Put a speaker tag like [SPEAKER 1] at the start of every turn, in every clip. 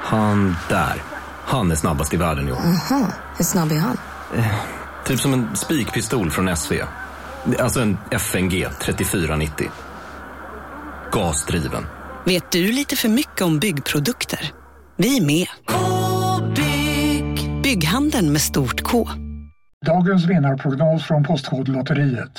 [SPEAKER 1] Han där. Han är snabbast i världen i år.
[SPEAKER 2] Aha, hur snabb är han?
[SPEAKER 1] Typ som en spikpistol från SV. Alltså en FNG 3490. Gasdriven.
[SPEAKER 3] Vet du lite för mycket om byggprodukter? Vi är med. -bygg. Bygghandeln med stort K.
[SPEAKER 4] Dagens vinnarprognos från Postkodlotteriet.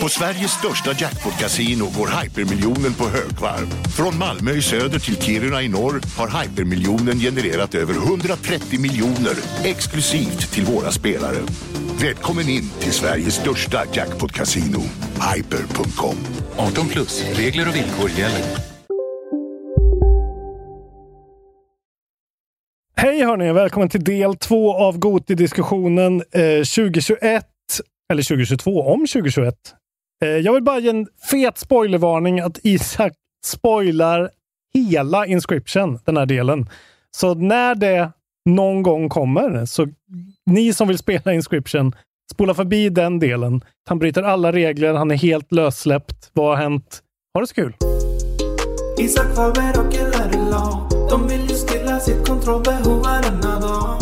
[SPEAKER 5] På Sveriges största jackpot-kasino går hypermiljonen på högvarv. Från Malmö i söder till Kiruna i norr har hypermiljonen genererat över 130 miljoner exklusivt till våra spelare. Välkommen in till Sveriges största jackpot-kasino, hyper.com.
[SPEAKER 6] 18 plus, regler och villkor gäller.
[SPEAKER 7] Hej hörni och välkommen till del två av Goti-diskussionen eh, 2021 eller 2022, om 2021. Eh, jag vill bara ge en fet spoilervarning att Isak spoilar hela Inscription, den här delen. Så när det någon gång kommer, så ni som vill spela Inscription, spola förbi den delen. Han bryter alla regler, han är helt lössläppt. Vad har hänt? Ha det så kul!
[SPEAKER 8] Isak Faber och Elarin Law De vill ju stilla sitt kontrollbehov varenda dag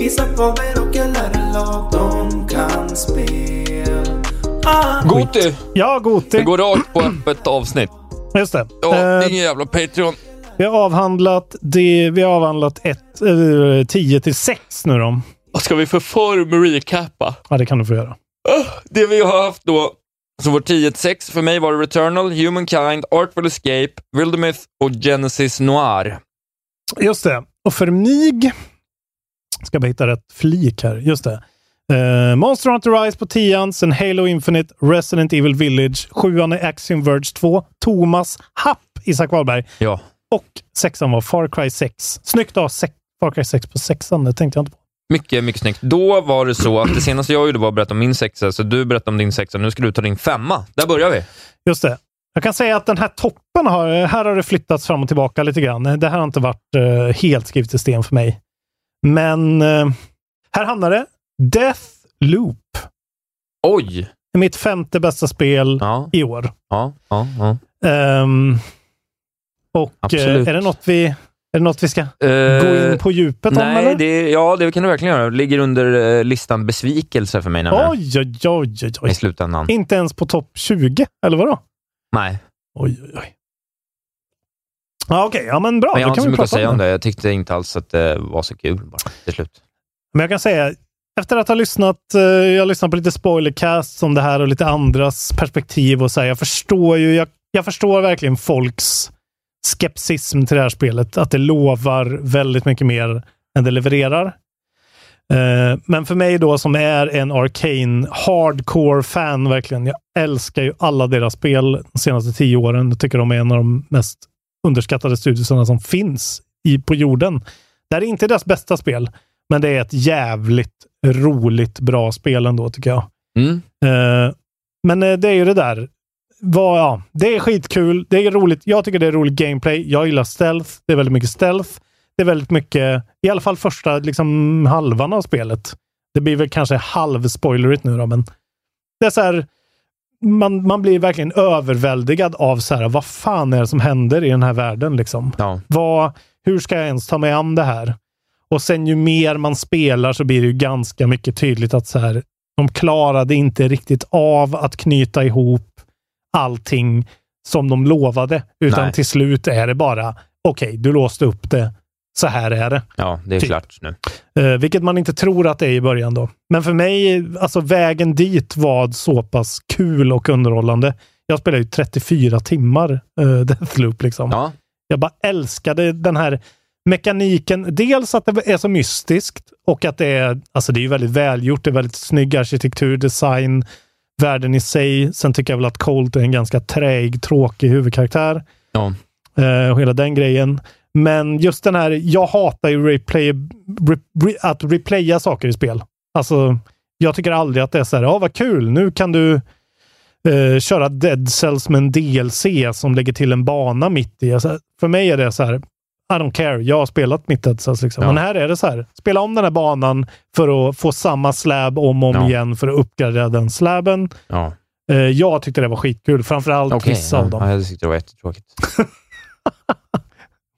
[SPEAKER 8] Isak Faber och Elarin Law De kan spel ah.
[SPEAKER 9] Goti!
[SPEAKER 7] Ja, Goti!
[SPEAKER 9] Det går rakt på öppet avsnitt.
[SPEAKER 7] Just det.
[SPEAKER 9] Ja,
[SPEAKER 7] Eh,
[SPEAKER 9] det är ingen jävla Patreon.
[SPEAKER 7] Vi har avhandlat, det, vi har avhandlat ett, eh, 10 till 6 nu då.
[SPEAKER 9] Vad ska vi för form recappa?
[SPEAKER 7] Ja, det kan du få göra.
[SPEAKER 9] Det vi har haft då, som var 10-6, för mig var det Returnal, Humankind, Artful Escape, Wildermyth och Genesis Noir.
[SPEAKER 7] Just det. Och för mig... Ska bara hitta rätt flik här. Just det. Eh, Monster Hunter Rise på 10 sen Halo Infinite, Resident Evil Village, 7 är Axiom Verge 2, Thomas Happ, Isak Wahlberg
[SPEAKER 9] Ja.
[SPEAKER 7] och sexan var Far Cry 6. Snyggt att ha sex- Far Cry 6 på sexan, det tänkte jag inte på.
[SPEAKER 9] Mycket, mycket snyggt. Då var det så att det senaste jag gjorde var att berätta om min sexa, så du berättade om din sexa. Nu ska du ta din femma. Där börjar vi.
[SPEAKER 7] Just det. Jag kan säga att den här toppen har, här har det flyttats fram och tillbaka lite grann. Det här har inte varit eh, helt skrivet i sten för mig. Men eh, här hamnar det. Death Loop.
[SPEAKER 9] Oj!
[SPEAKER 7] är mitt femte bästa spel
[SPEAKER 9] Ja,
[SPEAKER 7] i år.
[SPEAKER 9] ja, ja. ja.
[SPEAKER 7] Ehm, och
[SPEAKER 9] Absolut.
[SPEAKER 7] eh, är det, något vi, är det något vi ska gå
[SPEAKER 9] Eh,
[SPEAKER 7] in på djupet om?
[SPEAKER 9] Nej,
[SPEAKER 7] eller?
[SPEAKER 9] det, ja, det kan du verkligen göra. Det ligger under eh, listan besvikelse för mig nämligen.
[SPEAKER 7] Oj, oj, oj, oj,
[SPEAKER 9] I
[SPEAKER 7] oj.
[SPEAKER 9] slutändan.
[SPEAKER 7] Inte ens på topp 20, eller vadå?
[SPEAKER 9] Nej,
[SPEAKER 7] Oj, oj, oj. Ja, Okej, ja, men bra.
[SPEAKER 9] men jag
[SPEAKER 7] då
[SPEAKER 9] har inte
[SPEAKER 7] kan
[SPEAKER 9] så
[SPEAKER 7] vi
[SPEAKER 9] mycket att
[SPEAKER 7] prata
[SPEAKER 9] säga
[SPEAKER 7] om
[SPEAKER 9] om
[SPEAKER 7] det.
[SPEAKER 9] det. Eh, Jag tyckte inte alls att det var så kul bara till slut.
[SPEAKER 7] Men jag kan säga, efter att ha lyssnat, eh, jag har lyssnat på lite spoilercast om det här och lite andras perspektiv och så här, jag förstår ju, jag, jag förstår verkligen folks skepsism till det här spelet. Att det lovar väldigt mycket mer än det levererar. Eh, men för mig då som är en arcane hardcore fan verkligen, jag älskar ju alla deras spel de senaste tio åren. Jag tycker de är en av de mest underskattade studioserna som finns i, på jorden. Det här är inte deras bästa spel, men det är ett jävligt roligt bra spel ändå, tycker jag.
[SPEAKER 9] Mm.
[SPEAKER 7] Eh, men eh, det är ju det där. Vad- ja, det är skitkul. Det är roligt. Jag tycker det är roligt gameplay. Jag gillar stealth. Det är väldigt mycket stealth. Det är väldigt mycket, i alla fall första liksom, halvan av spelet. Det blir väl kanske halvspoilerigt nu då, men det är så här. Man, man blir verkligen överväldigad av så här, vad fan är det som händer i den här världen liksom?
[SPEAKER 9] Ja.
[SPEAKER 7] Vad, hur ska jag ens ta mig an det här? Och sen ju mer man spelar så blir det ju ganska mycket tydligt att så här, de klarade inte riktigt av att knyta ihop allting som de lovade. Utan
[SPEAKER 9] Nej.
[SPEAKER 7] till slut är det bara, okej, du låste upp det. Så här är det.
[SPEAKER 9] Ja, det är
[SPEAKER 7] Typ.
[SPEAKER 9] klart nu.
[SPEAKER 7] Eh, vilket man inte tror att det är i början då. Men för mig, alltså vägen dit var så pass kul och underhållande. Jag spelade ju 34 timmar uh, Deathloop liksom.
[SPEAKER 9] Ja,
[SPEAKER 7] Jag bara älskade den här mekaniken. Dels att det är så mystiskt och att det är, alltså det är ju väldigt välgjort. Det är väldigt snygg arkitektur, design, världen i sig. Sen tycker jag väl att Colt är en ganska träig, tråkig huvudkaraktär.
[SPEAKER 9] Ja.
[SPEAKER 7] Eh, och hela den grejen. Men just den här, jag hatar ju replay, re, re, att replaya saker i spel. Alltså, jag tycker aldrig att det är så här, ja vad kul, nu kan du eh, köra Dead Cells med en DLC som lägger till en bana mitt i. Alltså, för mig är det så här, I don't care, jag har spelat mitt Dead Cells. Liksom.
[SPEAKER 9] Ja.
[SPEAKER 7] Men här är det så här, spela om den här banan för att få samma slab om och om
[SPEAKER 9] Ja.
[SPEAKER 7] igen för att uppgradera den slaben.
[SPEAKER 9] Ja.
[SPEAKER 7] Eh, jag tyckte det var skitkul, framförallt
[SPEAKER 9] Okej,
[SPEAKER 7] vissa av dem.
[SPEAKER 9] ja, jag tyckte det var jättetråkigt.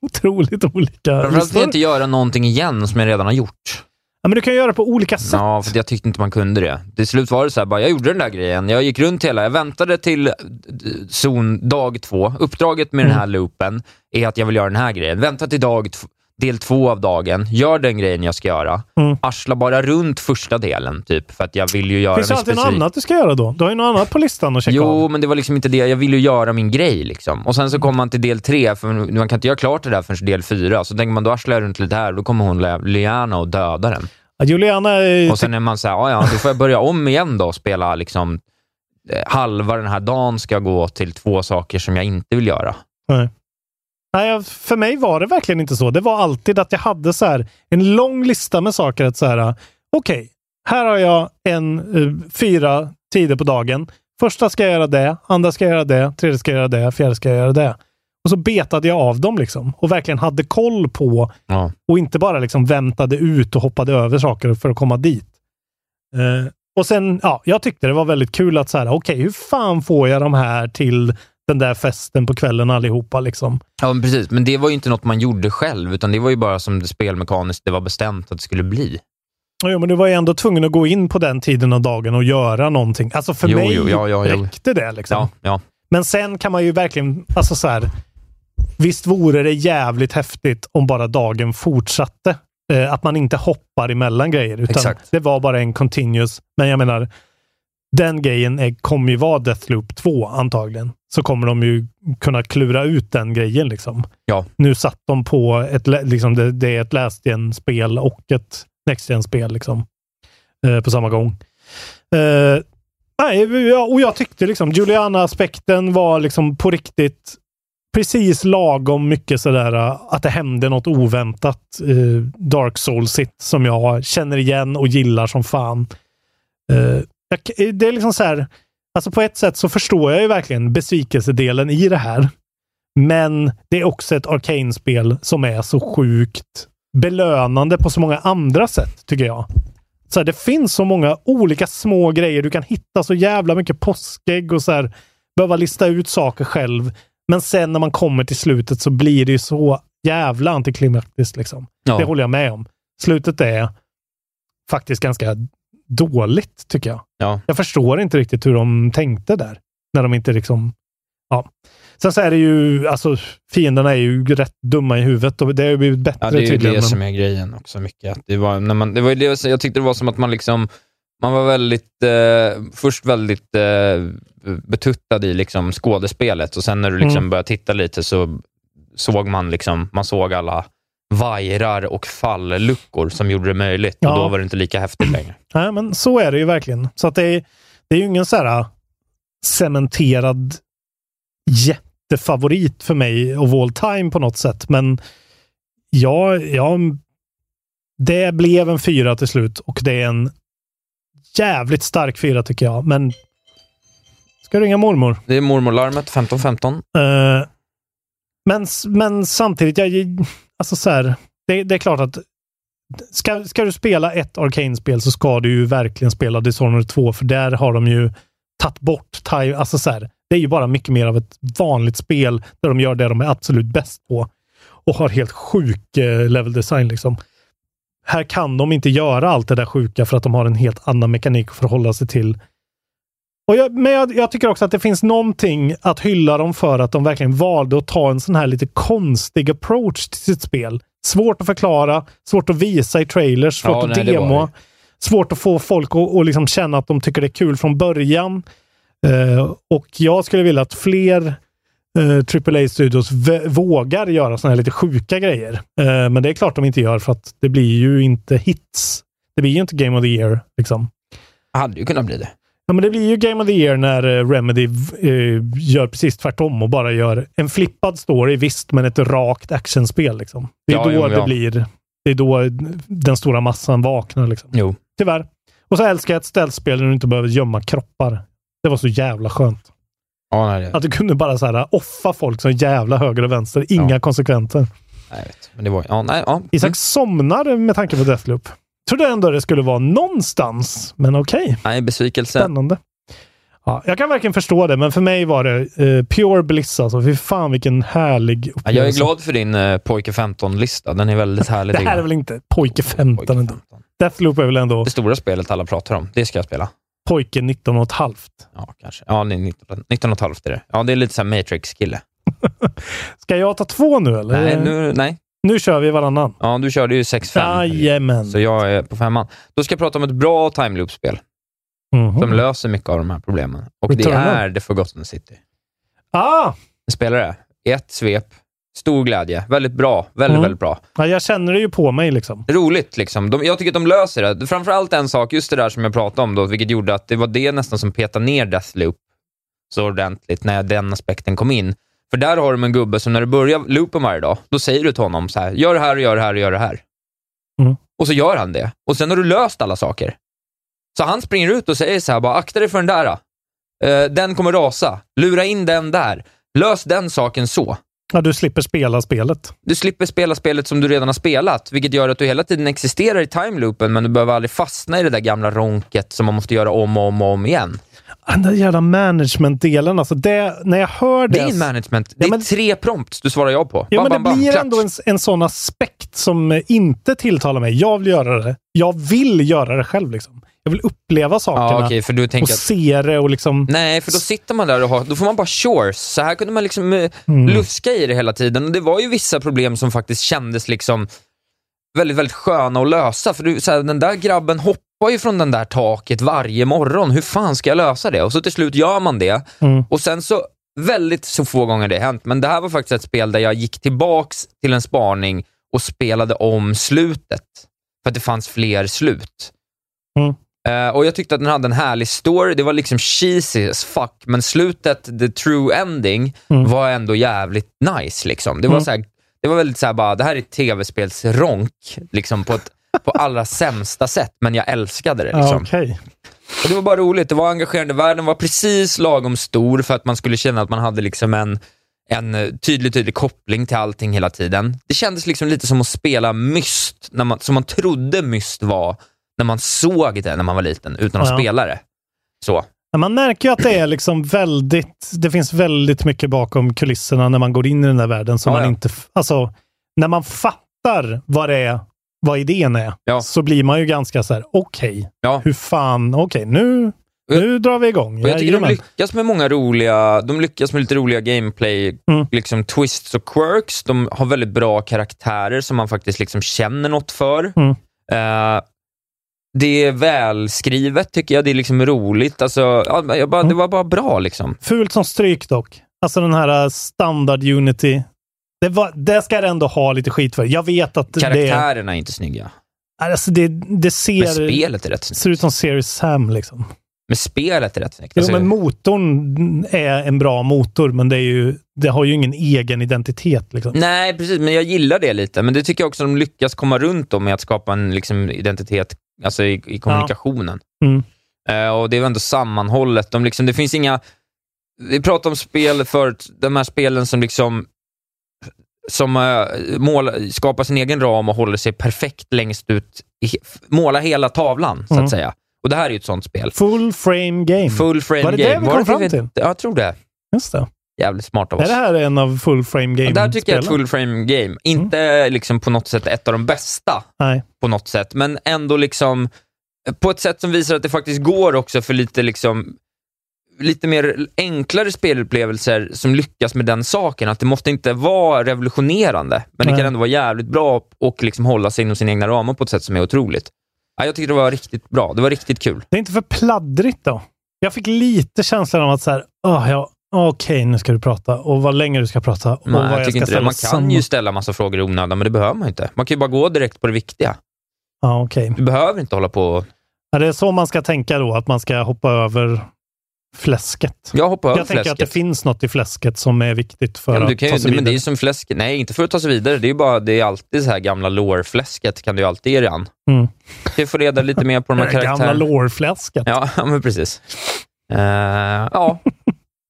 [SPEAKER 7] Otroligt olika.
[SPEAKER 9] Framförallt
[SPEAKER 7] listor.
[SPEAKER 9] vill jag inte göra någonting igen som jag redan har gjort.
[SPEAKER 7] Ja, men du kan göra på olika sätt.
[SPEAKER 9] Ja, för jag tyckte inte man kunde det. Till slut var det så här, bara, jag gjorde den där grejen. Jag gick runt hela, jag väntade till eh, zon dag två. Uppdraget med den här loopen är att jag vill göra den här grejen. Vänta till dag tv- del två av dagen, gör den grejen jag ska göra.
[SPEAKER 7] Mm.
[SPEAKER 9] Arsla bara runt första delen, typ, för att jag vill ju göra
[SPEAKER 7] Finns det
[SPEAKER 9] mig
[SPEAKER 7] alltid något
[SPEAKER 9] specifik.
[SPEAKER 7] annat du ska göra då? Du har ju något annat på listan att checka
[SPEAKER 9] Jo,
[SPEAKER 7] av.
[SPEAKER 9] men det var liksom inte det. Jag ville ju göra min grej. Liksom. Och Sen så kommer man till del tre, för man kan inte göra klart det där förrän del fyra. Så tänker man, då arslar jag runt lite här, då kommer hon Le- Liana och döda den.
[SPEAKER 7] Ja, Juliana eh, är...
[SPEAKER 9] Och sen är man så här, "Ah, "Ja, ja, då får jag börja om igen då och spela liksom, eh, halva den här dagen ska gå till två saker som jag inte vill göra.
[SPEAKER 7] Nej, jag- för mig var det verkligen inte så. Det var alltid att jag hade så här, en lång lista med saker. att så här, Okej, här har jag en, eh, fyra tider på dagen. Första ska jag göra det, andra ska jag göra det, tredje ska jag göra det, fjärde ska jag göra det. Och så betade jag av dem liksom och verkligen hade koll på
[SPEAKER 9] Ja.
[SPEAKER 7] Och inte bara liksom väntade ut och hoppade över saker för att komma dit. Eh, och sen, ja, jag tyckte det var väldigt kul att så här, okej, hur fan får jag de här till den där festen på kvällen allihopa liksom?
[SPEAKER 9] Ja, men precis. Men det var ju inte något man gjorde själv, utan det var ju bara som det spelmekaniskt det var bestämt att det skulle bli.
[SPEAKER 7] Jo, men du var ju ändå tvungen att gå in på den tiden av dagen och göra någonting. Alltså för
[SPEAKER 9] Jo,
[SPEAKER 7] mig
[SPEAKER 9] jo, ja, ja, jo.
[SPEAKER 7] räckte det liksom.
[SPEAKER 9] Ja, ja.
[SPEAKER 7] Men sen kan man ju verkligen, alltså så här, visst vore det jävligt häftigt om bara dagen fortsatte. Eh, att man inte hoppar emellan grejer, utan
[SPEAKER 9] Exakt.
[SPEAKER 7] det var bara en continuous. Men jag menar, den grejen är, kommer ju vara Deathloop 2 antagligen. Så kommer de ju kunna klura ut den grejen liksom.
[SPEAKER 9] Ja.
[SPEAKER 7] Nu satt de på ett, lä- liksom, det, det är ett last spel och ett next spel liksom. Eh, på samma gång. Eh, Nej, ja, och jag tyckte liksom Juliana-aspekten var liksom på riktigt precis lagom mycket sådär äh, att det hände något oväntat eh, Dark Souls-igt som jag känner igen och gillar som fan. Eh, jag, det är liksom så här, alltså på ett sätt så förstår jag ju verkligen besvikelsedelen i det här. Men det är också ett Arcane-spel som är så sjukt belönande på så många andra sätt, tycker jag. Så här, det finns så många olika små grejer. Du kan hitta så jävla mycket påskägg och så här, behöva lista ut saker själv. Men sen när man kommer till slutet så blir det ju så jävla antiklimaktiskt. Liksom.
[SPEAKER 9] Ja.
[SPEAKER 7] Det håller jag med om. Slutet är faktiskt ganska dåligt, tycker jag.
[SPEAKER 9] Ja.
[SPEAKER 7] Jag förstår inte riktigt hur de tänkte där. När de inte liksom... Ja. Sen så är det ju, alltså fienderna är ju rätt dumma i huvudet och det har ju blivit bättre
[SPEAKER 9] Ja, det är ju
[SPEAKER 7] tydligen.
[SPEAKER 9] det
[SPEAKER 7] men-
[SPEAKER 9] som är grejen också mycket. Att Det var, när man, det var ju det, som- jag tyckte det var som att man liksom, man var väldigt, eh, först väldigt eh, betuttad i liksom skådespelet och sen när du liksom
[SPEAKER 7] Mm.
[SPEAKER 9] började titta lite så såg man liksom, man såg alla vajrar och fallluckor som gjorde det möjligt.
[SPEAKER 7] Ja.
[SPEAKER 9] Och då var det inte lika häftigt längre.
[SPEAKER 7] Nej, men så är det ju verkligen. Så att det, är, det är ju ingen så här äh, cementerad jättefavorit för mig of all time på något sätt. Men ja, ja, det blev en fyra till slut och det är en jävligt stark fyra tycker jag. Men ska du ringa mormor?
[SPEAKER 9] Det är mormorlarmet 1515.
[SPEAKER 7] Eh, men, men samtidigt, jag, alltså så här, det, det är klart att ska, ska du spela ett Arcane-spel så ska du ju verkligen spela Dishonored 2, för där har de ju tagit bort time. Alltså så här, det är ju bara mycket mer av ett vanligt spel där de gör det de är absolut bäst på och har helt sjuk eh, level design. Liksom. Här kan de inte göra allt det där sjuka för att de har en helt annan mekanik att förhålla sig till. Och jag, men jag, jag tycker också att det finns någonting att hylla dem för att de verkligen valde att ta en sån här lite konstig approach till sitt spel. Svårt att förklara, svårt att visa i trailers, svårt
[SPEAKER 9] Ja,
[SPEAKER 7] att
[SPEAKER 9] nej, det var
[SPEAKER 7] demoa.
[SPEAKER 9] det.
[SPEAKER 7] Svårt att få folk att att liksom känna att de tycker det är kul från början. Eh, och jag skulle vilja att fler Eh, aaa studios v- vågar göra såna här lite sjuka grejer. Eh, men det är klart de inte gör för att det blir ju inte hits. Det blir ju inte Game of the Year. Liksom.
[SPEAKER 9] Hade ju kunnat bli det.
[SPEAKER 7] Ja, Ja, men det blir ju Game of the Year när eh, Remedy eh, gör precis tvärtom och bara gör en flippad story, visst, men ett rakt actionspel. Liksom. Det är
[SPEAKER 9] Ja,
[SPEAKER 7] då
[SPEAKER 9] jo,
[SPEAKER 7] det
[SPEAKER 9] ja.
[SPEAKER 7] blir... Det är då den stora massan vaknar. Liksom.
[SPEAKER 9] Jo.
[SPEAKER 7] Tyvärr. Och så älskar jag ett ställspel där du inte behöver gömma kroppar. Det var så jävla skönt.
[SPEAKER 9] Ja, nej, det,
[SPEAKER 7] Att du kunde bara så här, äh, offa folk som jävla höger och vänster. Inga
[SPEAKER 9] Ja.
[SPEAKER 7] konsekvenser.
[SPEAKER 9] nej, jag vet. Men det var... Ja, nej, ja.
[SPEAKER 7] Isak
[SPEAKER 9] Mm.
[SPEAKER 7] somnar med tanke på Deathloop. Trodde ändå det skulle vara någonstans, men okej.
[SPEAKER 9] Nej, besvikelse.
[SPEAKER 7] Spännande. Ja, jag kan verkligen förstå det, men för mig var det eh, pure bliss alltså. Fy fan vilken härlig upplevelse.
[SPEAKER 9] Ja, jag är glad för din eh, pojke 15-lista. Den är väldigt härlig.
[SPEAKER 7] Det
[SPEAKER 9] tycker
[SPEAKER 7] här är
[SPEAKER 9] jag.
[SPEAKER 7] väl inte pojke 15
[SPEAKER 9] Pojke
[SPEAKER 7] ändå? Deathloop är väl ändå
[SPEAKER 9] Det stora spelet alla pratar om. Det ska jag spela.
[SPEAKER 7] pojke 19 och ett halvt.
[SPEAKER 9] Ja, kanske. Ja, det är 19, 19 och ett halvt är det. Ja, det är lite så här Matrix-kille.
[SPEAKER 7] Ska jag ta två nu eller?
[SPEAKER 9] Nej, nu, nej.
[SPEAKER 7] Nu kör vi varannan.
[SPEAKER 9] Ja, du körde ju 6-5.
[SPEAKER 7] Jajamän.
[SPEAKER 9] Så jag är på femman. Då ska jag prata om ett bra time loop-spel
[SPEAKER 7] Mhm.
[SPEAKER 9] som löser mycket av de här problemen. Och det
[SPEAKER 7] Returnal.
[SPEAKER 9] är The Forgotten City.
[SPEAKER 7] Ah!
[SPEAKER 9] Jag spelar det i ett svep. Stor glädje. Väldigt bra. Väldigt,
[SPEAKER 7] Mm.
[SPEAKER 9] väldigt bra.
[SPEAKER 7] Ja, jag känner det ju på mig liksom.
[SPEAKER 9] roligt. Liksom. De, jag tycker att de löser det. Framförallt en sak, just det där som jag pratade om, då, vilket gjorde att det var det nästan som petade ner Deathloop så ordentligt när den aspekten kom in. För där har de en gubbe som när du börjar loopen varje dag, då säger du till honom så här, gör det här och gör det här och gör det här.
[SPEAKER 7] Mm.
[SPEAKER 9] Och så gör han det. Och sen har du löst alla saker. Så han springer ut och säger så här, bara akta dig för den där. då. Eh, den kommer rasa. Lura in den där. Lös den saken så.
[SPEAKER 7] Ja, du slipper spela spelet.
[SPEAKER 9] Du slipper spela spelet som du redan har spelat, vilket gör att du hela tiden existerar i timeloopen, men du behöver aldrig fastna i det där gamla ronket som man måste göra om och om och om igen.
[SPEAKER 7] Ah, Den där jävla management-delen alltså. Det, när jag hör det...
[SPEAKER 9] Det är en management. Det är
[SPEAKER 7] Ja, men-
[SPEAKER 9] tre prompts du svarar ja på.
[SPEAKER 7] Ja,
[SPEAKER 9] Bam,
[SPEAKER 7] men det
[SPEAKER 9] bam, bam,
[SPEAKER 7] blir
[SPEAKER 9] klart.
[SPEAKER 7] ändå en, en sån aspekt som eh, inte tilltalar mig. Jag vill göra det. Jag vill göra det själv. Liksom. Jag vill uppleva sakerna
[SPEAKER 9] Ja, okej, för du
[SPEAKER 7] och
[SPEAKER 9] tänker att... Mm,
[SPEAKER 7] se det och liksom...
[SPEAKER 9] Nej, för då sitter man där och har, då får man bara chores. Så här kunde man liksom eh,
[SPEAKER 7] Mm.
[SPEAKER 9] luska i det hela tiden. Och det var ju vissa problem som faktiskt kändes liksom väldigt, väldigt sköna att lösa. För du, så här, den där grabben hoppar ju från den där taket varje morgon. Hur fan ska jag lösa det? Och så till slut gör man det.
[SPEAKER 7] Mm.
[SPEAKER 9] Och sen så, väldigt så få gånger det hänt, men det här var faktiskt ett spel där jag gick tillbaks till en spaning och spelade om slutet. För att det fanns fler slut.
[SPEAKER 7] Mm.
[SPEAKER 9] Eh, och jag tyckte att den hade en härlig story. Det var liksom cheesy as fuck, men slutet, the true ending,
[SPEAKER 7] Mm.
[SPEAKER 9] var ändå jävligt nice. Liksom. Det, var
[SPEAKER 7] Mm.
[SPEAKER 9] så här, det var väldigt så här bara, det här är tv-spelsronk liksom, på, ett, på allra sämsta sätt, men jag älskade det.
[SPEAKER 7] Ja,
[SPEAKER 9] Liksom.
[SPEAKER 7] okej.
[SPEAKER 9] Och det var bara roligt. Det var engagerande. Världen var precis lagom stor för att man skulle känna att man hade liksom en, en eh, tydlig, tydlig koppling till allting hela tiden. Det kändes liksom lite som att spela Myst, när man, som man trodde Myst var när man såg det när man var liten, utan att
[SPEAKER 7] Ja.
[SPEAKER 9] spela det. Så.
[SPEAKER 7] Men Man märker ju att det är liksom väldigt... Det finns väldigt mycket bakom kulisserna när man går in i den där världen som
[SPEAKER 9] Ja,
[SPEAKER 7] man
[SPEAKER 9] ja.
[SPEAKER 7] inte... f- Alltså, när man fattar vad det är, vad idén är,
[SPEAKER 9] Ja.
[SPEAKER 7] så blir man ju ganska så här, okej,
[SPEAKER 9] Ja.
[SPEAKER 7] hur fan, okej, nu,
[SPEAKER 9] Och jag-
[SPEAKER 7] nu drar vi igång.
[SPEAKER 9] Och jag tycker de
[SPEAKER 7] Jajamän.
[SPEAKER 9] lyckas med många roliga, de lyckas med lite roliga gameplay,
[SPEAKER 7] Mm.
[SPEAKER 9] liksom twists och quirks. De har väldigt bra karaktärer som man faktiskt liksom känner något för.
[SPEAKER 7] Mm.
[SPEAKER 9] Eh, det är välskrivet tycker jag. Det är liksom roligt. Alltså, ja, men jag bara,
[SPEAKER 7] Mm.
[SPEAKER 9] Det var bara bra liksom.
[SPEAKER 7] Fult som stryk dock. Alltså den här eh, standard Unity. Det, var, det ska jag ändå ha lite skit för. Jag vet att det, är-
[SPEAKER 9] Karaktärerna är inte snygga.
[SPEAKER 7] alltså det, det
[SPEAKER 9] Men
[SPEAKER 7] ser,
[SPEAKER 9] spelet är rätt snyggt.
[SPEAKER 7] ser ut som Series Sam. Liksom.
[SPEAKER 9] Men spelet är rätt snyggt.
[SPEAKER 7] Jo,
[SPEAKER 9] Alltså,
[SPEAKER 7] men motorn är en bra motor, men det, är ju, det har ju ingen egen identitet. Liksom.
[SPEAKER 9] Nej, precis. Men jag gillar det lite. Men det tycker jag också de lyckas komma runt om med att skapa en liksom, identitet alltså, i, i kommunikationen.
[SPEAKER 7] Mm.
[SPEAKER 9] Eh, och det är väl ändå sammanhållet. De liksom, det finns inga... Vi pratade om spel förut, de här spelen som liksom som eh, mål, skapar sin egen ram och håller sig perfekt längst ut. I, he- måla hela tavlan, så
[SPEAKER 7] Mm.
[SPEAKER 9] att säga. Och det här är ju ett sånt spel.
[SPEAKER 7] Full frame game.
[SPEAKER 9] Mm. Full frame
[SPEAKER 7] Var det det
[SPEAKER 9] game.
[SPEAKER 7] vi kom fram
[SPEAKER 9] vi-
[SPEAKER 7] till?
[SPEAKER 9] Ja, jag tror det.
[SPEAKER 7] Just det.
[SPEAKER 9] Jävligt smart av
[SPEAKER 7] Är
[SPEAKER 9] oss.
[SPEAKER 7] det här en av full frame game
[SPEAKER 9] Ja, där tycker jag att full frame game, inte
[SPEAKER 7] Mm.
[SPEAKER 9] liksom på något sätt ett av de bästa
[SPEAKER 7] Nej.
[SPEAKER 9] på något sätt, men ändå liksom på ett sätt som visar att det faktiskt går också för lite liksom lite mer enklare spelupplevelser som lyckas med den saken. Att det måste inte vara revolutionerande, men det
[SPEAKER 7] Nej.
[SPEAKER 9] kan ändå vara jävligt bra och liksom hålla sig inom sina egna ramar på ett sätt som är otroligt. Ja, jag tycker det var riktigt bra. Det var riktigt kul.
[SPEAKER 7] Det är inte för pladdrigt då? Jag fick lite känslan av att så här, "Åh, ja, okej, nu ska du prata och vad länge du ska prata och
[SPEAKER 9] Nej,
[SPEAKER 7] vad
[SPEAKER 9] jag tycker inte det.
[SPEAKER 7] ställa
[SPEAKER 9] Man kan
[SPEAKER 7] samma-
[SPEAKER 9] ju ställa massa frågor i onödan, men det behöver man ju inte. Man kan ju bara gå direkt på det viktiga.
[SPEAKER 7] Ja, okej.
[SPEAKER 9] Du behöver inte hålla på och
[SPEAKER 7] Ja, det är så man ska tänka då, att man ska hoppa över fläsket.
[SPEAKER 9] Jag hoppar över
[SPEAKER 7] Jag tänker att det
[SPEAKER 9] fläsket.
[SPEAKER 7] finns något i fläsket som är viktigt för
[SPEAKER 9] Ja, men, du
[SPEAKER 7] att
[SPEAKER 9] kan
[SPEAKER 7] ta sig
[SPEAKER 9] ju, men det är
[SPEAKER 7] vidare.
[SPEAKER 9] ju som fläsk. Nej, inte för att ta sig vidare. Det är ju bara, det är alltid så här gamla lårfläsket kan du ju alltid ge dig an.
[SPEAKER 7] Mm.
[SPEAKER 9] Du får reda lite mer på de här
[SPEAKER 7] Det gamla
[SPEAKER 9] karaktärerna.
[SPEAKER 7] lårfläsket.
[SPEAKER 9] Ja, ja, men precis. Eh, ja.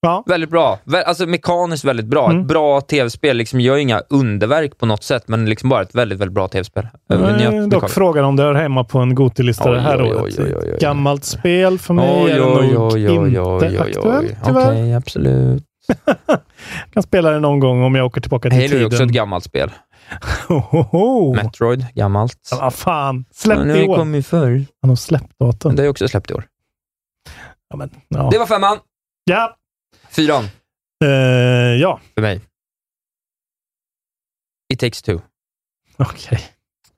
[SPEAKER 7] Ja.
[SPEAKER 9] väldigt bra. Vä- Alltså mekaniskt väldigt bra.
[SPEAKER 7] Mm.
[SPEAKER 9] Ett bra tv-spel liksom gör ju inga underverk på något sätt, men liksom bara ett väldigt, väldigt bra tv-spel.
[SPEAKER 7] Nej, Eh, dock frågan om det hör hemma på en Gotilista
[SPEAKER 9] Oj,
[SPEAKER 7] det här
[SPEAKER 9] oj, oj,
[SPEAKER 7] året.
[SPEAKER 9] oj, oj, oj.
[SPEAKER 7] Gammalt spel för mig
[SPEAKER 9] Oj,
[SPEAKER 7] är det
[SPEAKER 9] oj,
[SPEAKER 7] nog
[SPEAKER 9] oj, oj, oj,
[SPEAKER 7] inte
[SPEAKER 9] oj, oj.
[SPEAKER 7] aktuellt tyvärr.
[SPEAKER 9] Okej, absolut.
[SPEAKER 7] Kan spela det någon gång om jag åker tillbaka till
[SPEAKER 9] Halo är ju också ett
[SPEAKER 7] tiden.
[SPEAKER 9] gammalt spel.
[SPEAKER 7] Hohoho!
[SPEAKER 9] Metroid, gammalt.
[SPEAKER 7] Ja, Vad fan,
[SPEAKER 9] Men
[SPEAKER 7] släpp
[SPEAKER 9] det
[SPEAKER 7] i år.
[SPEAKER 9] kom ju förr.
[SPEAKER 7] Han har släppt datum.
[SPEAKER 9] Men Det har ju också släppt i år.
[SPEAKER 7] Ja, men, ja.
[SPEAKER 9] Det var femman.
[SPEAKER 7] Ja.
[SPEAKER 9] Fyran
[SPEAKER 7] Eh, ja,
[SPEAKER 9] för mig. It takes two.
[SPEAKER 7] okej.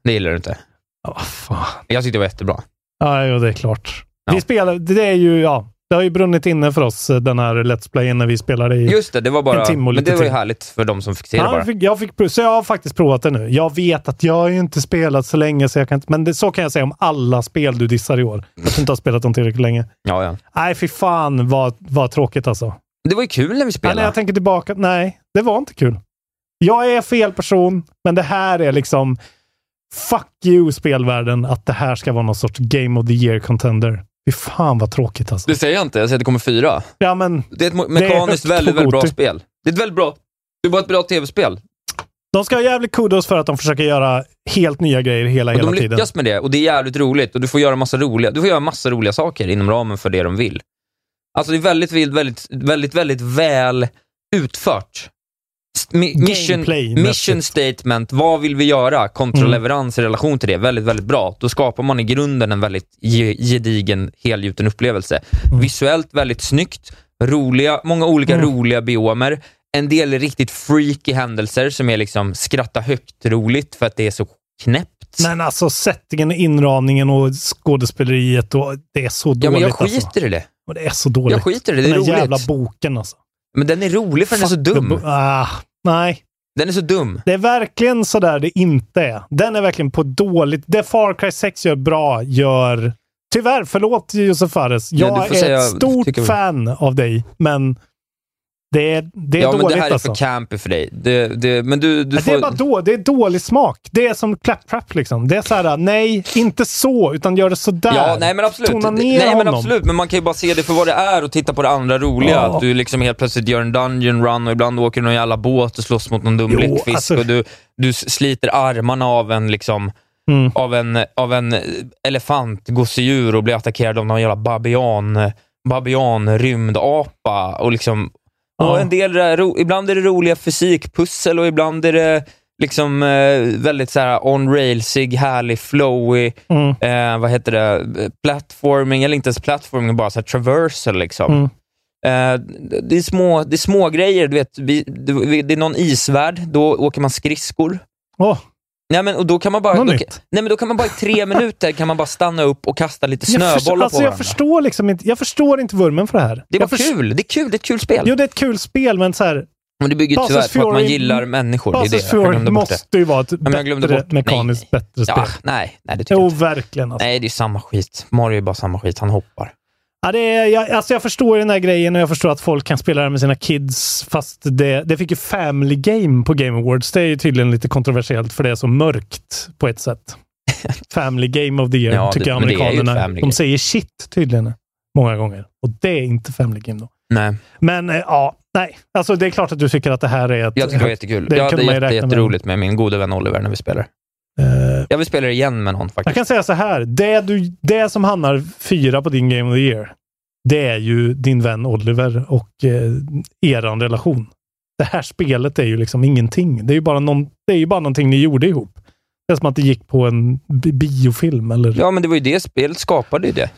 [SPEAKER 9] Det gillar du inte.
[SPEAKER 7] Ja, vad fan.
[SPEAKER 9] Jag tyckte det var jättebra.
[SPEAKER 7] Ja, jo, det är klart.
[SPEAKER 9] Ja.
[SPEAKER 7] Vi spelar, det är ju, ja. Det har ju brunnit inne för oss, eh, den här Let's Play, när vi spelade i...
[SPEAKER 9] Just det, det var
[SPEAKER 7] En
[SPEAKER 9] bara...
[SPEAKER 7] timme och
[SPEAKER 9] Men
[SPEAKER 7] lite
[SPEAKER 9] det var ju
[SPEAKER 7] till.
[SPEAKER 9] härligt för de som fick se det
[SPEAKER 7] Ja,
[SPEAKER 9] bara.
[SPEAKER 7] jag, fick, jag fick prov- så jag har faktiskt provat det nu. Jag vet att jag har ju inte spelat så länge, så jag kan inte, men det, så kan jag säga om alla spel du dissar i år. Att du inte har spelat dem tillräckligt länge.
[SPEAKER 9] Ja, ja.
[SPEAKER 7] Nej, fy fan vad, vad tråkigt alltså.
[SPEAKER 9] Det var ju kul när vi
[SPEAKER 7] Ja,
[SPEAKER 9] spelade.
[SPEAKER 7] när jag tänker tillbaka, nej, det var inte kul. Jag är fel person, men det här är liksom fuck you spelvärlden, att det här ska vara någon sorts game of the year contender. Fy fan vad tråkigt alltså.
[SPEAKER 9] Det säger jag inte. Jag säger att det kommer fyra.
[SPEAKER 7] Ja, men
[SPEAKER 9] Det är ett mo-
[SPEAKER 7] är högt
[SPEAKER 9] mekaniskt
[SPEAKER 7] på
[SPEAKER 9] väldigt, väldigt bra
[SPEAKER 7] Goti.
[SPEAKER 9] spel. Det är ett väldigt bra... Det var ett bra tv-spel.
[SPEAKER 7] de ska ha jävligt kudos för att de försöker göra helt nya grejer hela,
[SPEAKER 9] Och
[SPEAKER 7] hela
[SPEAKER 9] de
[SPEAKER 7] tiden.
[SPEAKER 9] lyckas med det och det är jävligt roligt och du får göra massa roliga, du får göra massa roliga saker inom ramen för det de vill. Alltså det är väldigt, väldigt, väldigt, väldigt, väldigt väl utfört. S- mi- Mission,
[SPEAKER 7] Gameplay-mässigt.
[SPEAKER 9] mission statement, vad vill vi göra kontra
[SPEAKER 7] Mm.
[SPEAKER 9] leverans i relation till det? Väldigt, väldigt bra. Då skapar man i grunden en väldigt ge- gedigen, helgjuten upplevelse. Visuellt väldigt snyggt, roliga, många olika
[SPEAKER 7] Mm.
[SPEAKER 9] roliga biomer. En del är riktigt freaky händelser som är liksom skratta högt-roligt för att det är så knäppt.
[SPEAKER 7] Men alltså settingen, inramningen och skådespeleriet och det är så dåligt.
[SPEAKER 9] Ja, men jag skiter
[SPEAKER 7] alltså.
[SPEAKER 9] i det.
[SPEAKER 7] och det är så dåligt.
[SPEAKER 9] Jag skiter i det. Det är
[SPEAKER 7] Den
[SPEAKER 9] roligt.
[SPEAKER 7] här jävla boken alltså.
[SPEAKER 9] Men den är rolig för den är så
[SPEAKER 7] Fuck the
[SPEAKER 9] dum.
[SPEAKER 7] bo- Ah, nej,
[SPEAKER 9] Den är så dum.
[SPEAKER 7] det är verkligen sådär det inte är. Den är verkligen på dåligt. Det Far Cry 6 gör bra gör... Tyvärr, förlåt Josef Fares.
[SPEAKER 9] Nej,
[SPEAKER 7] Jag
[SPEAKER 9] du får
[SPEAKER 7] är
[SPEAKER 9] säga-
[SPEAKER 7] ett stort
[SPEAKER 9] tycker-
[SPEAKER 7] fan av dig, men det är, det är
[SPEAKER 9] Ja, men
[SPEAKER 7] dåligt
[SPEAKER 9] det här är
[SPEAKER 7] alltså.
[SPEAKER 9] för campy för dig. Det, det, men du, du
[SPEAKER 7] Ja,
[SPEAKER 9] får...
[SPEAKER 7] Det är bara då, det är dålig smak. Det är som clap-trap liksom. Det är såhär, nej, inte så, utan gör det sådär.
[SPEAKER 9] Ja, nej men absolut.
[SPEAKER 7] Tona ner
[SPEAKER 9] nej, men
[SPEAKER 7] honom.
[SPEAKER 9] absolut. Men man kan ju bara se det för vad det är och titta på det andra roliga.
[SPEAKER 7] Ja.
[SPEAKER 9] Att du liksom helt plötsligt gör en dungeon run och ibland åker du någon jävla båt och slåss mot någon dum
[SPEAKER 7] Jo,
[SPEAKER 9] bläckfisk
[SPEAKER 7] alltså-
[SPEAKER 9] och du, du sliter armarna av en liksom
[SPEAKER 7] Mm.
[SPEAKER 9] av en, av en elefant, gosedjur och blir attackerad av någon jävla babian, babian rymdapa och liksom
[SPEAKER 7] Ja.
[SPEAKER 9] och en del, är ro, ibland är det roliga fysikpussel och ibland är det liksom eh, väldigt så här on-railsig, härlig, flowy,
[SPEAKER 7] Mm.
[SPEAKER 9] eh, vad heter det, platforming, eller inte ens platforming, bara så här traversal liksom.
[SPEAKER 7] Mm.
[SPEAKER 9] Eh, det, är små, det är små grejer, du vet, vi, du- vi, det är någon isvärd, då åker man skridskor.
[SPEAKER 7] Åh,
[SPEAKER 9] Nej, men, och då kan man bara,
[SPEAKER 7] Något
[SPEAKER 9] då,
[SPEAKER 7] nytt.
[SPEAKER 9] nej, men då kan man bara i tre minuter kan man bara stanna upp och kasta lite snöbollar
[SPEAKER 7] jag förstår,
[SPEAKER 9] på
[SPEAKER 7] alltså,
[SPEAKER 9] varandra.
[SPEAKER 7] jag förstår liksom inte, jag förstår inte vurmen för det här.
[SPEAKER 9] Det är
[SPEAKER 7] jag
[SPEAKER 9] bara
[SPEAKER 7] först-
[SPEAKER 9] kul. Det är kul. Det är ett kul spel.
[SPEAKER 7] Jo, det är ett kul spel, men så här,
[SPEAKER 9] men det bygger ju
[SPEAKER 7] Basis
[SPEAKER 9] tyvärr på att man
[SPEAKER 7] Fury-
[SPEAKER 9] gillar människor. Det är det.
[SPEAKER 7] Basis
[SPEAKER 9] Jag glömde
[SPEAKER 7] Fury
[SPEAKER 9] bort det.
[SPEAKER 7] måste ju vara ett
[SPEAKER 9] men jag glömde
[SPEAKER 7] bättre,
[SPEAKER 9] bort- nej.
[SPEAKER 7] mekaniskt bättre
[SPEAKER 9] Ja,
[SPEAKER 7] spel.
[SPEAKER 9] nej, nej, det tycker jag
[SPEAKER 7] Jo,
[SPEAKER 9] inte.
[SPEAKER 7] verkligen. Alltså.
[SPEAKER 9] Nej, det är samma skit. Mario är bara samma skit. Han hoppar.
[SPEAKER 7] Ja, det är, jag, alltså jag förstår den här grejen och jag förstår att folk kan spela det här med sina kids, fast det, det fick ju family game på Game Awards. Det är ju tydligen lite kontroversiellt för det är så mörkt på ett sätt. family game of the year,
[SPEAKER 9] Ja, det-
[SPEAKER 7] tycker jag
[SPEAKER 9] men det är ju ett
[SPEAKER 7] amerikanerna.
[SPEAKER 9] family game.
[SPEAKER 7] De säger shit tydligen många gånger. Och det är inte family game då.
[SPEAKER 9] Nej,
[SPEAKER 7] Men eh, ja, nej. Alltså det är klart att du tycker att det här är ett...
[SPEAKER 9] jag tycker det var jättekul.
[SPEAKER 7] Det
[SPEAKER 9] jag hade
[SPEAKER 7] kunde man ju
[SPEAKER 9] jätte,
[SPEAKER 7] räkna med.
[SPEAKER 9] jätteroligt med min gode vän Oliver när vi spelar.
[SPEAKER 7] Eh,
[SPEAKER 9] Jag vill spela det igen med någon
[SPEAKER 7] Jag
[SPEAKER 9] faktiskt.
[SPEAKER 7] kan säga så här. Det, du, det som hamnar fyra på din Game of the Year, det är ju din vän Oliver och eh, eran relation. Det här spelet är ju liksom ingenting. Det är ju bara, någon, det är ju bara någonting ni gjorde ihop. Det är som att det gick på en bi- biofilm eller... Ja.
[SPEAKER 9] Ja, men det var ju det spelet skapade ju det.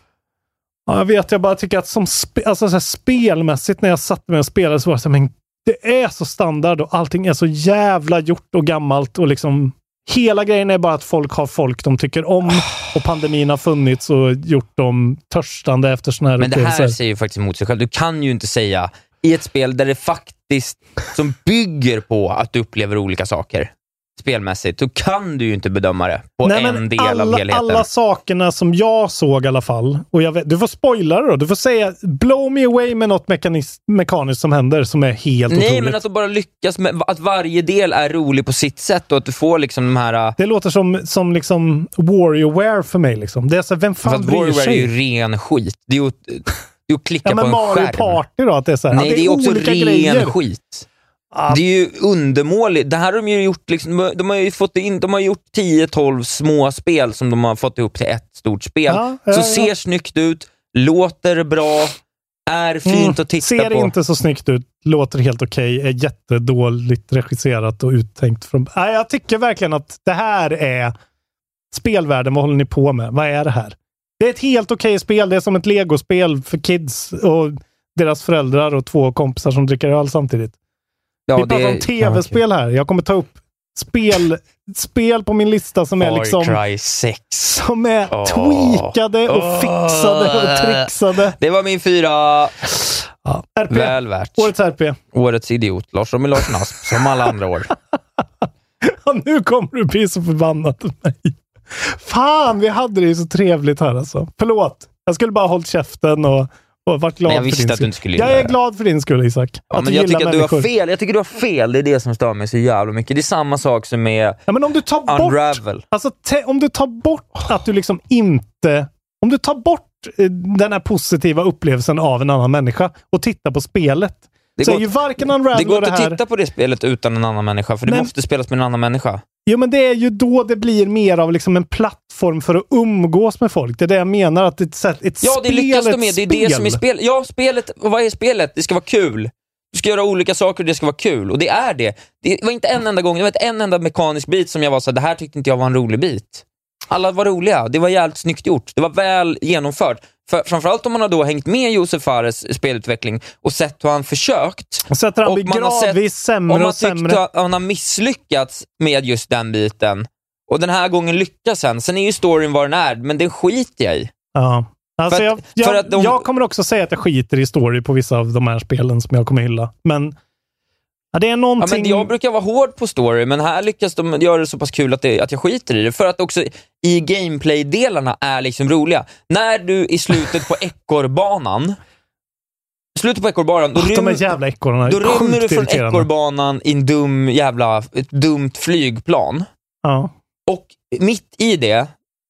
[SPEAKER 7] jag vet, jag bara tycker att som spe, alltså så här spelmässigt när jag satte mig och spelade så var det så här, men det är så standard och allting är så jävla gjort och gammalt och liksom Hela grejen är bara att folk har folk de tycker om och pandemin har funnits och gjort dem törstande efter sådana här
[SPEAKER 9] Men det här
[SPEAKER 7] upplevelser.
[SPEAKER 9] säger ju faktiskt emot sig själv. Du kan ju inte säga i ett spel där det faktiskt som bygger på att du upplever olika saker. spelmässigt, då kan du ju inte bedöma det på
[SPEAKER 7] Nej, men
[SPEAKER 9] en del
[SPEAKER 7] alla,
[SPEAKER 9] av helheten.
[SPEAKER 7] Alla sakerna som jag såg i alla fall. Och jag vet, du får spoila det då. Du får säga blow me away med något mekanis- mekaniskt som händer som är helt
[SPEAKER 9] Nej,
[SPEAKER 7] otroligt.
[SPEAKER 9] men att de bara lyckas med att varje del är rolig på sitt sätt och att du får liksom de här...
[SPEAKER 7] Det låter som, som liksom Warriorware för mig. Liksom. Det är så, här, vem fan
[SPEAKER 9] Fast
[SPEAKER 7] bryr
[SPEAKER 9] Warrior är
[SPEAKER 7] sig?
[SPEAKER 9] ju ren skit. Det är ju, det är ju att klicka
[SPEAKER 7] ja,
[SPEAKER 9] på
[SPEAKER 7] men
[SPEAKER 9] en
[SPEAKER 7] Mario
[SPEAKER 9] skärm.
[SPEAKER 7] Party då? Att det är så här,
[SPEAKER 9] Nej,
[SPEAKER 7] ja,
[SPEAKER 9] det är också
[SPEAKER 7] olika
[SPEAKER 9] ren
[SPEAKER 7] grejer.
[SPEAKER 9] skit. Det är ju undermåligt. Det här har de ju gjort, liksom, de har ju fått in, de har gjort 10-12 små spel som de har fått ihop till ett stort spel.
[SPEAKER 7] Ja,
[SPEAKER 9] så
[SPEAKER 7] ja, ja.
[SPEAKER 9] ser snyggt ut, låter bra, är fint
[SPEAKER 7] Mm,
[SPEAKER 9] att titta
[SPEAKER 7] Ser
[SPEAKER 9] på.
[SPEAKER 7] inte så snyggt ut, låter helt okej, är jättedåligt regisserat och uttänkt. Från... Nej, jag tycker verkligen att det här är spelvärlden. Vad håller ni på med? Vad är det här? Det är ett helt okej spel. Det är som ett legospel för kids och deras föräldrar och två kompisar som dricker öl samtidigt.
[SPEAKER 9] Ja,
[SPEAKER 7] Vi pratar
[SPEAKER 9] det-
[SPEAKER 7] om tv-spel här. Jag kommer ta upp spel, spel på min lista som är
[SPEAKER 9] Far
[SPEAKER 7] liksom
[SPEAKER 9] Cry 6.
[SPEAKER 7] som är
[SPEAKER 9] Åh.
[SPEAKER 7] tweakade och
[SPEAKER 9] Åh.
[SPEAKER 7] fixade och trixade.
[SPEAKER 9] Det var min fyra.
[SPEAKER 7] RP.
[SPEAKER 9] Väl värt.
[SPEAKER 7] Årets RP.
[SPEAKER 9] Årets idiot, Lars Emil Larsson Asp, som alla andra år.
[SPEAKER 7] Ja, nu kommer du bli så förbannad på mig. Fan, vi hade det ju så trevligt här alltså. Förlåt. Jag skulle bara ha hållit käften och, och varit glad
[SPEAKER 9] Men jag visste
[SPEAKER 7] för din
[SPEAKER 9] att du
[SPEAKER 7] skull.
[SPEAKER 9] inte skulle
[SPEAKER 7] Jag
[SPEAKER 9] gilla
[SPEAKER 7] är
[SPEAKER 9] det.
[SPEAKER 7] glad för din skull, Isak.
[SPEAKER 9] Ja,
[SPEAKER 7] att
[SPEAKER 9] men
[SPEAKER 7] du
[SPEAKER 9] jag
[SPEAKER 7] gillar
[SPEAKER 9] tycker att du har
[SPEAKER 7] människor.
[SPEAKER 9] fel. Jag tycker du har fel. Det är det som stör mig så jävla mycket. Det är samma sak som med
[SPEAKER 7] Ja, men om du tar bort...
[SPEAKER 9] Unravel.
[SPEAKER 7] Alltså, te- om du tar bort att du liksom inte... Om du tar bort eh, den här positiva upplevelsen av en annan människa och tittar på spelet,
[SPEAKER 9] Det
[SPEAKER 7] så
[SPEAKER 9] går-
[SPEAKER 7] är ju varken Unravel
[SPEAKER 9] Det går
[SPEAKER 7] och
[SPEAKER 9] inte
[SPEAKER 7] det här...
[SPEAKER 9] att titta på det spelet utan en annan människa, för det
[SPEAKER 7] Men-
[SPEAKER 9] måste spelas med en annan människa.
[SPEAKER 7] Jo, men det är ju då det blir mer av liksom en plattform för att umgås med folk. Det är det jag menar. Att ett, sätt- ett
[SPEAKER 9] Ja, det
[SPEAKER 7] spel
[SPEAKER 9] lyckas
[SPEAKER 7] är
[SPEAKER 9] de med.
[SPEAKER 7] ett
[SPEAKER 9] Det är
[SPEAKER 7] spel.
[SPEAKER 9] det som är spel. Ja, spelet. Och vad är spelet? Det ska vara kul. Du ska göra olika saker och det ska vara kul. Och det är det. Det var inte en enda gång, det var inte en enda mekanisk bit som jag var så här, det här tyckte inte jag var en rolig bit. Alla var roliga. Det var jävligt snyggt gjort. Det var väl genomfört. För, framförallt om man har då hängt med Josef Fares spelutveckling och sett hur han försökt.
[SPEAKER 7] Och sätter han blir
[SPEAKER 9] man har sett-
[SPEAKER 7] gradvis
[SPEAKER 9] om
[SPEAKER 7] sämre
[SPEAKER 9] man
[SPEAKER 7] och sämre.
[SPEAKER 9] tyckte att han har misslyckats med just den biten och den här gången lyckas han. Sen är ju storyn vad den är, men den skiter jag i.
[SPEAKER 7] Ja. Alltså
[SPEAKER 9] För att-
[SPEAKER 7] jag, jag,
[SPEAKER 9] för att de-
[SPEAKER 7] jag kommer också säga att jag skiter i story på vissa av de här spelen som jag kommer hylla. Men ja, det är
[SPEAKER 9] Ja,
[SPEAKER 7] någonting...
[SPEAKER 9] men jag brukar vara hård på story, men här lyckas de göra det så pass kul att, det, att jag skiter i det. För att också i gameplay-delarna är liksom roliga. När du i slutet på ekorrbanan, slutet på ekorrbanan, då,
[SPEAKER 7] Ah, de här
[SPEAKER 9] rym,
[SPEAKER 7] jävla ekorrarna är
[SPEAKER 9] då rymmer du
[SPEAKER 7] sjukt
[SPEAKER 9] från
[SPEAKER 7] irriterande.
[SPEAKER 9] ekorrbanan i en dum jävla, ett dumt flygplan.
[SPEAKER 7] Ja.
[SPEAKER 9] Och mitt i det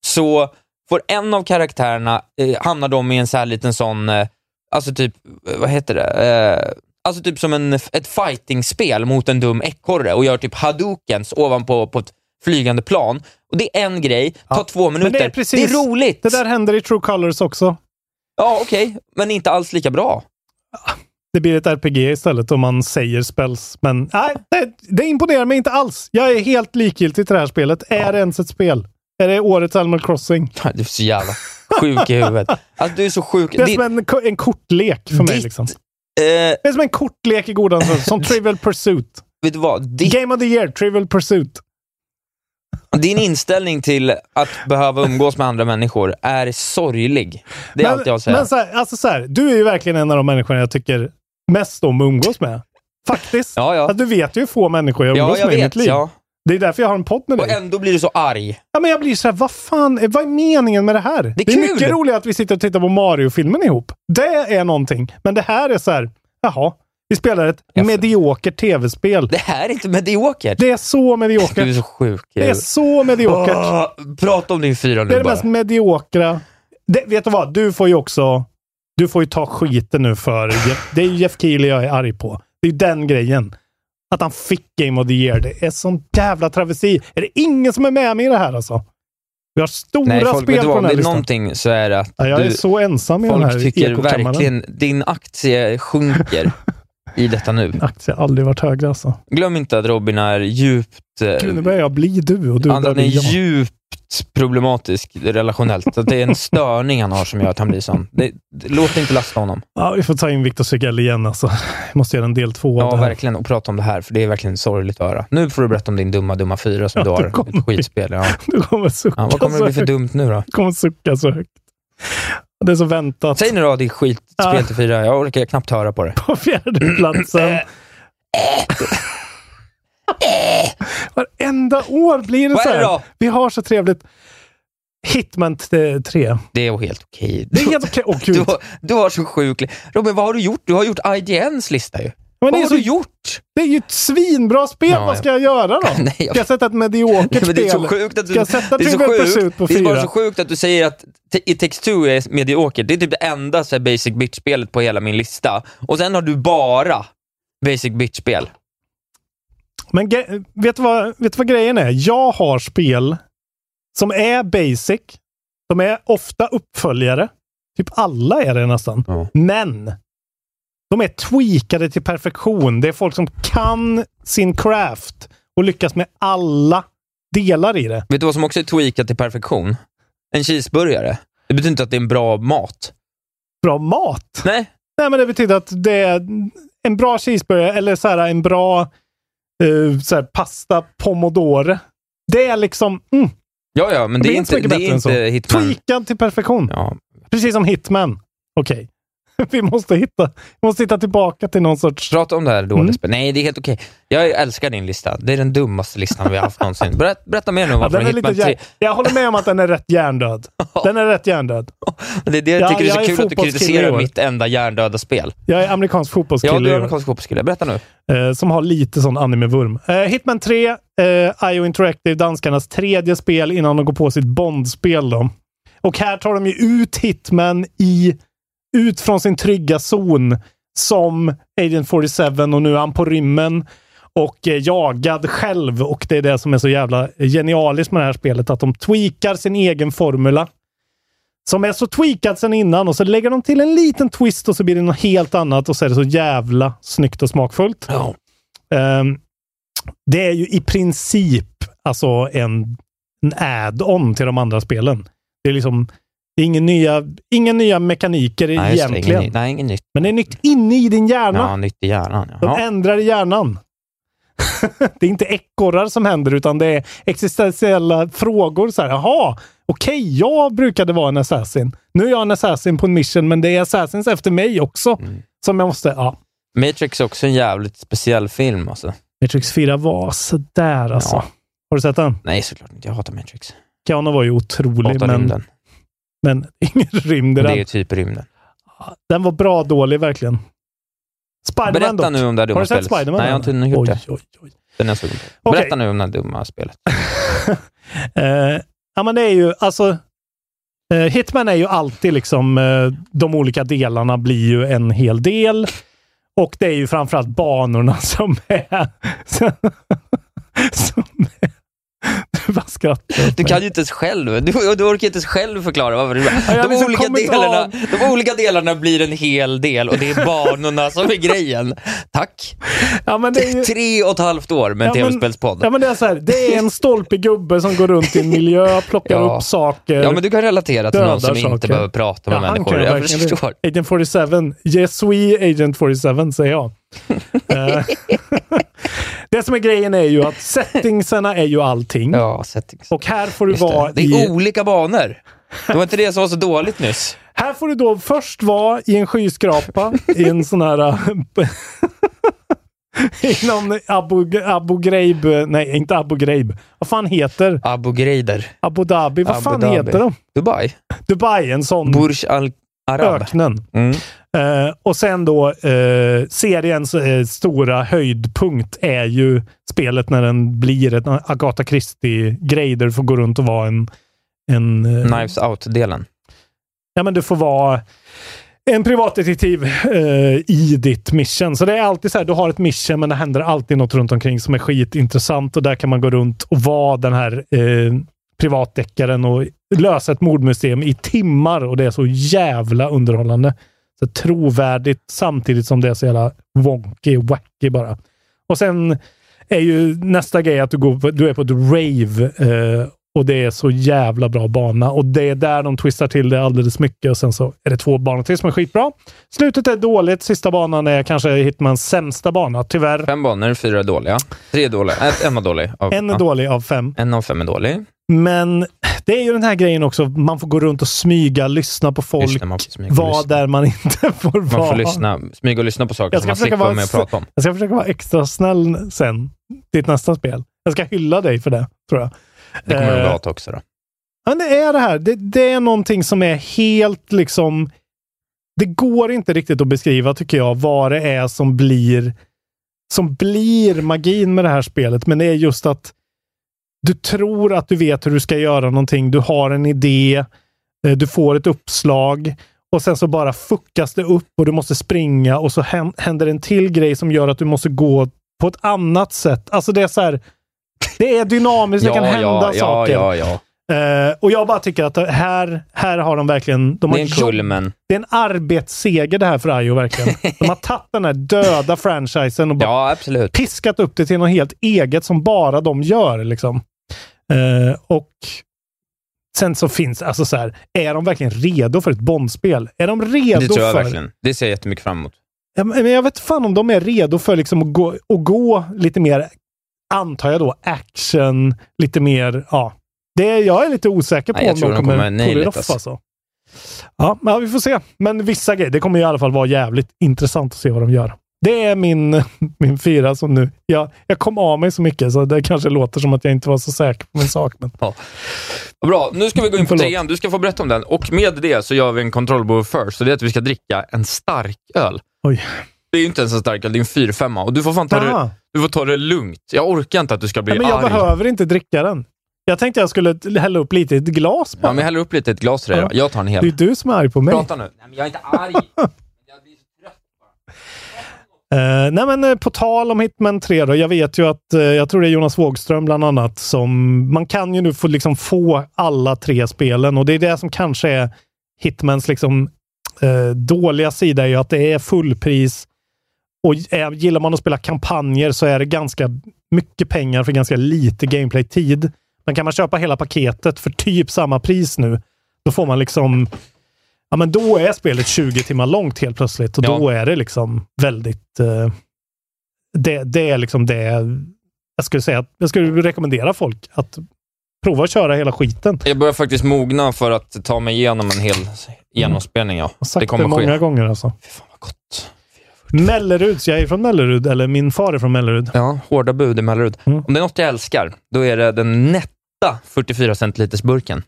[SPEAKER 9] så får en av karaktärerna, eh, hamnar de i en så här liten sån, eh, alltså typ, eh, vad heter det? Eh, alltså typ som en, ett fighting-spel mot en dum ekorre och gör typ hadoukens ovanpå på ett flygande plan. Och det är en grej, tar två minuter.
[SPEAKER 7] Men det är precis-
[SPEAKER 9] det är roligt!
[SPEAKER 7] Det där händer i True Colors också.
[SPEAKER 9] Ja, okej, men inte alls lika bra.
[SPEAKER 7] Det blir ett RPG istället om man säger spells. Men nej, det, det imponerar mig inte alls. Jag är helt likgiltig till det här spelet. Är det ens ett spel? Är det årets Animal Crossing?
[SPEAKER 9] Du är så jävla sjuk i huvudet. Alltså du är så sjuk.
[SPEAKER 7] Det är
[SPEAKER 9] Ditt-
[SPEAKER 7] som en, ko- en kortlek för mig.
[SPEAKER 9] ditt-
[SPEAKER 7] Liksom.
[SPEAKER 9] eh,
[SPEAKER 7] Det är som en kortlek i godan stund. Som Trivial Pursuit.
[SPEAKER 9] vet du vad? Ditt
[SPEAKER 7] Game of the year, Trivial Pursuit.
[SPEAKER 9] Din inställning till att behöva umgås med andra människor är sorglig. Det är allt jag säger.
[SPEAKER 7] Men så här, alltså så här, du är ju verkligen en av de människorna jag tycker mest om att umgås med. Faktiskt.
[SPEAKER 9] Ja, ja.
[SPEAKER 7] Alltså, du vet ju hur få människor jag
[SPEAKER 9] ja,
[SPEAKER 7] umgås
[SPEAKER 9] jag
[SPEAKER 7] med i mitt
[SPEAKER 9] vet.
[SPEAKER 7] liv.
[SPEAKER 9] Ja.
[SPEAKER 7] Det är därför jag har en podd med
[SPEAKER 9] Och
[SPEAKER 7] dig.
[SPEAKER 9] ändå blir du så arg.
[SPEAKER 7] Ja, men jag blir så här, vad fan, är- vad är meningen med det här? Det
[SPEAKER 9] är kul.
[SPEAKER 7] mycket roligare att vi sitter och tittar på Mario-filmen ihop. Det är någonting. Men det här är så här, jaha, vi spelar ett
[SPEAKER 9] Ja, för-
[SPEAKER 7] mediokert tv-spel.
[SPEAKER 9] Det här är inte mediokert.
[SPEAKER 7] Det är så
[SPEAKER 9] Du är
[SPEAKER 7] mediokert.
[SPEAKER 9] så sjuk.
[SPEAKER 7] Det är så mediokert.
[SPEAKER 9] Åh, prata om din fyra
[SPEAKER 7] Det är
[SPEAKER 9] nu
[SPEAKER 7] det
[SPEAKER 9] bara.
[SPEAKER 7] mest mediokra. Det, vet du vad? Du får ju också... Du får ju ta skiten nu för... Jeff, det är ju Jeff Keely jag är arg på. Det är ju den grejen. Att han fick Game of the Year. Det är sån jävla travesti. Är det ingen som är med mig i det här alltså? Vi har stora
[SPEAKER 9] Nej, folk, vet
[SPEAKER 7] spel
[SPEAKER 9] du
[SPEAKER 7] på
[SPEAKER 9] vad?
[SPEAKER 7] den
[SPEAKER 9] Om
[SPEAKER 7] här
[SPEAKER 9] det är
[SPEAKER 7] listan.
[SPEAKER 9] någonting så är det att
[SPEAKER 7] ja, jag är
[SPEAKER 9] du,
[SPEAKER 7] så ensam i den
[SPEAKER 9] folk
[SPEAKER 7] här
[SPEAKER 9] tycker
[SPEAKER 7] ekokammaren.
[SPEAKER 9] verkligen din aktie sjunker i detta nu.
[SPEAKER 7] Aktie har aldrig varit högre alltså.
[SPEAKER 9] Glöm inte att Robin är djupt, eh,
[SPEAKER 7] Gud, nu börjar jag bli du och du
[SPEAKER 9] han
[SPEAKER 7] börjar
[SPEAKER 9] han
[SPEAKER 7] bli
[SPEAKER 9] är
[SPEAKER 7] jag.
[SPEAKER 9] djupt problematisk relationellt. Så det är en störning han har som gör att han blir sån. Det, det, låt inte lasta honom.
[SPEAKER 7] Ja, vi får ta in Victor Zygell igen alltså. Jag måste göra en del två av
[SPEAKER 9] Ja,
[SPEAKER 7] det här.
[SPEAKER 9] verkligen. Och prata om det här, för det är verkligen sorgligt att höra. Nu får du berätta om din dumma, dumma fyra som du
[SPEAKER 7] Ja, det
[SPEAKER 9] har.
[SPEAKER 7] kommer
[SPEAKER 9] Ett skitspel. Ja.
[SPEAKER 7] Du kommer sucka
[SPEAKER 9] Ja, vad kommer det bli för
[SPEAKER 7] så högt.
[SPEAKER 9] dumt nu då?
[SPEAKER 7] kommer sucka så högt. Det är så väntat.
[SPEAKER 9] Säg nu då ditt skitspel
[SPEAKER 7] Ja.
[SPEAKER 9] till fyra. Jag orkar knappt höra på det.
[SPEAKER 7] På fjärdeplatsen. Varenda år blir det
[SPEAKER 9] Vad
[SPEAKER 7] så
[SPEAKER 9] är det
[SPEAKER 7] här.
[SPEAKER 9] då?
[SPEAKER 7] Vi har så trevligt. Hitman 3.
[SPEAKER 9] Det är helt okej.
[SPEAKER 7] Det är helt okej. Åh
[SPEAKER 9] Du,
[SPEAKER 7] gud.
[SPEAKER 9] har- du har så sjuk... li- Robin, vad har du gjort? Du har gjort IGNs lista ju.
[SPEAKER 7] Men
[SPEAKER 9] vad
[SPEAKER 7] det, är
[SPEAKER 9] har du
[SPEAKER 7] så,
[SPEAKER 9] gjort?
[SPEAKER 7] det är ju ett svinbra spel.
[SPEAKER 9] Ja,
[SPEAKER 7] Vad
[SPEAKER 9] ja.
[SPEAKER 7] ska jag göra då?
[SPEAKER 9] Nej, jag-
[SPEAKER 7] Ska jag sätta ett mediokert
[SPEAKER 9] Men
[SPEAKER 7] spel?
[SPEAKER 9] det är så sjukt att du...
[SPEAKER 7] Ska jag sätta
[SPEAKER 9] det är så
[SPEAKER 7] Trivial Pursuit
[SPEAKER 9] sjukt.
[SPEAKER 7] på
[SPEAKER 9] det är bara
[SPEAKER 7] fyra?
[SPEAKER 9] så sjukt att du säger att te- i textur är mediokert. Det är typ det enda så här, basic bitch-spelet på hela min lista. Och sen har du bara basic bitch-spel.
[SPEAKER 7] Men ge- vet du, vad, vet du vad grejen är? Jag har spel som är basic. De är ofta uppföljare. Typ alla är det nästan.
[SPEAKER 9] Ja.
[SPEAKER 7] Men de är tweakade till perfektion. Det är folk som kan sin craft och lyckas med alla delar i det.
[SPEAKER 9] Vet du vad som också är tweakat till perfektion? En cheeseburgare. Det betyder inte att det är en bra mat.
[SPEAKER 7] Bra mat.
[SPEAKER 9] Nej,
[SPEAKER 7] Nej, men det betyder att det är en bra cheeseburgare eller så här, en bra eh, så här, pasta pomodoro. Det är liksom mm,
[SPEAKER 9] ja, ja, men det,
[SPEAKER 7] Det
[SPEAKER 9] är inte,
[SPEAKER 7] är inte så mycket
[SPEAKER 9] det är
[SPEAKER 7] bättre än
[SPEAKER 9] inte hitman.
[SPEAKER 7] tweakad till perfektion.
[SPEAKER 9] Ja.
[SPEAKER 7] Precis som Hitman. Okej. Vi måste hitta, vi måste hitta tillbaka till någon sorts...
[SPEAKER 9] Prata om det här dåliga
[SPEAKER 7] Mm.
[SPEAKER 9] spelet. Nej, det är helt okej. Jag älskar din lista. Det är den dummaste listan vi har haft någonsin. Berätta, berätta mer nu om
[SPEAKER 7] Ja,
[SPEAKER 9] varför
[SPEAKER 7] den är lite
[SPEAKER 9] Hitman 3...
[SPEAKER 7] hjär... Jag håller med om att den är rätt hjärndöd. Den är rätt hjärndöd.
[SPEAKER 9] Det är det jag
[SPEAKER 7] Ja,
[SPEAKER 9] tycker det är
[SPEAKER 7] jag
[SPEAKER 9] så
[SPEAKER 7] är
[SPEAKER 9] kul att du
[SPEAKER 7] fotbollskille i
[SPEAKER 9] kritiserar
[SPEAKER 7] år.
[SPEAKER 9] mitt enda hjärndöda spel.
[SPEAKER 7] Jag är amerikansk
[SPEAKER 9] Ja,
[SPEAKER 7] fotbollskille
[SPEAKER 9] du är
[SPEAKER 7] i år,
[SPEAKER 9] amerikansk fotbollskille. Berätta nu.
[SPEAKER 7] eh, som har lite sån anime-vurm. Eh, Hitman 3, eh, IO Interactive, danskarnas tredje spel innan de går på sitt Bond-spel. Då. Och här tar de ju ut Hitman i, ut från sin trygga zon som Agent 47 och nu är han på rymmen och eh, jagad själv. Och det är det som är så jävla genialiskt med det här spelet, att de tweakar sin egen formula som är så tweakad sen innan och så lägger de till en liten twist och så blir det något helt annat och så är det så jävla snyggt och smakfullt. Ehm, det är ju i princip alltså en, en add-on till de andra spelen. Det är liksom det är ingen nya, ingen nya mekaniker
[SPEAKER 9] Nej, just det.
[SPEAKER 7] egentligen.
[SPEAKER 9] Ingen, ny- nej, inget nytt.
[SPEAKER 7] Men det är nytt inne i din hjärna.
[SPEAKER 9] Ja, nytt i hjärnan.
[SPEAKER 7] De
[SPEAKER 9] Ja.
[SPEAKER 7] ändrar i hjärnan. det är inte ekorrar som händer, utan det är existentiella frågor. Så här, Jaha, okej, jag brukade vara en assassin. Nu är jag en assassin på en mission, men det är assassins efter mig också.
[SPEAKER 9] Mm.
[SPEAKER 7] Som jag måste... Ja.
[SPEAKER 9] Matrix är också en jävligt speciell film. Alltså.
[SPEAKER 7] Matrix 4 var sådär alltså.
[SPEAKER 9] Ja.
[SPEAKER 7] Har du sett den?
[SPEAKER 9] Nej, såklart inte. Jag hatar Matrix.
[SPEAKER 7] Keanu var ju
[SPEAKER 9] Jag
[SPEAKER 7] otrolig,
[SPEAKER 9] hatar
[SPEAKER 7] men,
[SPEAKER 9] rymden.
[SPEAKER 7] men ingen rymd i
[SPEAKER 9] Det är ju
[SPEAKER 7] den.
[SPEAKER 9] typ rymden.
[SPEAKER 7] Den var bra dålig, verkligen. Spiderman
[SPEAKER 9] Berätta
[SPEAKER 7] dock.
[SPEAKER 9] nu om det här
[SPEAKER 7] Har
[SPEAKER 9] dumma
[SPEAKER 7] du sett
[SPEAKER 9] spelet.
[SPEAKER 7] Spiderman?
[SPEAKER 9] Nej, jag har inte hunnit gjort
[SPEAKER 7] oj,
[SPEAKER 9] det.
[SPEAKER 7] Oj, oj.
[SPEAKER 9] Den är jag sugen på.
[SPEAKER 7] Okej.
[SPEAKER 9] Berätta nu om det här dumma spelet.
[SPEAKER 7] Eh, ja, men det är ju alltså. eh, Hitman är ju alltid liksom eh, de olika delarna blir ju en hel del och det är ju framförallt banorna som är. Som, är du bara skrattar. åt
[SPEAKER 9] Du
[SPEAKER 7] mig.
[SPEAKER 9] kan ju inte ens själv. Du, du orkar inte ens själv förklara varför det
[SPEAKER 7] jag
[SPEAKER 9] de
[SPEAKER 7] vill så
[SPEAKER 9] olika,
[SPEAKER 7] kommentar.
[SPEAKER 9] delarna, de olika delarna blir en hel del och det är banorna som är grejen. Tack.
[SPEAKER 7] Ja, men det är ju,
[SPEAKER 9] Tre och ett halvt år med en
[SPEAKER 7] Ja, men-
[SPEAKER 9] tv-spelspodd.
[SPEAKER 7] ja, men det är så här. Det är en stolpig gubbe som går runt i en miljö, plockar
[SPEAKER 9] Ja.
[SPEAKER 7] upp saker.
[SPEAKER 9] Ja, men du kan relatera till någon
[SPEAKER 7] Dödar
[SPEAKER 9] som inte
[SPEAKER 7] saker.
[SPEAKER 9] behöver prata med
[SPEAKER 7] Ja, han
[SPEAKER 9] människor.
[SPEAKER 7] kan
[SPEAKER 9] Jag
[SPEAKER 7] verkligen det.
[SPEAKER 9] förstår.
[SPEAKER 7] Agent 47. Yes we Agent 47 säger jag. Eh, det som är grejen är ju att settingsarna är ju allting.
[SPEAKER 9] Ja, settings.
[SPEAKER 7] Och här får Mm. du
[SPEAKER 9] Just det.
[SPEAKER 7] vara
[SPEAKER 9] det är
[SPEAKER 7] i...
[SPEAKER 9] olika banor. Det var inte det som var så dåligt nyss.
[SPEAKER 7] Här får du då först vara i en skyskrapa i en sån här... äh, I någon Abu, Abu Ghraib... Nej, inte Abu Ghraib. Vad fan heter
[SPEAKER 9] Abu Greider.
[SPEAKER 7] Abu Dhabi? Vad
[SPEAKER 9] Abu
[SPEAKER 7] fan
[SPEAKER 9] Dhabi.
[SPEAKER 7] heter de?
[SPEAKER 9] Dubai.
[SPEAKER 7] Dubai, en sån
[SPEAKER 9] Burj Al Arab.
[SPEAKER 7] öknen.
[SPEAKER 9] Mm.
[SPEAKER 7] Eh, och sen då eh, seriens eh, stora höjdpunkt är ju spelet när den blir ett Agatha Christie-grej där du får gå runt och vara en... en eh,
[SPEAKER 9] Knives Out-delen.
[SPEAKER 7] ja, men du får vara en privatdetektiv eh, i ditt mission. Så det är alltid så här, du har ett mission men det händer alltid något runt omkring som är skitintressant och där kan man gå runt och vara den här eh, privatdeckaren och lösa ett mordmuseum i timmar och det är så jävla underhållande. Så trovärdigt samtidigt som det är så jävla wonky, wacky bara. Och sen är ju nästa grej att du, går på, du är på ett rave eh, och det är så jävla bra bana. Och det är där de twistar till det alldeles mycket och sen så är det två banor till som är skitbra. Slutet är dåligt. Sista banan är kanske Hitmans sämsta bana, tyvärr.
[SPEAKER 9] Fem banor, fyra är dåliga. Tre är dåliga. Ett, en var dålig. Av,
[SPEAKER 7] En är
[SPEAKER 9] ja.
[SPEAKER 7] dålig av fem.
[SPEAKER 9] en av fem är dålig.
[SPEAKER 7] Men det är ju den här grejen också, man får gå runt och smyga, lyssna på folk,
[SPEAKER 9] Lyssna, man får smyga och
[SPEAKER 7] vara
[SPEAKER 9] lyssna.
[SPEAKER 7] där man inte får vara.
[SPEAKER 9] Man får lyssna, smyga och lyssna på saker
[SPEAKER 7] Jag
[SPEAKER 9] som man slipper
[SPEAKER 7] ska, försöka vara,
[SPEAKER 9] vara med och prata om.
[SPEAKER 7] jag ska försöka vara extra snäll sen, ditt nästa spel. Jag ska hylla dig för det, tror jag.
[SPEAKER 9] Det kommer
[SPEAKER 7] Eh,
[SPEAKER 9] nog gata också då.
[SPEAKER 7] Ja, Men det är det här. Det, det är någonting som är helt liksom... Det går inte riktigt att beskriva, tycker jag, vad det är som blir som blir magin med det här spelet. Men det är just att du tror att du vet hur du ska göra någonting. Du har en idé. eh, Du får ett uppslag och sen så bara fuckas det upp och du måste springa och så hän- händer en till grej som gör att du måste gå på ett annat sätt. Alltså det är så här. Det är dynamiskt. det kan hända
[SPEAKER 9] ja, ja,
[SPEAKER 7] saker.
[SPEAKER 9] ja, ja.
[SPEAKER 7] Eh, och jag bara tycker att det här, här har de verkligen... De
[SPEAKER 9] Det
[SPEAKER 7] har
[SPEAKER 9] är en
[SPEAKER 7] jobb-
[SPEAKER 9] kulmen.
[SPEAKER 7] det är en arbetsseger det här för IO verkligen. De har tagit den här döda franchisen och bara
[SPEAKER 9] Ja, absolut.
[SPEAKER 7] piskat upp det till något helt eget som bara de gör. Liksom. Eh, och sen så finns alltså så här, är de verkligen redo för ett Bondspel? Är de redo
[SPEAKER 9] Det tror jag
[SPEAKER 7] för...
[SPEAKER 9] verkligen. Det ser jag jättemycket fram emot.
[SPEAKER 7] Ja, men men jag vet fan om de är redo för liksom att, gå, att gå lite mer, antar jag då, action, lite mer, ja. Det är, jag är lite osäker på
[SPEAKER 9] Nej, jag
[SPEAKER 7] om
[SPEAKER 9] tror
[SPEAKER 7] de
[SPEAKER 9] de
[SPEAKER 7] kommer,
[SPEAKER 9] kommer naila
[SPEAKER 7] pull
[SPEAKER 9] it,
[SPEAKER 7] it off
[SPEAKER 9] alltså.
[SPEAKER 7] alltså. Ja, men vi får se. Men vissa grejer, det kommer i alla fall vara jävligt intressant att se vad de gör. Det är min, min fyra som nu... Jag, jag kom av mig så mycket så det kanske låter som att jag inte var så säker på min sak. Men
[SPEAKER 9] Bra, nu ska vi gå in på
[SPEAKER 7] Förlåt.
[SPEAKER 9] trean. Du ska få berätta om den. Och med det så gör vi en kontrollbehov first. Så det är att vi ska dricka en stark öl.
[SPEAKER 7] oj.
[SPEAKER 9] Det är ju inte ens en stark öl, det är en 4-5 och du får fan ta
[SPEAKER 7] Ah.
[SPEAKER 9] det, du får ta det lugnt. Jag orkar inte att du ska bli
[SPEAKER 7] Nej, men jag
[SPEAKER 9] arg.
[SPEAKER 7] behöver inte dricka den. Jag tänkte jag skulle hälla upp lite i ett glas
[SPEAKER 9] Ja,
[SPEAKER 7] bara.
[SPEAKER 9] men jag häller upp lite i ett glas till dig
[SPEAKER 7] Ja.
[SPEAKER 9] då. Jag tar en hel.
[SPEAKER 7] det är du som är arg på mig.
[SPEAKER 9] Prata nu. Nej, men jag är inte arg.
[SPEAKER 7] Eh, nej men eh, på tal om Hitman 3 då. Jag vet ju att, eh, jag tror det är Jonas Wågström bland annat, som man kan ju nu få, liksom, få alla tre spelen och det är det som kanske är Hitmans liksom, eh, dåliga sida, är ju att det är fullpris och eh, gillar man att spela kampanjer så är det ganska mycket pengar för ganska lite gameplay-tid. Men kan man köpa hela paketet för typ samma pris nu, då får man liksom Ja, men då är spelet 20 timmar långt helt plötsligt och då är det liksom väldigt... eh, det, det är liksom det... Jag skulle säga att jag skulle rekommendera folk att prova att köra hela skiten.
[SPEAKER 9] Jag börjar faktiskt mogna för att ta mig igenom en hel genomspelning. Ja.
[SPEAKER 7] Jag har sagt
[SPEAKER 9] Det
[SPEAKER 7] det,
[SPEAKER 9] kommer ske.
[SPEAKER 7] Mm. många gånger alltså.
[SPEAKER 9] Fy fan vad gott.
[SPEAKER 7] Melleruds, jag är från Mellerud, eller min far är från Mellerud.
[SPEAKER 9] Ja, hårda bud i Mellerud.
[SPEAKER 7] Mm.
[SPEAKER 9] Om det är något jag älskar, då är det den nätta 44 centiliters burken.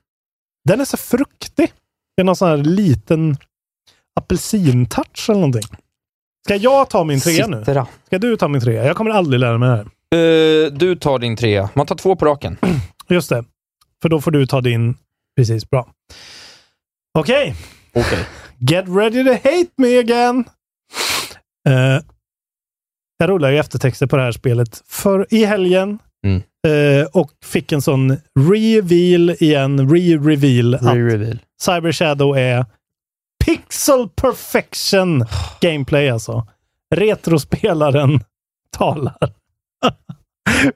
[SPEAKER 7] Den är så fruktig. Det är någon sån här liten apelsintouch eller någonting. Ska jag ta min trea nu?
[SPEAKER 9] Citra.
[SPEAKER 7] Ska du ta min trea? Jag kommer aldrig lära mig det här.
[SPEAKER 9] Eh, du tar din trea. Man tar två på raken.
[SPEAKER 7] Just det. För då får du ta din... Precis, bra. Okej.
[SPEAKER 9] Okej.
[SPEAKER 7] Get ready to hate me again! Eh, jag rullar ju eftertexter på det här spelet för, i helgen.
[SPEAKER 9] Mm.
[SPEAKER 7] Eh, och fick en sån reveal igen, re-reveal, att
[SPEAKER 9] Re-reveal.
[SPEAKER 7] Cyber Shadow är pixel perfection gameplay alltså. Retrospelaren talar.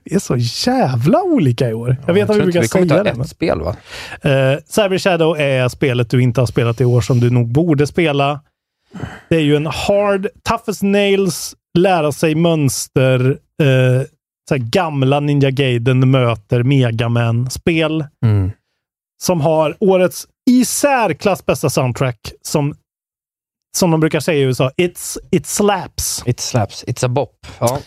[SPEAKER 7] vi är så jävla olika i år. Jag vet att vi
[SPEAKER 9] tror
[SPEAKER 7] brukar
[SPEAKER 9] inte- kommer
[SPEAKER 7] säga
[SPEAKER 9] ta
[SPEAKER 7] det.
[SPEAKER 9] ett
[SPEAKER 7] men-
[SPEAKER 9] spel va?
[SPEAKER 7] Eh, Cyber Shadow är spelet du inte har spelat i år som du nog borde spela. Det är ju en hard, tough as nails, lära sig mönster, eh, så här gamla Ninja Gaiden möter Megaman-spel
[SPEAKER 9] Mm.
[SPEAKER 7] som har årets i särklass bästa soundtrack som, som de brukar säga i USA, it's, it slaps.
[SPEAKER 9] It slaps. It's a bop. Ja.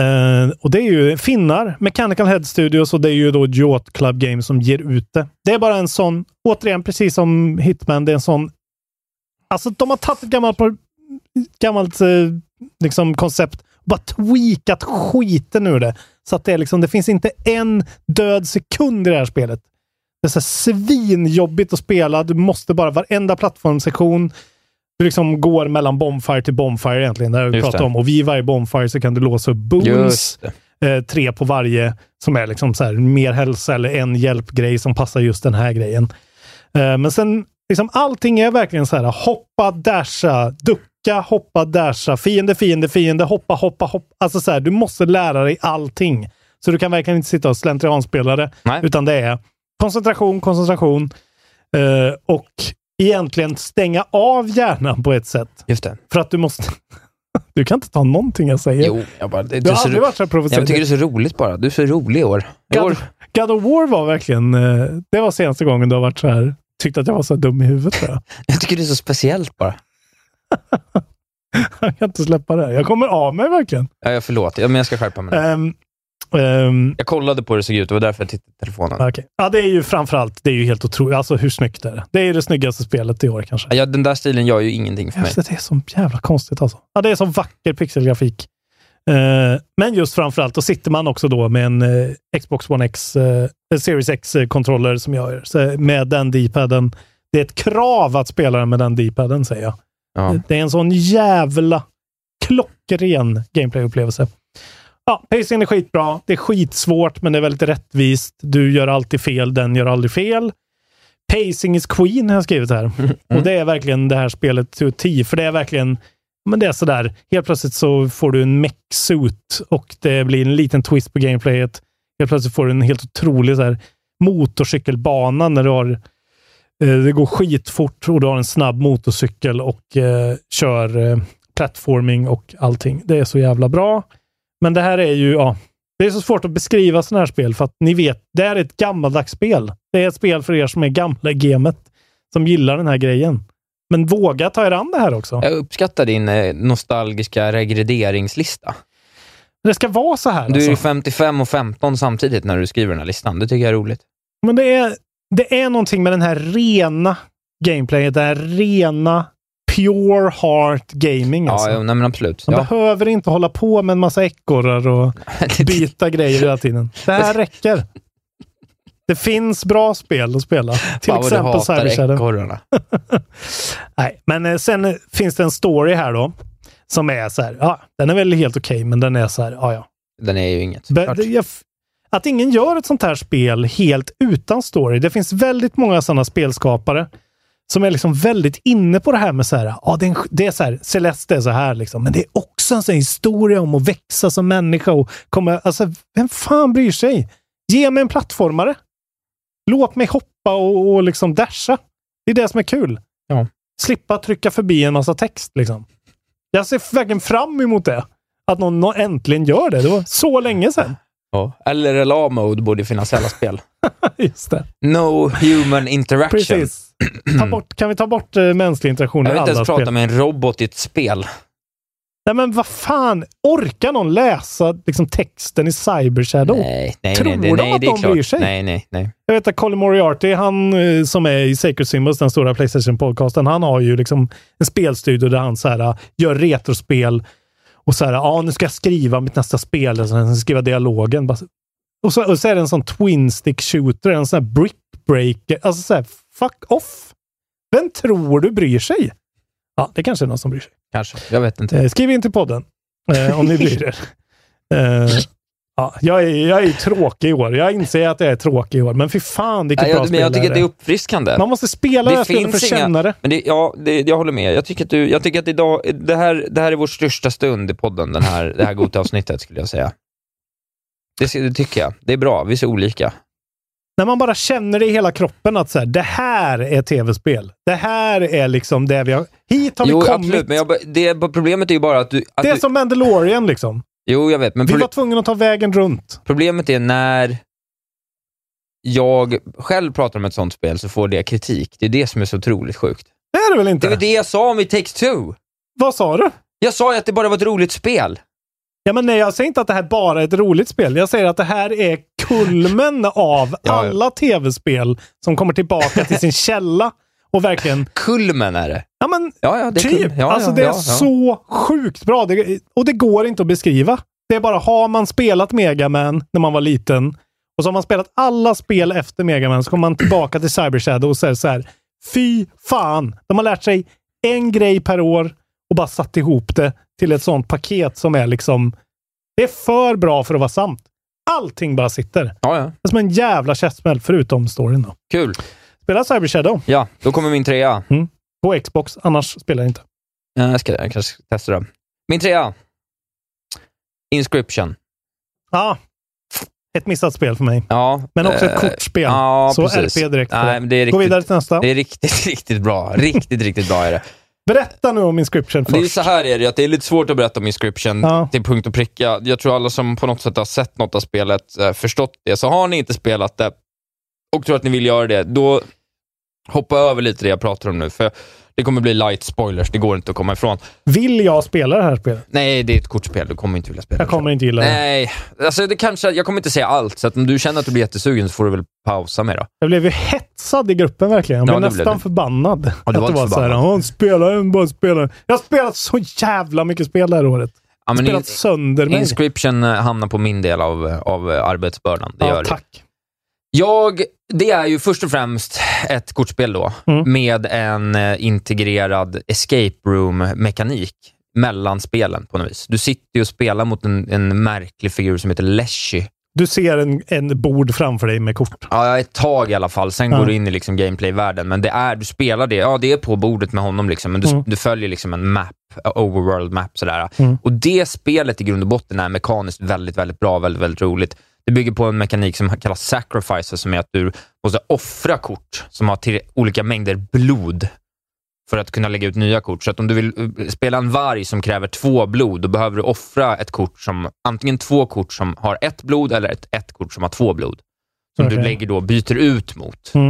[SPEAKER 7] Eh, och det är ju finnar, Mechanical Head Studios och det är ju då Jot Club Games som ger ut det. Det är bara en sån, återigen precis som Hitman, det är en sån... Alltså de har tagit ett gammalt, pro- gammalt eh, liksom, koncept och bara tweakat skiten ur det. Så att det, är liksom, det finns inte en död sekund i det här spelet. Det är så här svinjobbigt att spela. Du måste bara varenda plattformsektion du liksom går mellan bonfire till bonfire egentligen. Det har vi
[SPEAKER 9] Just
[SPEAKER 7] pratat
[SPEAKER 9] det.
[SPEAKER 7] om. Och vid varje bonfire så kan du låsa upp boons.
[SPEAKER 9] Just det.
[SPEAKER 7] Eh, tre på varje som är liksom så här, mer hälsa eller en hjälpgrej som passar just den här grejen. Eh, men sen, liksom allting är verkligen så här hoppa, dasha, ducka, hoppa, dasha, fiende, fiende, fiende, hoppa, hoppa, hoppa. Alltså så här, du måste lära dig allting. Så du kan verkligen inte sitta och slentrianspela det,
[SPEAKER 9] Nej.
[SPEAKER 7] utan det är koncentration, koncentration eh, och egentligen stänga av hjärnan på ett sätt.
[SPEAKER 9] Just det.
[SPEAKER 7] För att du måste... Du kan inte ta någonting jag säger.
[SPEAKER 9] Jo, jag bara... Det,
[SPEAKER 7] du
[SPEAKER 9] det är
[SPEAKER 7] har
[SPEAKER 9] så
[SPEAKER 7] aldrig
[SPEAKER 9] ro-
[SPEAKER 7] varit så här
[SPEAKER 9] jag
[SPEAKER 7] provocerad.
[SPEAKER 9] tycker det är så roligt bara. Du är så rolig i år. I
[SPEAKER 7] Kan-
[SPEAKER 9] år
[SPEAKER 7] God of War var verkligen... eh, Det var senaste gången du har varit så här. Tyckt att jag var så här dum i huvudet tror jag.
[SPEAKER 2] Jag tycker det är så speciellt bara.
[SPEAKER 7] Jag kan inte släppa det. här. Jag kommer av mig verkligen.
[SPEAKER 9] Ja, jag förlåt. Ja, men jag ska skärpa mig.
[SPEAKER 7] Ehm, ehm,
[SPEAKER 9] Jag kollade på hur det såg ut. Det var därför jag tittade på telefonen.
[SPEAKER 7] Ah, okej. Ja, det är ju framförallt, det är ju helt otroligt. Alltså hur snyggt är det? Det är ju det snyggaste spelet i år kanske.
[SPEAKER 9] Ja, den där stilen gör ju ingenting för mig.
[SPEAKER 7] Alltså, det är så jävla konstigt alltså. Ja, det är så vacker pixelgrafik. Eh, men just framförallt, då sitter man också då med en eh, Xbox One X, eh, Series X-controller som jag gör, så, med den D-paden. Det är ett krav att spela den med den D-paden, säger jag.
[SPEAKER 9] Ja.
[SPEAKER 7] Det är en sån jävla klockren gameplay-upplevelse. Ja, pacingen är skitbra. Det är skitsvårt, men det är väldigt rättvist. Du gör alltid fel, den gör aldrig fel. Pacing is queen har jag skrivit här. Och det är verkligen det här spelet till 10, för det är verkligen men det är sådär, helt plötsligt så får du en mech-suit och det blir en liten twist på gameplayet. Helt plötsligt får du en helt otrolig så här, motorcykelbana när du har Eh, Det går skitfort och du har en snabb motorcykel och eh, kör eh, platforming och allting. Det är så jävla bra. Men det här är ju, ja, det är så svårt att beskriva sådana här spel för att ni vet, det här är ett gammaldags spel. Det är ett spel för er som är gamla i gamet, som gillar den här grejen. Men våga ta er an det här också.
[SPEAKER 9] Jag uppskattar din eh, nostalgiska regrederingslista.
[SPEAKER 7] Det ska vara så här.
[SPEAKER 9] Du är ju
[SPEAKER 7] alltså.
[SPEAKER 9] 55 och 15 samtidigt när du skriver den här listan. Det tycker jag är roligt.
[SPEAKER 7] Men det är, det är någonting med den här rena gameplayet, det här rena pure heart gaming. Alltså.
[SPEAKER 9] Ja, ja, nej, men absolut.
[SPEAKER 7] Man
[SPEAKER 9] Ja.
[SPEAKER 7] behöver inte hålla på med en massa ekorrar och byta grejer hela tiden. Det här räcker. Det finns bra spel att spela. Till
[SPEAKER 9] Fan vad du
[SPEAKER 7] exempel
[SPEAKER 9] hatar
[SPEAKER 7] Cyber Shadow.
[SPEAKER 9] ekorrarna.
[SPEAKER 7] Nej, men eh, sen eh, finns det en story här då. Som är så här, ja, den är väl helt okej, men den är så här, ja ja.
[SPEAKER 9] Den är ju inget.
[SPEAKER 7] Be-
[SPEAKER 9] Klart.
[SPEAKER 7] det- jag f- Att ingen gör ett sånt här spel helt utan story. Det finns väldigt många sådana spelskapare som är liksom väldigt inne på det här med så här, ja, det, är en, sk- det är så här, Celeste är så här liksom, men det är också en sån här historia om att växa som människa och komma, alltså vem fan bryr sig? Ge mig en plattformare. Låt mig hoppa och, och liksom dasha. Det är det som är kul.
[SPEAKER 9] Ja.
[SPEAKER 7] Slippa trycka förbi en massa text liksom. Jag ser verkligen fram emot det. Att någon nå- äntligen gör det. Det var så länge sedan.
[SPEAKER 9] Ja. LRLA-mode borde ju finnas i alla spel.
[SPEAKER 7] Just det.
[SPEAKER 9] No human interaction.
[SPEAKER 7] Precis. Ta bort, kan vi ta bort eh, mänsklig interaktion
[SPEAKER 9] Jag
[SPEAKER 7] i
[SPEAKER 9] vill inte
[SPEAKER 7] alla
[SPEAKER 9] ens
[SPEAKER 7] spel?
[SPEAKER 9] prata med en robot i ett spel.
[SPEAKER 7] Nej, men vad fan. Orkar någon läsa liksom, texten i Cyber Shadow?
[SPEAKER 9] Nej, nej,
[SPEAKER 7] Tror
[SPEAKER 9] nej, nej,
[SPEAKER 7] de
[SPEAKER 9] nej,
[SPEAKER 7] att
[SPEAKER 9] det är
[SPEAKER 7] de
[SPEAKER 9] klart.
[SPEAKER 7] bryr sig?
[SPEAKER 9] Nej, nej, nej.
[SPEAKER 7] Jag vet att Colin Moriarty, han eh, som är i Sacred Symbols, den stora Playstation-podcasten, han har ju liksom en spelstudio där han så här, eh, gör retrospel och så här, ja ah, nu ska jag skriva mitt nästa spel, och så här, sen skriva dialogen. Bara så- Och så, och så är det en sån twin stick shooter, en sån här brick breaker. Alltså så här, fuck off! Vem tror du bryr sig? Ja, det kanske är någon som bryr sig.
[SPEAKER 9] Kanske. Jag vet inte.
[SPEAKER 7] Eh, skriv in till podden eh, om ni bryr er. Eh, ja, jag, är, jag är ju tråkig i år. Jag inser att jag är tråkig i år, men fy fan vilket
[SPEAKER 9] Nej, jag,
[SPEAKER 7] bra
[SPEAKER 9] men
[SPEAKER 7] spel
[SPEAKER 9] jag tycker att
[SPEAKER 7] det
[SPEAKER 9] det är
[SPEAKER 7] är.
[SPEAKER 9] uppfriskande.
[SPEAKER 7] Man måste spela det här spelet för att känna det.
[SPEAKER 9] Men det, ja, det, jag håller med. Jag tycker att, du, jag tycker att idag, det, här, det här är vår största stund i podden, den här, det här Gota-avsnittet skulle jag säga. Det, det tycker jag. Det är bra. Vi är så olika.
[SPEAKER 7] När man bara känner det i hela kroppen att så här, det här är tv-spel. Det här är liksom det vi har... Hit har
[SPEAKER 9] jo,
[SPEAKER 7] vi kommit.
[SPEAKER 9] absolut. Men jag, bara- det, problemet är ju bara att du... Att
[SPEAKER 7] det är
[SPEAKER 9] du
[SPEAKER 7] som Mandalorian liksom.
[SPEAKER 9] jo, jag vet. Men
[SPEAKER 7] Vi
[SPEAKER 9] proble-
[SPEAKER 7] var tvungna att ta vägen runt.
[SPEAKER 9] problemet är när jag själv pratar om ett sånt spel så får det kritik. Det är det som är så otroligt sjukt.
[SPEAKER 7] Det är det väl inte?
[SPEAKER 9] Det var det jag sa om i Take-Two.
[SPEAKER 7] Vad sa du?
[SPEAKER 9] Jag sa ju att det bara var ett roligt spel.
[SPEAKER 7] Ja, men nej, jag säger inte att det här bara är ett roligt spel. Jag säger att det här är kulmen av
[SPEAKER 9] ja.
[SPEAKER 7] alla tv-spel som kommer tillbaka till sin källa och verkligen...
[SPEAKER 9] Kulmen är det.
[SPEAKER 7] Ja, men
[SPEAKER 9] Ja, ja, det är
[SPEAKER 7] typ.
[SPEAKER 9] kul. Ja,
[SPEAKER 7] alltså,
[SPEAKER 9] ja,
[SPEAKER 7] det är
[SPEAKER 9] ja, ja.
[SPEAKER 7] så sjukt bra. Det, och det går inte att beskriva. Det är bara, har man spelat Mega Man när man var liten och så har man spelat alla spel efter Mega Man så kommer man tillbaka till Cyber Shadow och säger så här. Fy fan! De har lärt sig en grej per år och bara satt ihop det till ett sånt paket som är liksom... Det är för bra för att vara sant. Allting bara sitter. Det
[SPEAKER 9] Ja, ja.
[SPEAKER 7] är som en jävla käftsmäll, förutom storyn då.
[SPEAKER 9] Kul.
[SPEAKER 7] Spela Cyber Shadow
[SPEAKER 9] Ja, då kommer min trea.
[SPEAKER 7] på Xbox, annars spelar jag inte.
[SPEAKER 9] Ja, Jag, ska, jag kanske ska testa det. Min trea. Inscription.
[SPEAKER 7] Ja. Ett missat spel för mig.
[SPEAKER 9] Ja,
[SPEAKER 7] Men också ett
[SPEAKER 9] eh,
[SPEAKER 7] kortspel.
[SPEAKER 9] Ja,
[SPEAKER 7] så
[SPEAKER 9] precis.
[SPEAKER 7] RP direkt. på
[SPEAKER 9] Nej,
[SPEAKER 7] det.
[SPEAKER 9] men det är
[SPEAKER 7] Gå
[SPEAKER 9] riktigt,
[SPEAKER 7] vidare till nästa.
[SPEAKER 9] det är riktigt, riktigt bra. Riktigt, riktigt bra är det.
[SPEAKER 7] Berätta nu om Inscription
[SPEAKER 9] Det är
[SPEAKER 7] först.
[SPEAKER 9] så här är det, att det är lite svårt att berätta om Inscription
[SPEAKER 7] Ja.
[SPEAKER 9] till punkt och pricka. Jag tror alla som på något sätt har sett något av spelet eh, förstått det. Så har ni inte spelat det och tror att ni vill göra det, då hoppa över lite det jag pratar om nu. För det kommer bli light spoilers, det går inte att komma ifrån.
[SPEAKER 7] Vill jag spela det här spelet?
[SPEAKER 9] Nej, det är ett kortspel, du kommer inte vilja spela
[SPEAKER 7] Jag
[SPEAKER 9] det.
[SPEAKER 7] kommer inte gilla det.
[SPEAKER 9] Nej, alltså det kanske, jag kommer inte säga allt, så att om du känner att du blir jättesugen så får du väl pausa mig då.
[SPEAKER 7] Jag blev ju hetsad i gruppen verkligen. Jag
[SPEAKER 9] Ja,
[SPEAKER 7] blev
[SPEAKER 9] det blev
[SPEAKER 7] nästan
[SPEAKER 9] du.
[SPEAKER 7] förbannad.
[SPEAKER 9] Ja, du var
[SPEAKER 7] att
[SPEAKER 9] inte
[SPEAKER 7] det var så här,
[SPEAKER 9] förbannad.
[SPEAKER 7] han spelar, han bara spelar. Jag har spelat så jävla mycket spel det här året.
[SPEAKER 9] Ja,
[SPEAKER 7] Jag har
[SPEAKER 9] men
[SPEAKER 7] spelat
[SPEAKER 9] in-
[SPEAKER 7] sönder mig.
[SPEAKER 9] Inscription eh, hamnar på min del av, av eh, arbetsbördan. Det
[SPEAKER 7] Ja,
[SPEAKER 9] gör det.
[SPEAKER 7] tack.
[SPEAKER 9] Jag, det är ju först och främst ett kortspel då,
[SPEAKER 7] Mm.
[SPEAKER 9] med en eh, integrerad escape room-mekanik mellan spelen på något vis. Du sitter ju och spelar mot en, en märklig figur som heter Leshy.
[SPEAKER 7] Du ser en, en bord framför dig med kort.
[SPEAKER 9] Ja, ett tag i alla fall. Sen
[SPEAKER 7] Ja.
[SPEAKER 9] går du in i liksom gameplay-världen, men det är, du spelar det, ja det är på bordet med honom, liksom, men du,
[SPEAKER 7] Mm.
[SPEAKER 9] du följer liksom en map, a overworld map sådär.
[SPEAKER 7] Mm.
[SPEAKER 9] Och det spelet i grund och botten är mekaniskt väldigt, väldigt bra, väldigt, väldigt roligt. Det bygger på en mekanik som kallas sacrifice, som är att du måste offra kort som har till olika mängder blod för att kunna lägga ut nya kort. Så att om du vill eh, spela en varg som kräver två blod, då behöver du offra ett kort som, antingen två kort som har ett blod eller ett, ett kort som har två blod. Som du
[SPEAKER 7] Okej.
[SPEAKER 9] lägger då, byter ut mot.
[SPEAKER 7] Mm.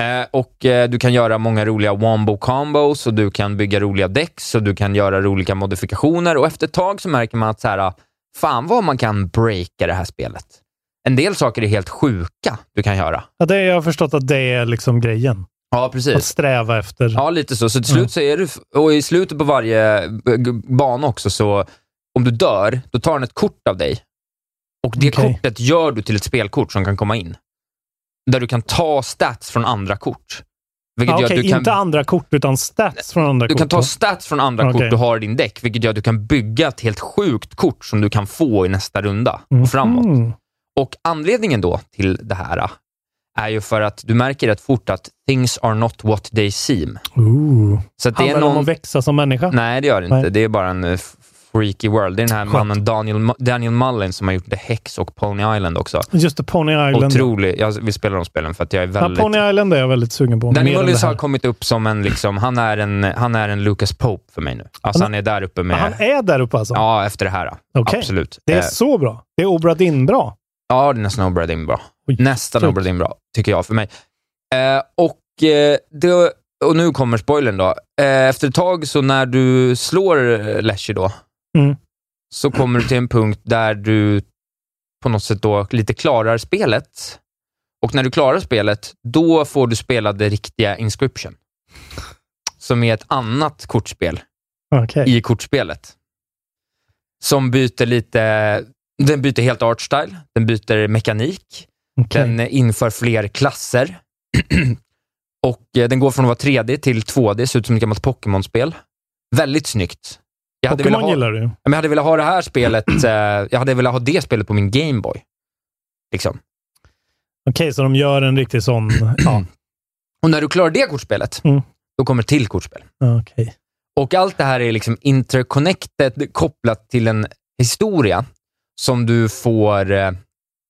[SPEAKER 9] Eh, och eh, du kan göra många roliga wombo combos och du kan bygga roliga decks och du kan göra olika modifikationer och efter ett tag så märker man att så här, fan vad man kan breaka det här spelet. En del saker är helt sjuka du kan göra.
[SPEAKER 7] Ja, det, jag har förstått att det är liksom grejen.
[SPEAKER 9] Ja,
[SPEAKER 7] Att
[SPEAKER 9] precis.
[SPEAKER 7] sträva efter. Mm.
[SPEAKER 9] Ja, lite så. Så till slut så är du, och i slutet på varje b- g- bana också, så om du dör, då tar den ett kort av dig. Och det
[SPEAKER 7] Okej.
[SPEAKER 9] kortet gör du till ett spelkort som kan komma in. Där du kan ta stats från andra kort. Vilket
[SPEAKER 7] Ja,
[SPEAKER 9] gör
[SPEAKER 7] Okej,
[SPEAKER 9] att du kan,
[SPEAKER 7] inte andra kort utan stats från andra
[SPEAKER 9] du
[SPEAKER 7] kort.
[SPEAKER 9] kan
[SPEAKER 7] va?
[SPEAKER 9] ta stats från andra
[SPEAKER 7] Okej.
[SPEAKER 9] kort du har i din däck, vilket gör att du kan bygga ett helt sjukt kort som du kan få i nästa runda
[SPEAKER 7] Mhm.
[SPEAKER 9] och framåt. Och anledningen då till det här eh, är ju för att du märker rätt fort att things are not what they seem.
[SPEAKER 7] Ooh.
[SPEAKER 9] Så att det
[SPEAKER 7] Handlar
[SPEAKER 9] är
[SPEAKER 7] det om
[SPEAKER 9] någon...
[SPEAKER 7] att växa som människa?
[SPEAKER 9] Nej, det gör det inte.
[SPEAKER 7] Nej.
[SPEAKER 9] Det är bara en eh, f- freaky world. Det är den här
[SPEAKER 7] Skönt.
[SPEAKER 9] mannen Daniel, Mu- Daniel Mullen som har gjort The Hex och Pony Island också.
[SPEAKER 7] Just det, Pony Island.
[SPEAKER 9] Otrolig. Jag vill spela de spelen för att jag är
[SPEAKER 7] Ja,
[SPEAKER 9] väldigt...
[SPEAKER 7] Pony Island är jag väldigt sugen på.
[SPEAKER 9] Daniel
[SPEAKER 7] mer än det
[SPEAKER 9] Mullins har
[SPEAKER 7] här.
[SPEAKER 9] kommit upp som en, liksom, han är en, han är en Lucas Pope för mig nu. Alltså han är där uppe med...
[SPEAKER 7] Han är där uppe alltså?
[SPEAKER 9] Ja, efter det här.
[SPEAKER 7] Okej.
[SPEAKER 9] Absolut.
[SPEAKER 7] Det är
[SPEAKER 9] Eh,
[SPEAKER 7] så bra. Det är Obra Dinn-bra.
[SPEAKER 9] Ja, det är nästan Obra Dinn bra.
[SPEAKER 7] Oj,
[SPEAKER 9] nästan
[SPEAKER 7] sjukt.
[SPEAKER 9] Obra Dinn bra, tycker jag för mig. Eh, och, eh, det, och nu kommer spoilern då. Eh, efter ett tag, så när du slår eh, Leshy då,
[SPEAKER 7] Mm.
[SPEAKER 9] så kommer du till en punkt där du på något sätt då lite klarar spelet. Och när du klarar spelet, då får du spela det riktiga Inscription. Som är ett annat kortspel
[SPEAKER 7] Okej.
[SPEAKER 9] i kortspelet. Som byter lite, den byter helt artstyle, den byter mekanik,
[SPEAKER 7] okej.
[SPEAKER 9] den inför fler klasser. och eh, den går från att vara 3D till 2D, ser ut som ett gammalt Pokémon-spel. Väldigt snyggt. Jag hade, velat
[SPEAKER 7] Pokémon
[SPEAKER 9] ha,
[SPEAKER 7] gillar du.
[SPEAKER 9] men jag hade velat ha det här spelet, eh, jag hade velat ha det spelet på min Gameboy. Liksom.
[SPEAKER 7] Okej, så de gör en riktig sån... ja,
[SPEAKER 9] Och när du klarar det kortspelet,
[SPEAKER 7] Mm.
[SPEAKER 9] då kommer ett till kortspel.
[SPEAKER 7] okej.
[SPEAKER 9] Och allt det här är liksom interconnected, kopplat till en historia som du får eh,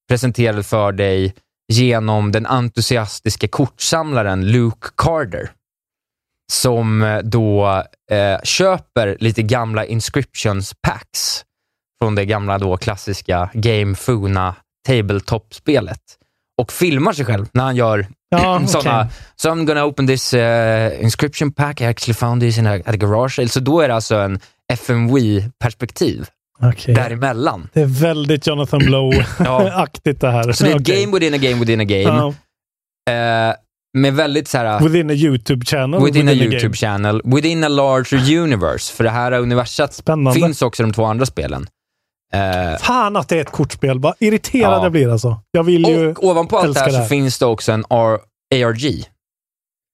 [SPEAKER 9] presenterad för dig genom den entusiastiska kortsamlaren Luke Carter, som eh, då eh, köper lite gamla inscriptions packs från det gamla då klassiska Game Funa tabletop-spelet och filmar sig själv när han gör
[SPEAKER 7] Ja,
[SPEAKER 9] sådana.
[SPEAKER 7] okej.
[SPEAKER 9] So I'm gonna open this eh, inscription pack. I actually found this in a, at a garage sale. Så då är det alltså en FMW-perspektiv
[SPEAKER 7] Okej.
[SPEAKER 9] däremellan.
[SPEAKER 7] Det är väldigt Jonathan
[SPEAKER 9] Ja.
[SPEAKER 7] Blow-aktigt det här.
[SPEAKER 9] Så det är ett
[SPEAKER 7] Okej.
[SPEAKER 9] game within a game within a game.
[SPEAKER 7] Ja,
[SPEAKER 9] Eh, med väldigt så här,
[SPEAKER 7] within a YouTube-channel.
[SPEAKER 9] within a
[SPEAKER 7] game.
[SPEAKER 9] YouTube channel, within a larger universe. För det här universet
[SPEAKER 7] Spännande.
[SPEAKER 9] finns också i de två andra spelen. Eh,
[SPEAKER 7] Fan att det är ett kortspel. Vad irriterad
[SPEAKER 9] Ja.
[SPEAKER 7] jag blir alltså. Jag vill ju...
[SPEAKER 9] och ovanpå allt det
[SPEAKER 7] älskar
[SPEAKER 9] här
[SPEAKER 7] det
[SPEAKER 9] så
[SPEAKER 7] här.
[SPEAKER 9] finns det också en R- ARG.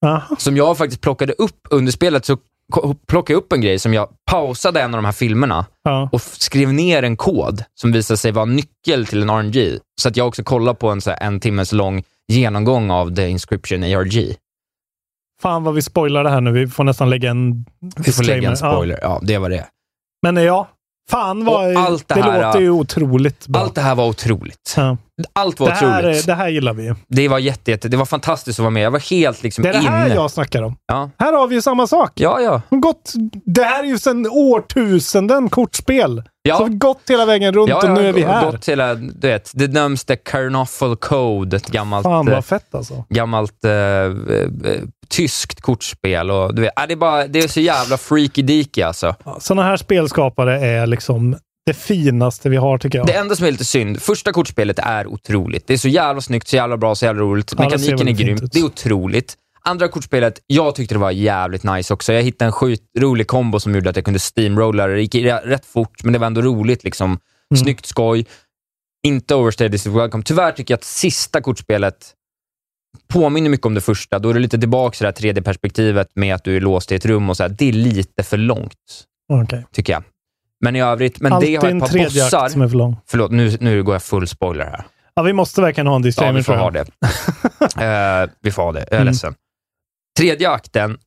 [SPEAKER 7] Aha.
[SPEAKER 9] som jag faktiskt plockade upp under spelet, så ko- plockade jag upp en grej som jag pausade en av de här filmerna
[SPEAKER 7] Ja.
[SPEAKER 9] och f- skrev ner en kod som visade sig vara nyckel till en RNG. Så att jag också kollar på en, så här, en timmes lång genomgång av The Inscription ARG.
[SPEAKER 7] Fan vad vi spoilar det här nu. Vi får nästan lägga en
[SPEAKER 9] Vi får lägga en
[SPEAKER 7] disclaimer. Ja.
[SPEAKER 9] spoiler. Ja. det var det.
[SPEAKER 7] Men ja, fan vad...
[SPEAKER 9] Och allt det
[SPEAKER 7] det
[SPEAKER 9] här,
[SPEAKER 7] låter ju otroligt bra.
[SPEAKER 9] Allt det här var otroligt.
[SPEAKER 7] Ja.
[SPEAKER 9] Allt var
[SPEAKER 7] Det här,
[SPEAKER 9] otroligt.
[SPEAKER 7] är- det här gillar vi.
[SPEAKER 9] Det var jätte, jätte, det var fantastiskt att vara med. Jag var helt liksom
[SPEAKER 7] Det är det här
[SPEAKER 9] inne.
[SPEAKER 7] jag snackar om.
[SPEAKER 9] Ja,
[SPEAKER 7] Här har vi ju samma sak.
[SPEAKER 9] ja. ja.
[SPEAKER 7] Som Gått, det här är ju sedan årtusenden kortspel.
[SPEAKER 9] Ja.
[SPEAKER 7] Så vi har gått hela vägen runt
[SPEAKER 9] ja,
[SPEAKER 7] och nu
[SPEAKER 9] jag
[SPEAKER 7] är vi
[SPEAKER 9] har
[SPEAKER 7] här.
[SPEAKER 9] Gått hela, du vet, det nämns The Carnoffel Code, ett gammalt,
[SPEAKER 7] Fan
[SPEAKER 9] eh,
[SPEAKER 7] vad fett alltså.
[SPEAKER 9] gammalt eh, eh, tyskt kortspel. Och, du vet, äh, det, är bara, det är så jävla freaky deaky alltså.
[SPEAKER 7] Sådana här spelskapare är liksom det finaste vi har tycker jag.
[SPEAKER 9] Det enda som är lite synd, första kortspelet är otroligt. Det är så jävla snyggt, så jävla bra, så jävla roligt.
[SPEAKER 7] Ja, det ser
[SPEAKER 9] Mekaniken är
[SPEAKER 7] väldigt
[SPEAKER 9] grym.
[SPEAKER 7] fint ut.
[SPEAKER 9] Det är otroligt. Andra kortspelet, jag tyckte det var jävligt nice också. Jag hittade en sjukt rolig kombo som gjorde att jag kunde steamrolla. Det gick re- rätt fort, men det var ändå roligt. Liksom.
[SPEAKER 7] Mm.
[SPEAKER 9] Snyggt skoj. Inte overstay this is welcome. Tyvärr tycker jag att sista kortspelet påminner mycket om det första. Då är det lite tillbaka till det här 3D-perspektivet med att du är låst i ett rum och så här. Det är lite för långt,
[SPEAKER 7] Okej.
[SPEAKER 9] tycker jag. Men i övrigt, men det
[SPEAKER 7] Alltid
[SPEAKER 9] har ett
[SPEAKER 7] en
[SPEAKER 9] par
[SPEAKER 7] tredje akt som
[SPEAKER 9] bossar.
[SPEAKER 7] är för lång.
[SPEAKER 9] Förlåt, nu, nu går jag full spoiler här.
[SPEAKER 7] Ja, vi måste verkligen ha en
[SPEAKER 9] Ja,
[SPEAKER 7] disclaimer
[SPEAKER 9] vi får
[SPEAKER 7] tror jag.
[SPEAKER 9] ha det. Eh, vi får ha det. Jag är
[SPEAKER 7] Mm.
[SPEAKER 9] ledsen. Tredje akten,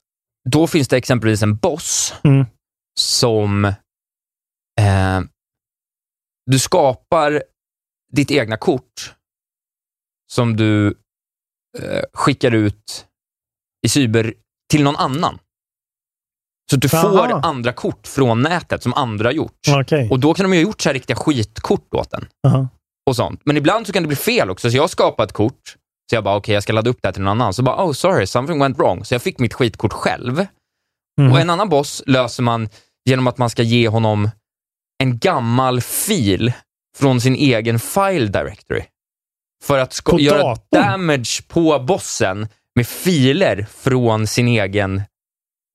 [SPEAKER 9] då finns det exempelvis en boss
[SPEAKER 7] Mm.
[SPEAKER 9] som eh, du skapar ditt egna kort som du eh, skickar ut i cyber till någon annan. Så att du får
[SPEAKER 7] Aha.
[SPEAKER 9] andra kort från nätet som andra har gjort.
[SPEAKER 7] Okej.
[SPEAKER 9] Och då kan de ju ha gjort så här riktiga skitkort åt den
[SPEAKER 7] Aha.
[SPEAKER 9] och sånt. Men ibland så kan det bli fel också, så jag skapar ett kort. Så jag bara, okej, jag ska ladda upp det här till någon annan. Så bara, oh sorry, something went wrong. Så jag fick mitt skitkort själv.
[SPEAKER 7] Mhm.
[SPEAKER 9] Och en annan boss löser man genom att man ska ge honom en gammal fil från sin egen file directory. För att ska-
[SPEAKER 7] På
[SPEAKER 9] göra
[SPEAKER 7] datorn?
[SPEAKER 9] damage på bossen med filer från sin egen...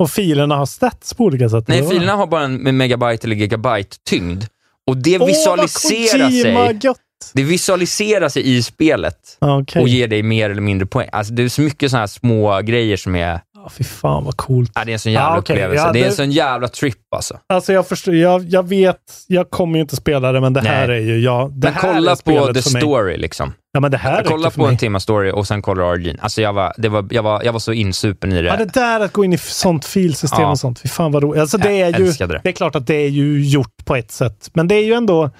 [SPEAKER 7] Och filerna har stats på olika sätt.
[SPEAKER 9] Nej,
[SPEAKER 7] eller vad?
[SPEAKER 9] filerna har bara en megabyte eller gigabyte tyngd. Och det
[SPEAKER 7] Åh, vad
[SPEAKER 9] visualiserar
[SPEAKER 7] Kojima
[SPEAKER 9] sig,
[SPEAKER 7] gött!
[SPEAKER 9] det visualiserar sig i spelet
[SPEAKER 7] Okej.
[SPEAKER 9] och ger dig mer eller mindre poäng. Alltså, det är så mycket sådana här små grejer som är...
[SPEAKER 7] Ja, fy fan vad coolt.
[SPEAKER 9] Ja, det är en sån jävla
[SPEAKER 7] Ah, okej.
[SPEAKER 9] upplevelse.
[SPEAKER 7] Ja,
[SPEAKER 9] det är en
[SPEAKER 7] det-
[SPEAKER 9] sån jävla trip alltså.
[SPEAKER 7] Alltså jag förstår, jag, jag vet, jag kommer ju inte spela det, men det
[SPEAKER 9] Nej.
[SPEAKER 7] här är ju, jag, det
[SPEAKER 9] Men
[SPEAKER 7] här
[SPEAKER 9] kolla
[SPEAKER 7] är
[SPEAKER 9] på
[SPEAKER 7] spelet
[SPEAKER 9] the
[SPEAKER 7] för mig.
[SPEAKER 9] story liksom.
[SPEAKER 7] Ja, men det här
[SPEAKER 9] Jag
[SPEAKER 7] räcker
[SPEAKER 9] kollade
[SPEAKER 7] för
[SPEAKER 9] på
[SPEAKER 7] mig.
[SPEAKER 9] en timma story och sen kollade Origin. Alltså jag var, det var, jag var, jag var så insupen i det.
[SPEAKER 7] Ja, det där att gå in i f- sånt filsystem
[SPEAKER 9] Ja.
[SPEAKER 7] och sånt. Fy fan vad roligt. Alltså det
[SPEAKER 9] Jag
[SPEAKER 7] är ju,
[SPEAKER 9] älskade det.
[SPEAKER 7] det är klart att det är ju gjort på ett sätt, men det är ju ändå...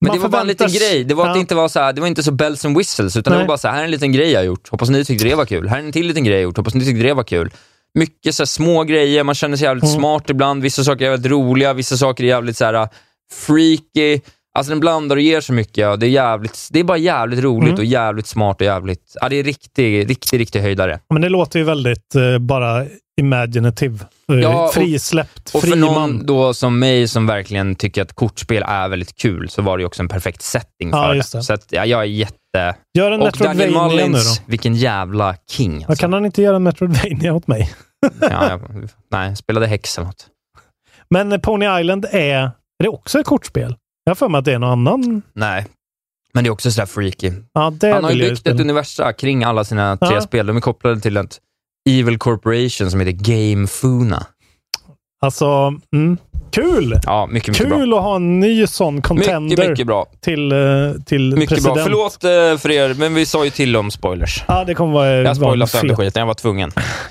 [SPEAKER 9] Men
[SPEAKER 7] man
[SPEAKER 9] det var bara en liten
[SPEAKER 7] förväntas-
[SPEAKER 9] grej. Det var, att
[SPEAKER 7] Ja.
[SPEAKER 9] det, inte var så här, det var inte så bells and whistles, utan det
[SPEAKER 7] Nej.
[SPEAKER 9] var bara så här, här är en liten grej jag har gjort. Hoppas ni tyckte det var kul. Här är en till liten grej jag gjort. Hoppas ni tyckte det var kul. Mycket så här små grejer, man känner sig jävligt smart ibland. Vissa saker är jävligt roliga, vissa saker är jävligt så här uh, freaky. Alltså den blandar och ger så mycket. Och det, är jävligt, det är bara jävligt roligt och jävligt smart och jävligt... Ja, det är riktig, riktig, riktig höjdare.
[SPEAKER 7] Ja, Men det låter ju väldigt eh, bara imaginative. Eh,
[SPEAKER 9] Ja, och-
[SPEAKER 7] Frisläppt,
[SPEAKER 9] Och
[SPEAKER 7] fri
[SPEAKER 9] för
[SPEAKER 7] man.
[SPEAKER 9] någon då som mig som verkligen tycker att kortspel är väldigt kul, så var det ju också en perfekt setting
[SPEAKER 7] Ja,
[SPEAKER 9] för
[SPEAKER 7] just det.
[SPEAKER 9] Så att, ja, jag är jätte...
[SPEAKER 7] Gör en
[SPEAKER 9] Och Daniel
[SPEAKER 7] Metroidvania nu då.
[SPEAKER 9] Malins, vilken jävla king.
[SPEAKER 7] Ja,
[SPEAKER 9] Alltså.
[SPEAKER 7] Kan han inte göra en Metroidvania åt mig?
[SPEAKER 9] ja, jag, nej, spelade häx eller något.
[SPEAKER 7] Men eh, Pony Island är, är det också ett kortspel? Jag har för mig att det är någon annan.
[SPEAKER 9] Nej. Men det är också sådär freaky.
[SPEAKER 7] Ja, det
[SPEAKER 9] Han har
[SPEAKER 7] vill
[SPEAKER 9] ju
[SPEAKER 7] jag ju
[SPEAKER 9] byggt ett
[SPEAKER 7] spela.
[SPEAKER 9] universum kring alla sina tre
[SPEAKER 7] Ja.
[SPEAKER 9] spel. De är kopplade till ett Evil Corporation som heter Game Funa.
[SPEAKER 7] Alltså, mm. kul!
[SPEAKER 9] Ja, mycket, mycket
[SPEAKER 7] Kul att ha en ny sån
[SPEAKER 9] bra.
[SPEAKER 7] contender
[SPEAKER 9] Mycket, mycket bra.
[SPEAKER 7] till, eh, till
[SPEAKER 9] Mycket
[SPEAKER 7] president.
[SPEAKER 9] bra. Förlåt eh, för er, men vi sa ju till om spoilers.
[SPEAKER 7] Ja, det kommer vara...
[SPEAKER 9] Jag
[SPEAKER 7] vara
[SPEAKER 9] spoilade sönder
[SPEAKER 7] fel.
[SPEAKER 9] skiten, jag var tvungen.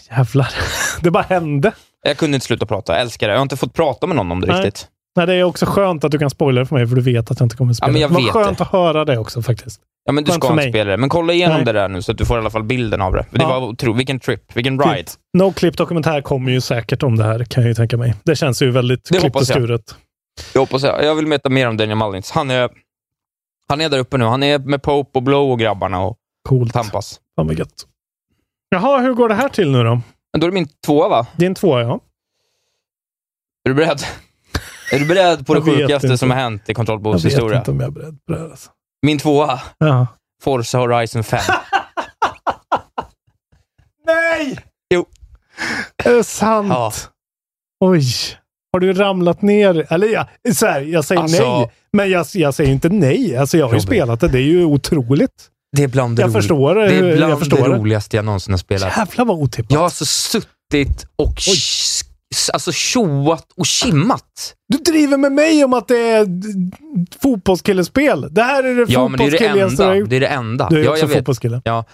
[SPEAKER 7] Jävlar. Det bara hände.
[SPEAKER 9] Jag kunde inte sluta prata, jag älskar det. Jag har inte fått prata med någon om det
[SPEAKER 7] Nej.
[SPEAKER 9] riktigt.
[SPEAKER 7] Nej, det är också skönt att du kan spoila det för mig, för du vet att jag inte kommer att
[SPEAKER 9] Ja,
[SPEAKER 7] spela.
[SPEAKER 9] men jag
[SPEAKER 7] det var
[SPEAKER 9] vet
[SPEAKER 7] skönt
[SPEAKER 9] det.
[SPEAKER 7] att höra det också faktiskt.
[SPEAKER 9] Ja, men du
[SPEAKER 7] Skönt
[SPEAKER 9] ska
[SPEAKER 7] för
[SPEAKER 9] inte
[SPEAKER 7] mig.
[SPEAKER 9] spela det. Men kolla igenom
[SPEAKER 7] Nej.
[SPEAKER 9] det där nu så att du får i alla fall bilden av det. För Det
[SPEAKER 7] Ja.
[SPEAKER 9] var otroligt. Vilken trip, vilken ride.
[SPEAKER 7] Fint. No Clip dokumentär kommer ju säkert om det här, kan jag ju tänka mig. Det känns ju väldigt
[SPEAKER 9] Det
[SPEAKER 7] klippt och
[SPEAKER 9] hoppas jag.
[SPEAKER 7] skuret.
[SPEAKER 9] Jag hoppas jag. Jag vill veta mer om Daniel Malins. Han är, han är där uppe nu. Han är med Pope och Blow och grabbarna och
[SPEAKER 7] Coolt. Fan
[SPEAKER 9] tampas.
[SPEAKER 7] vad gött. Jaha, hur går det här till nu då?
[SPEAKER 9] Men då är det min tvåa, va?
[SPEAKER 7] Din tvåa, ja.
[SPEAKER 9] Är du beredd? är du beredd på det
[SPEAKER 7] Jag vet
[SPEAKER 9] sjukaste
[SPEAKER 7] inte.
[SPEAKER 9] som har hänt i
[SPEAKER 7] Jag
[SPEAKER 9] kontrollbehövs
[SPEAKER 7] vet
[SPEAKER 9] historia?
[SPEAKER 7] inte om jag är beredd på det här. Alltså.
[SPEAKER 9] Min tvåa,
[SPEAKER 7] Ja.
[SPEAKER 9] Forza Horizon 5.
[SPEAKER 7] Nej!
[SPEAKER 9] Jo.
[SPEAKER 7] Är det sant?
[SPEAKER 9] Ja.
[SPEAKER 7] Oj. Har du ramlat ner? Eller ja, så här, jag säger
[SPEAKER 9] Alltså-
[SPEAKER 7] nej, men jag, jag säger inte nej. Alltså, jag har ju
[SPEAKER 9] Robin.
[SPEAKER 7] spelat det. Det är ju otroligt.
[SPEAKER 9] Det är bland det,
[SPEAKER 7] Jag
[SPEAKER 9] roli-
[SPEAKER 7] förstår det.
[SPEAKER 9] det, är bland
[SPEAKER 7] Jag förstår
[SPEAKER 9] det
[SPEAKER 7] det.
[SPEAKER 9] roligaste jag någonsin har spelat.
[SPEAKER 7] Jävlar vad otippat.
[SPEAKER 9] Jag har alltså suttit och sh- alltså tjoat och kimmat.
[SPEAKER 7] Du driver med mig om att det är d- d- fotbollskillespel. Det här är det
[SPEAKER 9] Ja, men det är det
[SPEAKER 7] fotbollskilligaste du
[SPEAKER 9] enda.
[SPEAKER 7] har gjort.
[SPEAKER 9] Det är det enda.
[SPEAKER 7] Du är
[SPEAKER 9] ja,
[SPEAKER 7] också
[SPEAKER 9] jag vet.
[SPEAKER 7] fotbollskille.
[SPEAKER 9] Ja.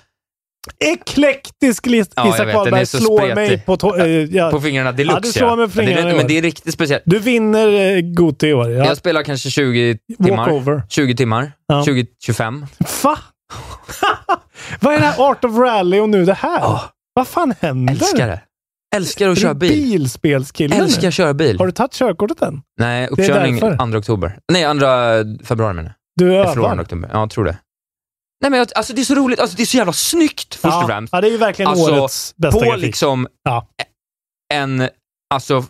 [SPEAKER 7] Eklektisk lista.
[SPEAKER 9] Ja, jag
[SPEAKER 7] Isak
[SPEAKER 9] vet, den är
[SPEAKER 7] Wahlberg
[SPEAKER 9] så
[SPEAKER 7] slår
[SPEAKER 9] spretig.
[SPEAKER 7] mig på, to- eh, ja.
[SPEAKER 9] På fingrarna
[SPEAKER 7] Ja, du
[SPEAKER 9] deluxe
[SPEAKER 7] slår mig på
[SPEAKER 9] Ja, det är-
[SPEAKER 7] fingrarna i år.
[SPEAKER 9] Men det är riktigt speciellt.
[SPEAKER 7] Du vinner eh, Goti i år. Ja.
[SPEAKER 9] Jag spelar kanske 20 timmar.
[SPEAKER 7] Walkover.
[SPEAKER 9] 20 timmar.
[SPEAKER 7] Ja.
[SPEAKER 9] 20-25.
[SPEAKER 7] Va? Vad är det här Art of Rally och nu det här? Vad fan händer?
[SPEAKER 9] Ah. Älskar det. Älskar att
[SPEAKER 7] Är
[SPEAKER 9] köra
[SPEAKER 7] du
[SPEAKER 9] bil.
[SPEAKER 7] bilspelskille nu?
[SPEAKER 9] Älskar att köra bil.
[SPEAKER 7] Har du tagit körkortet än?
[SPEAKER 9] Nej,
[SPEAKER 7] är
[SPEAKER 9] uppkörning
[SPEAKER 7] därför.
[SPEAKER 9] 2 oktober. Nej, 2 februari menar jag.
[SPEAKER 7] Du
[SPEAKER 9] Jag förlorar 2
[SPEAKER 7] övar?
[SPEAKER 9] oktober. Ja, jag tror det. Nej, men jag, alltså, det är så roligt. Alltså, det är så jävla snyggt först och
[SPEAKER 7] Ja,
[SPEAKER 9] främst.
[SPEAKER 7] ja, det är ju verkligen
[SPEAKER 9] Alltså,
[SPEAKER 7] årets bästa
[SPEAKER 9] På
[SPEAKER 7] grafik.
[SPEAKER 9] liksom
[SPEAKER 7] Ja.
[SPEAKER 9] en... Alltså,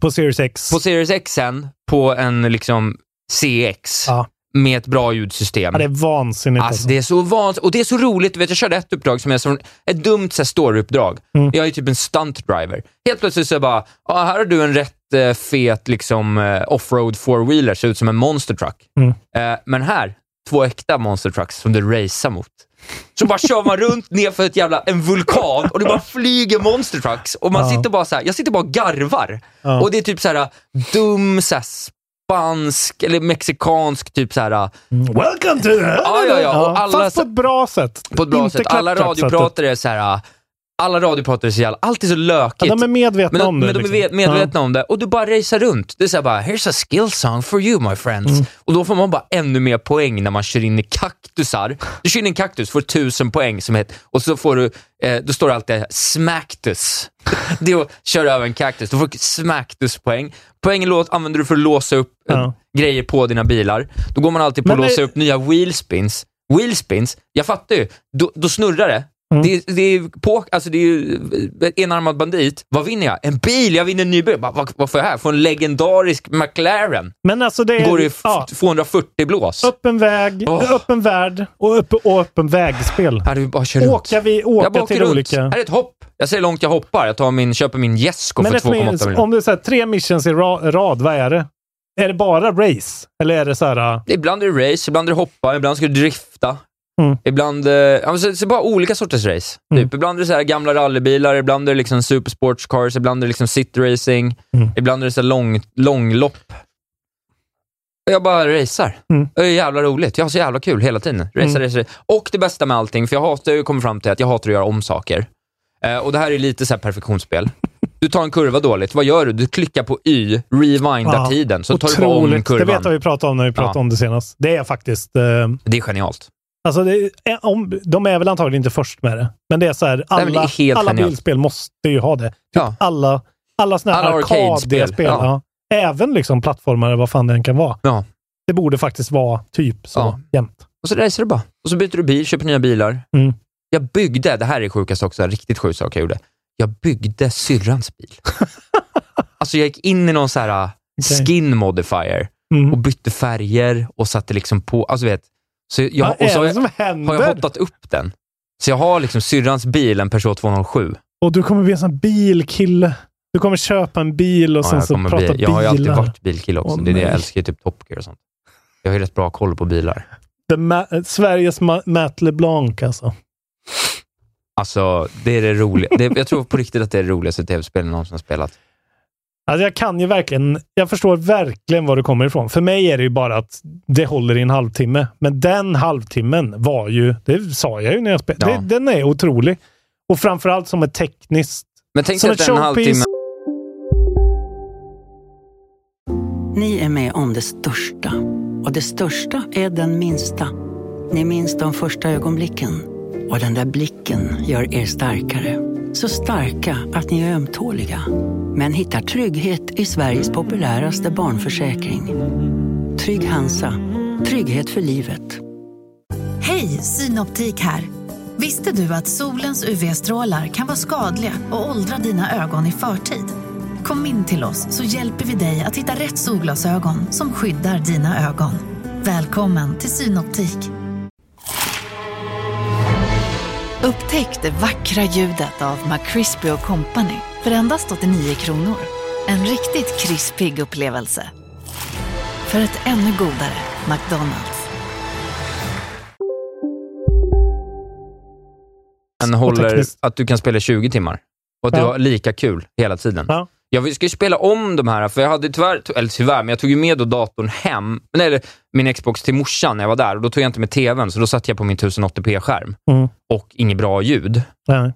[SPEAKER 7] På Series X.
[SPEAKER 9] på Series X sen, på en liksom CX
[SPEAKER 7] Ja.
[SPEAKER 9] med ett bra ljudsystem.
[SPEAKER 7] Ja, det är vansinnigt.
[SPEAKER 9] Alltså det är så vansinnigt. Och det är så roligt. Du vet, jag körde ett uppdrag som är som ett dumt så här, storyuppdrag.
[SPEAKER 7] Mm.
[SPEAKER 9] Jag är typ en stunt driver. Helt plötsligt så är jag bara, ah, här har du en rätt eh, fet liksom, eh, offroad four-wheeler, ser ut som en monster truck.
[SPEAKER 7] Mm.
[SPEAKER 9] Eh, men här, två äkta monster trucks som du racear mot. Så bara kör man runt nerför ett jävla, en vulkan och det bara flyger monster trucks. Och man
[SPEAKER 7] Ja.
[SPEAKER 9] sitter bara så här, jag sitter bara och garvar.
[SPEAKER 7] Ja.
[SPEAKER 9] Och det är typ så här dum, så här, spansk eller mexikansk typ så här
[SPEAKER 7] Mm. Welcome to the...
[SPEAKER 9] Ja, ja, ja. Och alla-
[SPEAKER 7] Fast på ett bra sätt.
[SPEAKER 9] på ett bra
[SPEAKER 7] Inte
[SPEAKER 9] sätt. Alla
[SPEAKER 7] klapptraktssättet.
[SPEAKER 9] radiopratare är så här. ah, Alla radiopratare är så jävla, allt är så lökigt.
[SPEAKER 7] Ja, de är medvetna
[SPEAKER 9] men de,
[SPEAKER 7] om det.
[SPEAKER 9] men de är
[SPEAKER 7] liksom.
[SPEAKER 9] vet- medvetna om det och du bara racear runt. Det är så här bara, here's a skill song for you my friends. Och då får man bara ännu mer poäng när man kör in i kaktusar. Du kör in i en kaktus, får tusen poäng som heter, och så får du, eh, då står det alltid smacktus. Det är att köra över en kaktus. Du får smacktus-poäng. Poängen lå- använder du för att låsa upp eh,
[SPEAKER 7] Ja.
[SPEAKER 9] grejer på dina bilar. Då går man alltid på
[SPEAKER 7] Men
[SPEAKER 9] att låsa
[SPEAKER 7] det-
[SPEAKER 9] upp nya wheelspins. Wheelspins, jag fattar ju. Då, då snurrar det.
[SPEAKER 7] Mm.
[SPEAKER 9] Det, är- det är ju på, alltså det är ju eh, enarmad bandit. Vad vinner jag? En bil! Jag vinner en ny bil. Bara, vad, vad får jag här? Får en legendarisk McLaren.
[SPEAKER 7] Men alltså det är...
[SPEAKER 9] Går i f-
[SPEAKER 7] ja,
[SPEAKER 9] 240 blås.
[SPEAKER 7] öppen väg,
[SPEAKER 9] Åh.
[SPEAKER 7] öppen värld och, öppen, och öppen vägspel.
[SPEAKER 9] Här är vi bara kör runt.
[SPEAKER 7] Åka, vi,
[SPEAKER 9] jag bara
[SPEAKER 7] åka
[SPEAKER 9] åker
[SPEAKER 7] till
[SPEAKER 9] runt.
[SPEAKER 7] olika...
[SPEAKER 9] Här är ett hopp. Jag ser hur långt jag hoppar. Jag tar min, köper min Jesko för
[SPEAKER 7] Men
[SPEAKER 9] 2,8
[SPEAKER 7] eftersom-
[SPEAKER 9] miljoner.
[SPEAKER 7] om det är så här, tre missions i ra- rad, vad är det? Är det bara race? Eller är det så här... äh,
[SPEAKER 9] Ibland är det race, ibland är det hoppa, ibland ska du drifta.
[SPEAKER 7] Mm.
[SPEAKER 9] Ibland, eh, ja, men så, så bara olika sorters race.
[SPEAKER 7] Mm.
[SPEAKER 9] Typ. Ibland är det så här gamla rallybilar, ibland är det liksom supersports cars, ibland är det liksom citracing,
[SPEAKER 7] Mm.
[SPEAKER 9] ibland är det så här lång, långlopp. Jag bara racear.
[SPEAKER 7] Mm.
[SPEAKER 9] Det är jävla roligt. Jag har så jävla kul hela tiden. Racear,
[SPEAKER 7] Mm.
[SPEAKER 9] racear, racear. Och det bästa med allting, för jag hatar ju, kommer fram till att jag hatar att göra om saker. Eh, och det här är lite så här perfektionsspel. Du tar en kurva dåligt, vad gör du? Du klickar på Y, rewindar
[SPEAKER 7] Ja.
[SPEAKER 9] tiden, så tar du bara om kurvan.
[SPEAKER 7] Det vet jag vi pratade om när vi pratade
[SPEAKER 9] Ja.
[SPEAKER 7] om det senast. Det är faktiskt... eh,
[SPEAKER 9] Det är genialt.
[SPEAKER 7] alltså det är, om, de är väl antagligen inte först med det, men det är så här,
[SPEAKER 9] men det är
[SPEAKER 7] alla,
[SPEAKER 9] helt
[SPEAKER 7] alla
[SPEAKER 9] genialt.
[SPEAKER 7] bilspel måste ju ha det. Typ
[SPEAKER 9] Ja.
[SPEAKER 7] alla, alla såna här
[SPEAKER 9] Alla
[SPEAKER 7] arkadspel.
[SPEAKER 9] arcade-spel,
[SPEAKER 7] Ja.
[SPEAKER 9] ja.
[SPEAKER 7] Även liksom plattformar, vad fan det än kan vara.
[SPEAKER 9] Ja.
[SPEAKER 7] Det borde faktiskt vara typ så
[SPEAKER 9] Ja.
[SPEAKER 7] jämt.
[SPEAKER 9] Och så racear du bara. Och så byter du bil, köper nya bilar.
[SPEAKER 7] Mm.
[SPEAKER 9] Jag byggde, det här är sjukast också, en riktigt sjuk sak jag gjorde. Jag byggde syrrans bil. alltså jag gick in i någon så här uh,
[SPEAKER 7] Okej.
[SPEAKER 9] skin modifier
[SPEAKER 7] Mm.
[SPEAKER 9] och bytte färger och satte liksom på, alltså vet. Så jag,
[SPEAKER 7] Vad
[SPEAKER 9] och så
[SPEAKER 7] är
[SPEAKER 9] har
[SPEAKER 7] det
[SPEAKER 9] jag,
[SPEAKER 7] som
[SPEAKER 9] har jag
[SPEAKER 7] händer?
[SPEAKER 9] hottat upp den. Så jag har liksom syrrans bil, en Peugeot 207.
[SPEAKER 7] Och du kommer bli en sån här bilkille. Du kommer köpa en bil och
[SPEAKER 9] Ja,
[SPEAKER 7] sen
[SPEAKER 9] jag,
[SPEAKER 7] så
[SPEAKER 9] kommer
[SPEAKER 7] prata
[SPEAKER 9] bli, jag har ju alltid
[SPEAKER 7] bilar.
[SPEAKER 9] varit bilkille också.
[SPEAKER 7] Åh,
[SPEAKER 9] det är det jag
[SPEAKER 7] nej.
[SPEAKER 9] älskar, ju, typ Top Gear och sånt. Jag har ju rätt bra koll på bilar.
[SPEAKER 7] The Ma- eh, Sveriges Ma- Matt LeBlanc alltså.
[SPEAKER 9] Alltså, det är det roliga. Det, jag tror på riktigt att det är det roligaste tv-spelet jag någonsin har spelat.
[SPEAKER 7] Alltså jag kan ju verkligen, jag förstår verkligen var du kommer ifrån. För mig är det ju bara att det håller i en halvtimme. Men den halvtimmen var ju, det sa jag ju när jag spelade,
[SPEAKER 9] Ja.
[SPEAKER 7] Det- den är otrolig. Och framförallt som ett tekniskt
[SPEAKER 9] Men tänk
[SPEAKER 7] Som
[SPEAKER 9] dig
[SPEAKER 7] ett
[SPEAKER 9] att den halvtimmen...
[SPEAKER 7] showpiece.
[SPEAKER 3] Ni är med om det största. Och det största är den minsta. Ni minns de första ögonblicken. Och den där blicken gör er starkare. Så starka att ni är ömtåliga. Men hittar trygghet i Sveriges populäraste barnförsäkring. Trygg Hansa. Trygghet för livet.
[SPEAKER 2] Hej, Synoptik här. Visste du att solens UV-strålar kan vara skadliga och åldra dina ögon i förtid? Kom in till oss så hjälper vi dig att hitta rätt solglasögon som skyddar dina ögon. Välkommen till Synoptik. Upptäck det vackra ljudet av McCrispy Company för endast 89 kronor. En riktigt krispig upplevelse. För ett ännu godare McDonalds.
[SPEAKER 9] den håller
[SPEAKER 7] tekniskt.
[SPEAKER 9] att du kan spela 20 timmar. Och att
[SPEAKER 7] Ja.
[SPEAKER 9] du har lika kul hela tiden.
[SPEAKER 7] Ja.
[SPEAKER 9] Jag ska ju spela om de här, för jag hade tyvärr, eller tyvärr, men jag tog ju med då datorn hem, nej, eller min Xbox till morsan när jag var där och då tog jag inte med TVn, så då satt jag på min 1080p-skärm
[SPEAKER 7] Mm.
[SPEAKER 9] och inget bra ljud.
[SPEAKER 7] Nej.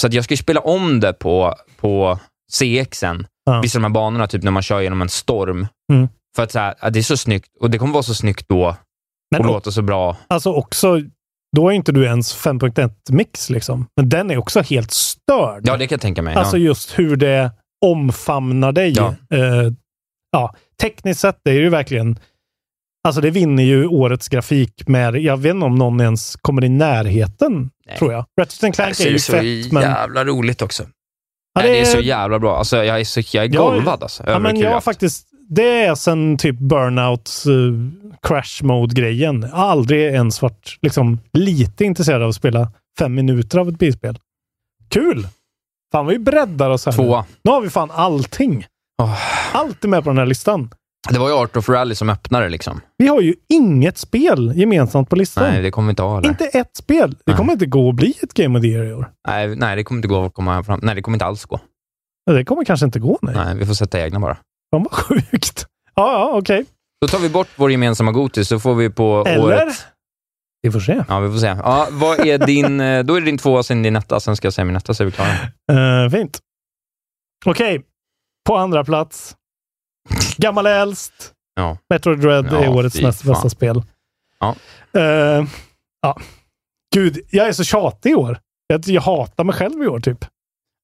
[SPEAKER 9] Så att jag ska ju spela om det på, på CXen,
[SPEAKER 7] Ja.
[SPEAKER 9] vissa av de här banorna, typ när man kör genom en storm.
[SPEAKER 7] Mm.
[SPEAKER 9] För att så här, att det är så snyggt och det kommer vara så snyggt då
[SPEAKER 7] Men
[SPEAKER 9] och
[SPEAKER 7] och-
[SPEAKER 9] låta så bra.
[SPEAKER 7] Alltså också, då är inte du ens 5.1-mix liksom. Men den är också helt störd.
[SPEAKER 9] Ja, det kan jag tänka mig.
[SPEAKER 7] Alltså
[SPEAKER 9] ja.
[SPEAKER 7] just hur det omfamnar dig.
[SPEAKER 9] Ja.
[SPEAKER 7] Eh, ja, tekniskt sett det är ju verkligen... Alltså det vinner ju årets grafik med... Jag vet inte om någon ens kommer i närheten, tror jag. Ratchet and Clank
[SPEAKER 9] Alltså, det
[SPEAKER 7] är
[SPEAKER 9] är
[SPEAKER 7] ju
[SPEAKER 9] så
[SPEAKER 7] fett, men...
[SPEAKER 9] jävla roligt också.
[SPEAKER 7] Ja,
[SPEAKER 9] Nej, det är
[SPEAKER 7] det-
[SPEAKER 9] så jävla bra. Alltså, jag, är så, jag är
[SPEAKER 7] Ja,
[SPEAKER 9] golvad alltså,
[SPEAKER 7] Ja,
[SPEAKER 9] över
[SPEAKER 7] men
[SPEAKER 9] hur kul
[SPEAKER 7] jag
[SPEAKER 9] jag
[SPEAKER 7] har faktiskt... Det är sen typ burnout, eh, crash mode-grejen. Jag har aldrig ens varit liksom, lite intresserad av att spela fem minuter av ett bilspel. Kul! Fan, vi breddar oss här
[SPEAKER 9] Tvåa.
[SPEAKER 7] nu. Nu har vi fan allting. Allt är med på den här listan.
[SPEAKER 9] Det var ju Art of Rally som öppnade liksom.
[SPEAKER 7] Vi har ju inget spel gemensamt på listan.
[SPEAKER 9] Nej, det kommer vi inte ha. eller?
[SPEAKER 7] inte ett spel. Det kommer inte gå att bli ett Game of the Year i år.
[SPEAKER 9] Nej, nej, det kommer inte gå att komma fram. Nej, det kommer inte alls gå.
[SPEAKER 7] Det kommer kanske inte gå. Nej,
[SPEAKER 9] vi får sätta egna bara.
[SPEAKER 7] Fan vad sjukt. Ja, ja, okej.
[SPEAKER 9] Då tar vi bort vår gemensamma Gotis, så får vi på
[SPEAKER 7] Eller?
[SPEAKER 9] året...
[SPEAKER 7] Vi får se.
[SPEAKER 9] Ja, vi får se. Ja, vad är din... eh, Då är det din tvåa, sen din etta. Sen ska jag säga min etta, så är vi klara.
[SPEAKER 7] Eh, fint. Okej. På andra plats. Gammal äldst.
[SPEAKER 9] Ja.
[SPEAKER 7] Metroid Dread
[SPEAKER 9] Ja,
[SPEAKER 7] är årets
[SPEAKER 9] fy
[SPEAKER 7] näst
[SPEAKER 9] fan.
[SPEAKER 7] bästa spel.
[SPEAKER 9] Ja.
[SPEAKER 7] Eh, ja. Gud, jag är så tjatig i år. Jag, jag hatar mig själv i år, typ.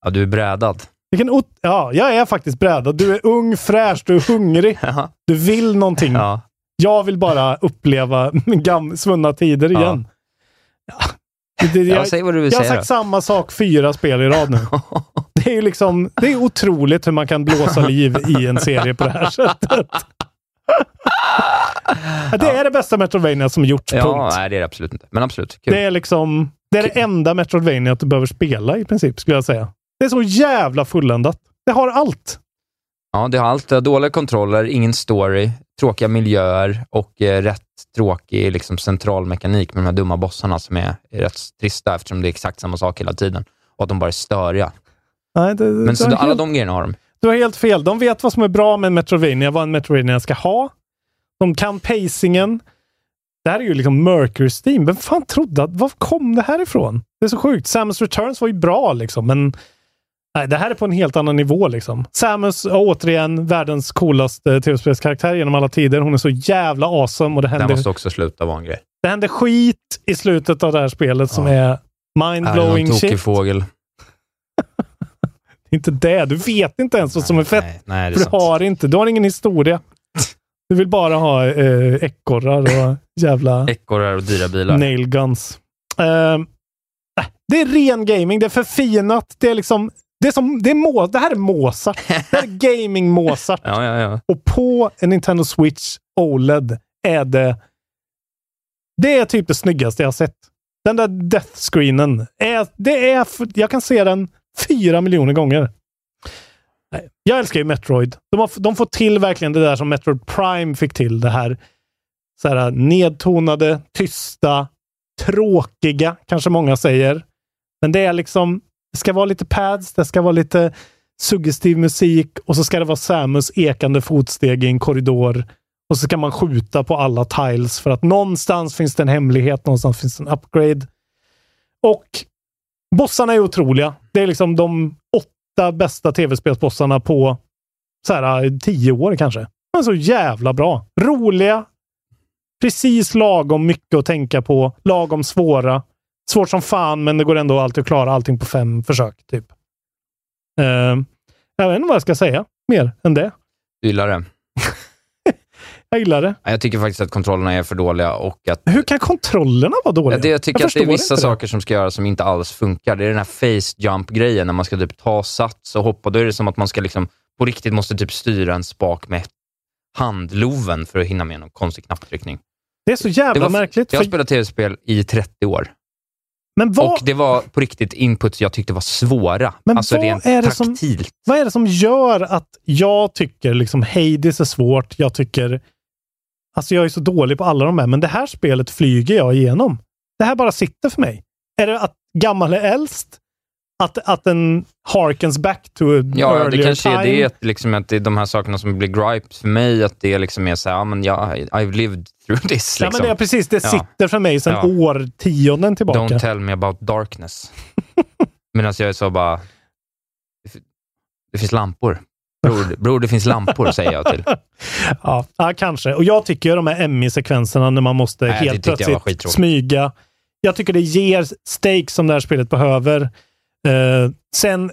[SPEAKER 9] Ja, du är brädad.
[SPEAKER 7] Vilken ot- ja, jag är faktiskt brädad. Du är ung, fräsch, du är hungrig. Du vill någonting. Jag vill bara uppleva gam- svunna tider
[SPEAKER 9] Ja.
[SPEAKER 7] igen. Ja. Det- det-
[SPEAKER 9] Ja, säg vad du vill
[SPEAKER 7] jag har
[SPEAKER 9] säga
[SPEAKER 7] sagt
[SPEAKER 9] då.
[SPEAKER 7] samma sak fyra spel i rad nu. Det är ju liksom, det är otroligt hur man kan blåsa liv i en serie på det här sättet. Ja, Det är det bästa Metroidvania som gjorts,
[SPEAKER 9] Ja,
[SPEAKER 7] punkt.
[SPEAKER 9] nej, det är det absolut inte. Men absolut, kul.
[SPEAKER 7] Det är liksom, det är det enda Metroidvania att du behöver spela i princip, skulle jag säga. Det är så jävla fulländat. Det har allt.
[SPEAKER 9] Ja, det har allt. Det har dåliga kontroller, ingen story, tråkiga miljöer och eh, rätt tråkig liksom, central mekanik med de här dumma bossarna som är, är rätt trista eftersom det är exakt samma sak hela tiden och att de bara är störiga.
[SPEAKER 7] Nej, det,
[SPEAKER 9] Men så
[SPEAKER 7] det
[SPEAKER 9] då,
[SPEAKER 7] är
[SPEAKER 9] alla
[SPEAKER 7] helt-
[SPEAKER 9] de grejerna har de.
[SPEAKER 7] Du har helt fel. De vet vad som är bra med en Metroidvania, vad en Metroidvania ska ha. De kan pacingen. Det här är ju liksom Mercury Steam. Vem fan trodde att... Var kom det här ifrån? Det är så sjukt. Samus Returns var ju bra liksom, men... Nej, det här är på en helt annan nivå liksom. Samus, ja, återigen, världens coolaste tv-spelskaraktär genom alla tider. Hon är så jävla awesome och det
[SPEAKER 9] Den
[SPEAKER 7] händer,
[SPEAKER 9] måste också sluta vara en grej.
[SPEAKER 7] det händer skit i slutet av det här spelet som är
[SPEAKER 9] Är det någon
[SPEAKER 7] mindblowing
[SPEAKER 9] tokig
[SPEAKER 7] shit.
[SPEAKER 9] fågel?
[SPEAKER 7] Inte det. Du vet inte ens vad som är fett.
[SPEAKER 9] nej, det är
[SPEAKER 7] för du
[SPEAKER 9] sant.
[SPEAKER 7] har inte. Du har ingen historia. Du vill bara ha eh, ekorrar och jävla
[SPEAKER 9] Ekorrar och dyra bilar.
[SPEAKER 7] nail guns. Ehm, äh, det är ren gaming. Det är förfinat. Det är liksom... Det, är som, det, är må, det här är Mozart. Det här är gaming-Mozart.
[SPEAKER 9] Ja, ja, ja.
[SPEAKER 7] Och på en Nintendo Switch OLED är det... Det är typ det snyggaste jag har sett. Den där death-screenen. Är, det är, f- jag kan se den fyra miljoner gånger. Nej, Jag älskar ju Metroid. De, har, f- de får till verkligen det där som Metroid Prime fick till. Det här, så här nedtonade, tysta, tråkiga, kanske många säger. Men det är liksom, det ska vara lite pads, det ska vara lite suggestiv musik och så ska det vara Samus ekande fotsteg i en korridor. Och så ska man skjuta på alla tiles för att någonstans finns det en hemlighet, någonstans finns det en upgrade. Och bossarna är otroliga. Det är liksom de åtta bästa tv-spelsbossarna på så här, eh, tio år kanske. Men så jävla bra. Roliga, precis lagom mycket att tänka på. Lagom svåra. Svårt som fan, men det går ändå alltid att klara allting på fem försök. Typ. Eh, jag vet inte vad jag ska säga mer än det.
[SPEAKER 9] Du gillar det.
[SPEAKER 7] Jag gillar det.
[SPEAKER 9] Ja, Jag tycker faktiskt att kontrollerna är för dåliga och att
[SPEAKER 7] Hur kan kontrollerna vara dåliga?
[SPEAKER 9] Ja, det, jag tycker att det är
[SPEAKER 7] förstår
[SPEAKER 9] vissa
[SPEAKER 7] inte det.
[SPEAKER 9] saker som ska göras som inte alls funkar. Det är den här face jump-grejen när man ska typ ta sats och hoppa. Då är det som att man ska liksom, på riktigt måste typ styra en spak med handloven för att hinna med någon konstig knapptryckning.
[SPEAKER 7] Det är så jävla märkligt.
[SPEAKER 9] Jag har
[SPEAKER 7] För,
[SPEAKER 9] spelat tv-spel i 30 år
[SPEAKER 7] men vad,
[SPEAKER 9] och det var på riktigt input jag tyckte var svåra.
[SPEAKER 7] Men
[SPEAKER 9] alltså
[SPEAKER 7] vad
[SPEAKER 9] rent
[SPEAKER 7] är det som-
[SPEAKER 9] taktilt.
[SPEAKER 7] vad är det som gör att jag tycker liksom Hades är svårt? Jag tycker... Alltså jag är så dålig på alla de här, men det här spelet flyger jag igenom. Det här bara sitter för mig. Är det att gammal är äldst? Att, att den harkens back to an
[SPEAKER 9] Ja,
[SPEAKER 7] earlier
[SPEAKER 9] det kanske
[SPEAKER 7] time.
[SPEAKER 9] är det, att liksom, att det är de här sakerna som blir gripes för mig, att det liksom är så här, ja, men jag, I've lived through this. Liksom.
[SPEAKER 7] Ja, men det, är precis. Det
[SPEAKER 9] Ja.
[SPEAKER 7] sitter för mig sedan
[SPEAKER 9] Ja.
[SPEAKER 7] årtionden tillbaka.
[SPEAKER 9] Don't tell me about darkness. Medan jag är så bara, det fi- det finns lampor. Bror, bror, det finns lampor, säger jag till.
[SPEAKER 7] ja, ja, kanske. Och jag tycker ju de här Emmy-sekvenserna när man måste
[SPEAKER 9] Nej, det
[SPEAKER 7] helt
[SPEAKER 9] tyckte jag var
[SPEAKER 7] plötsligt
[SPEAKER 9] skittråkigt.
[SPEAKER 7] smyga. Jag tycker det ger stakes som det här spelet behöver. Eh, sen,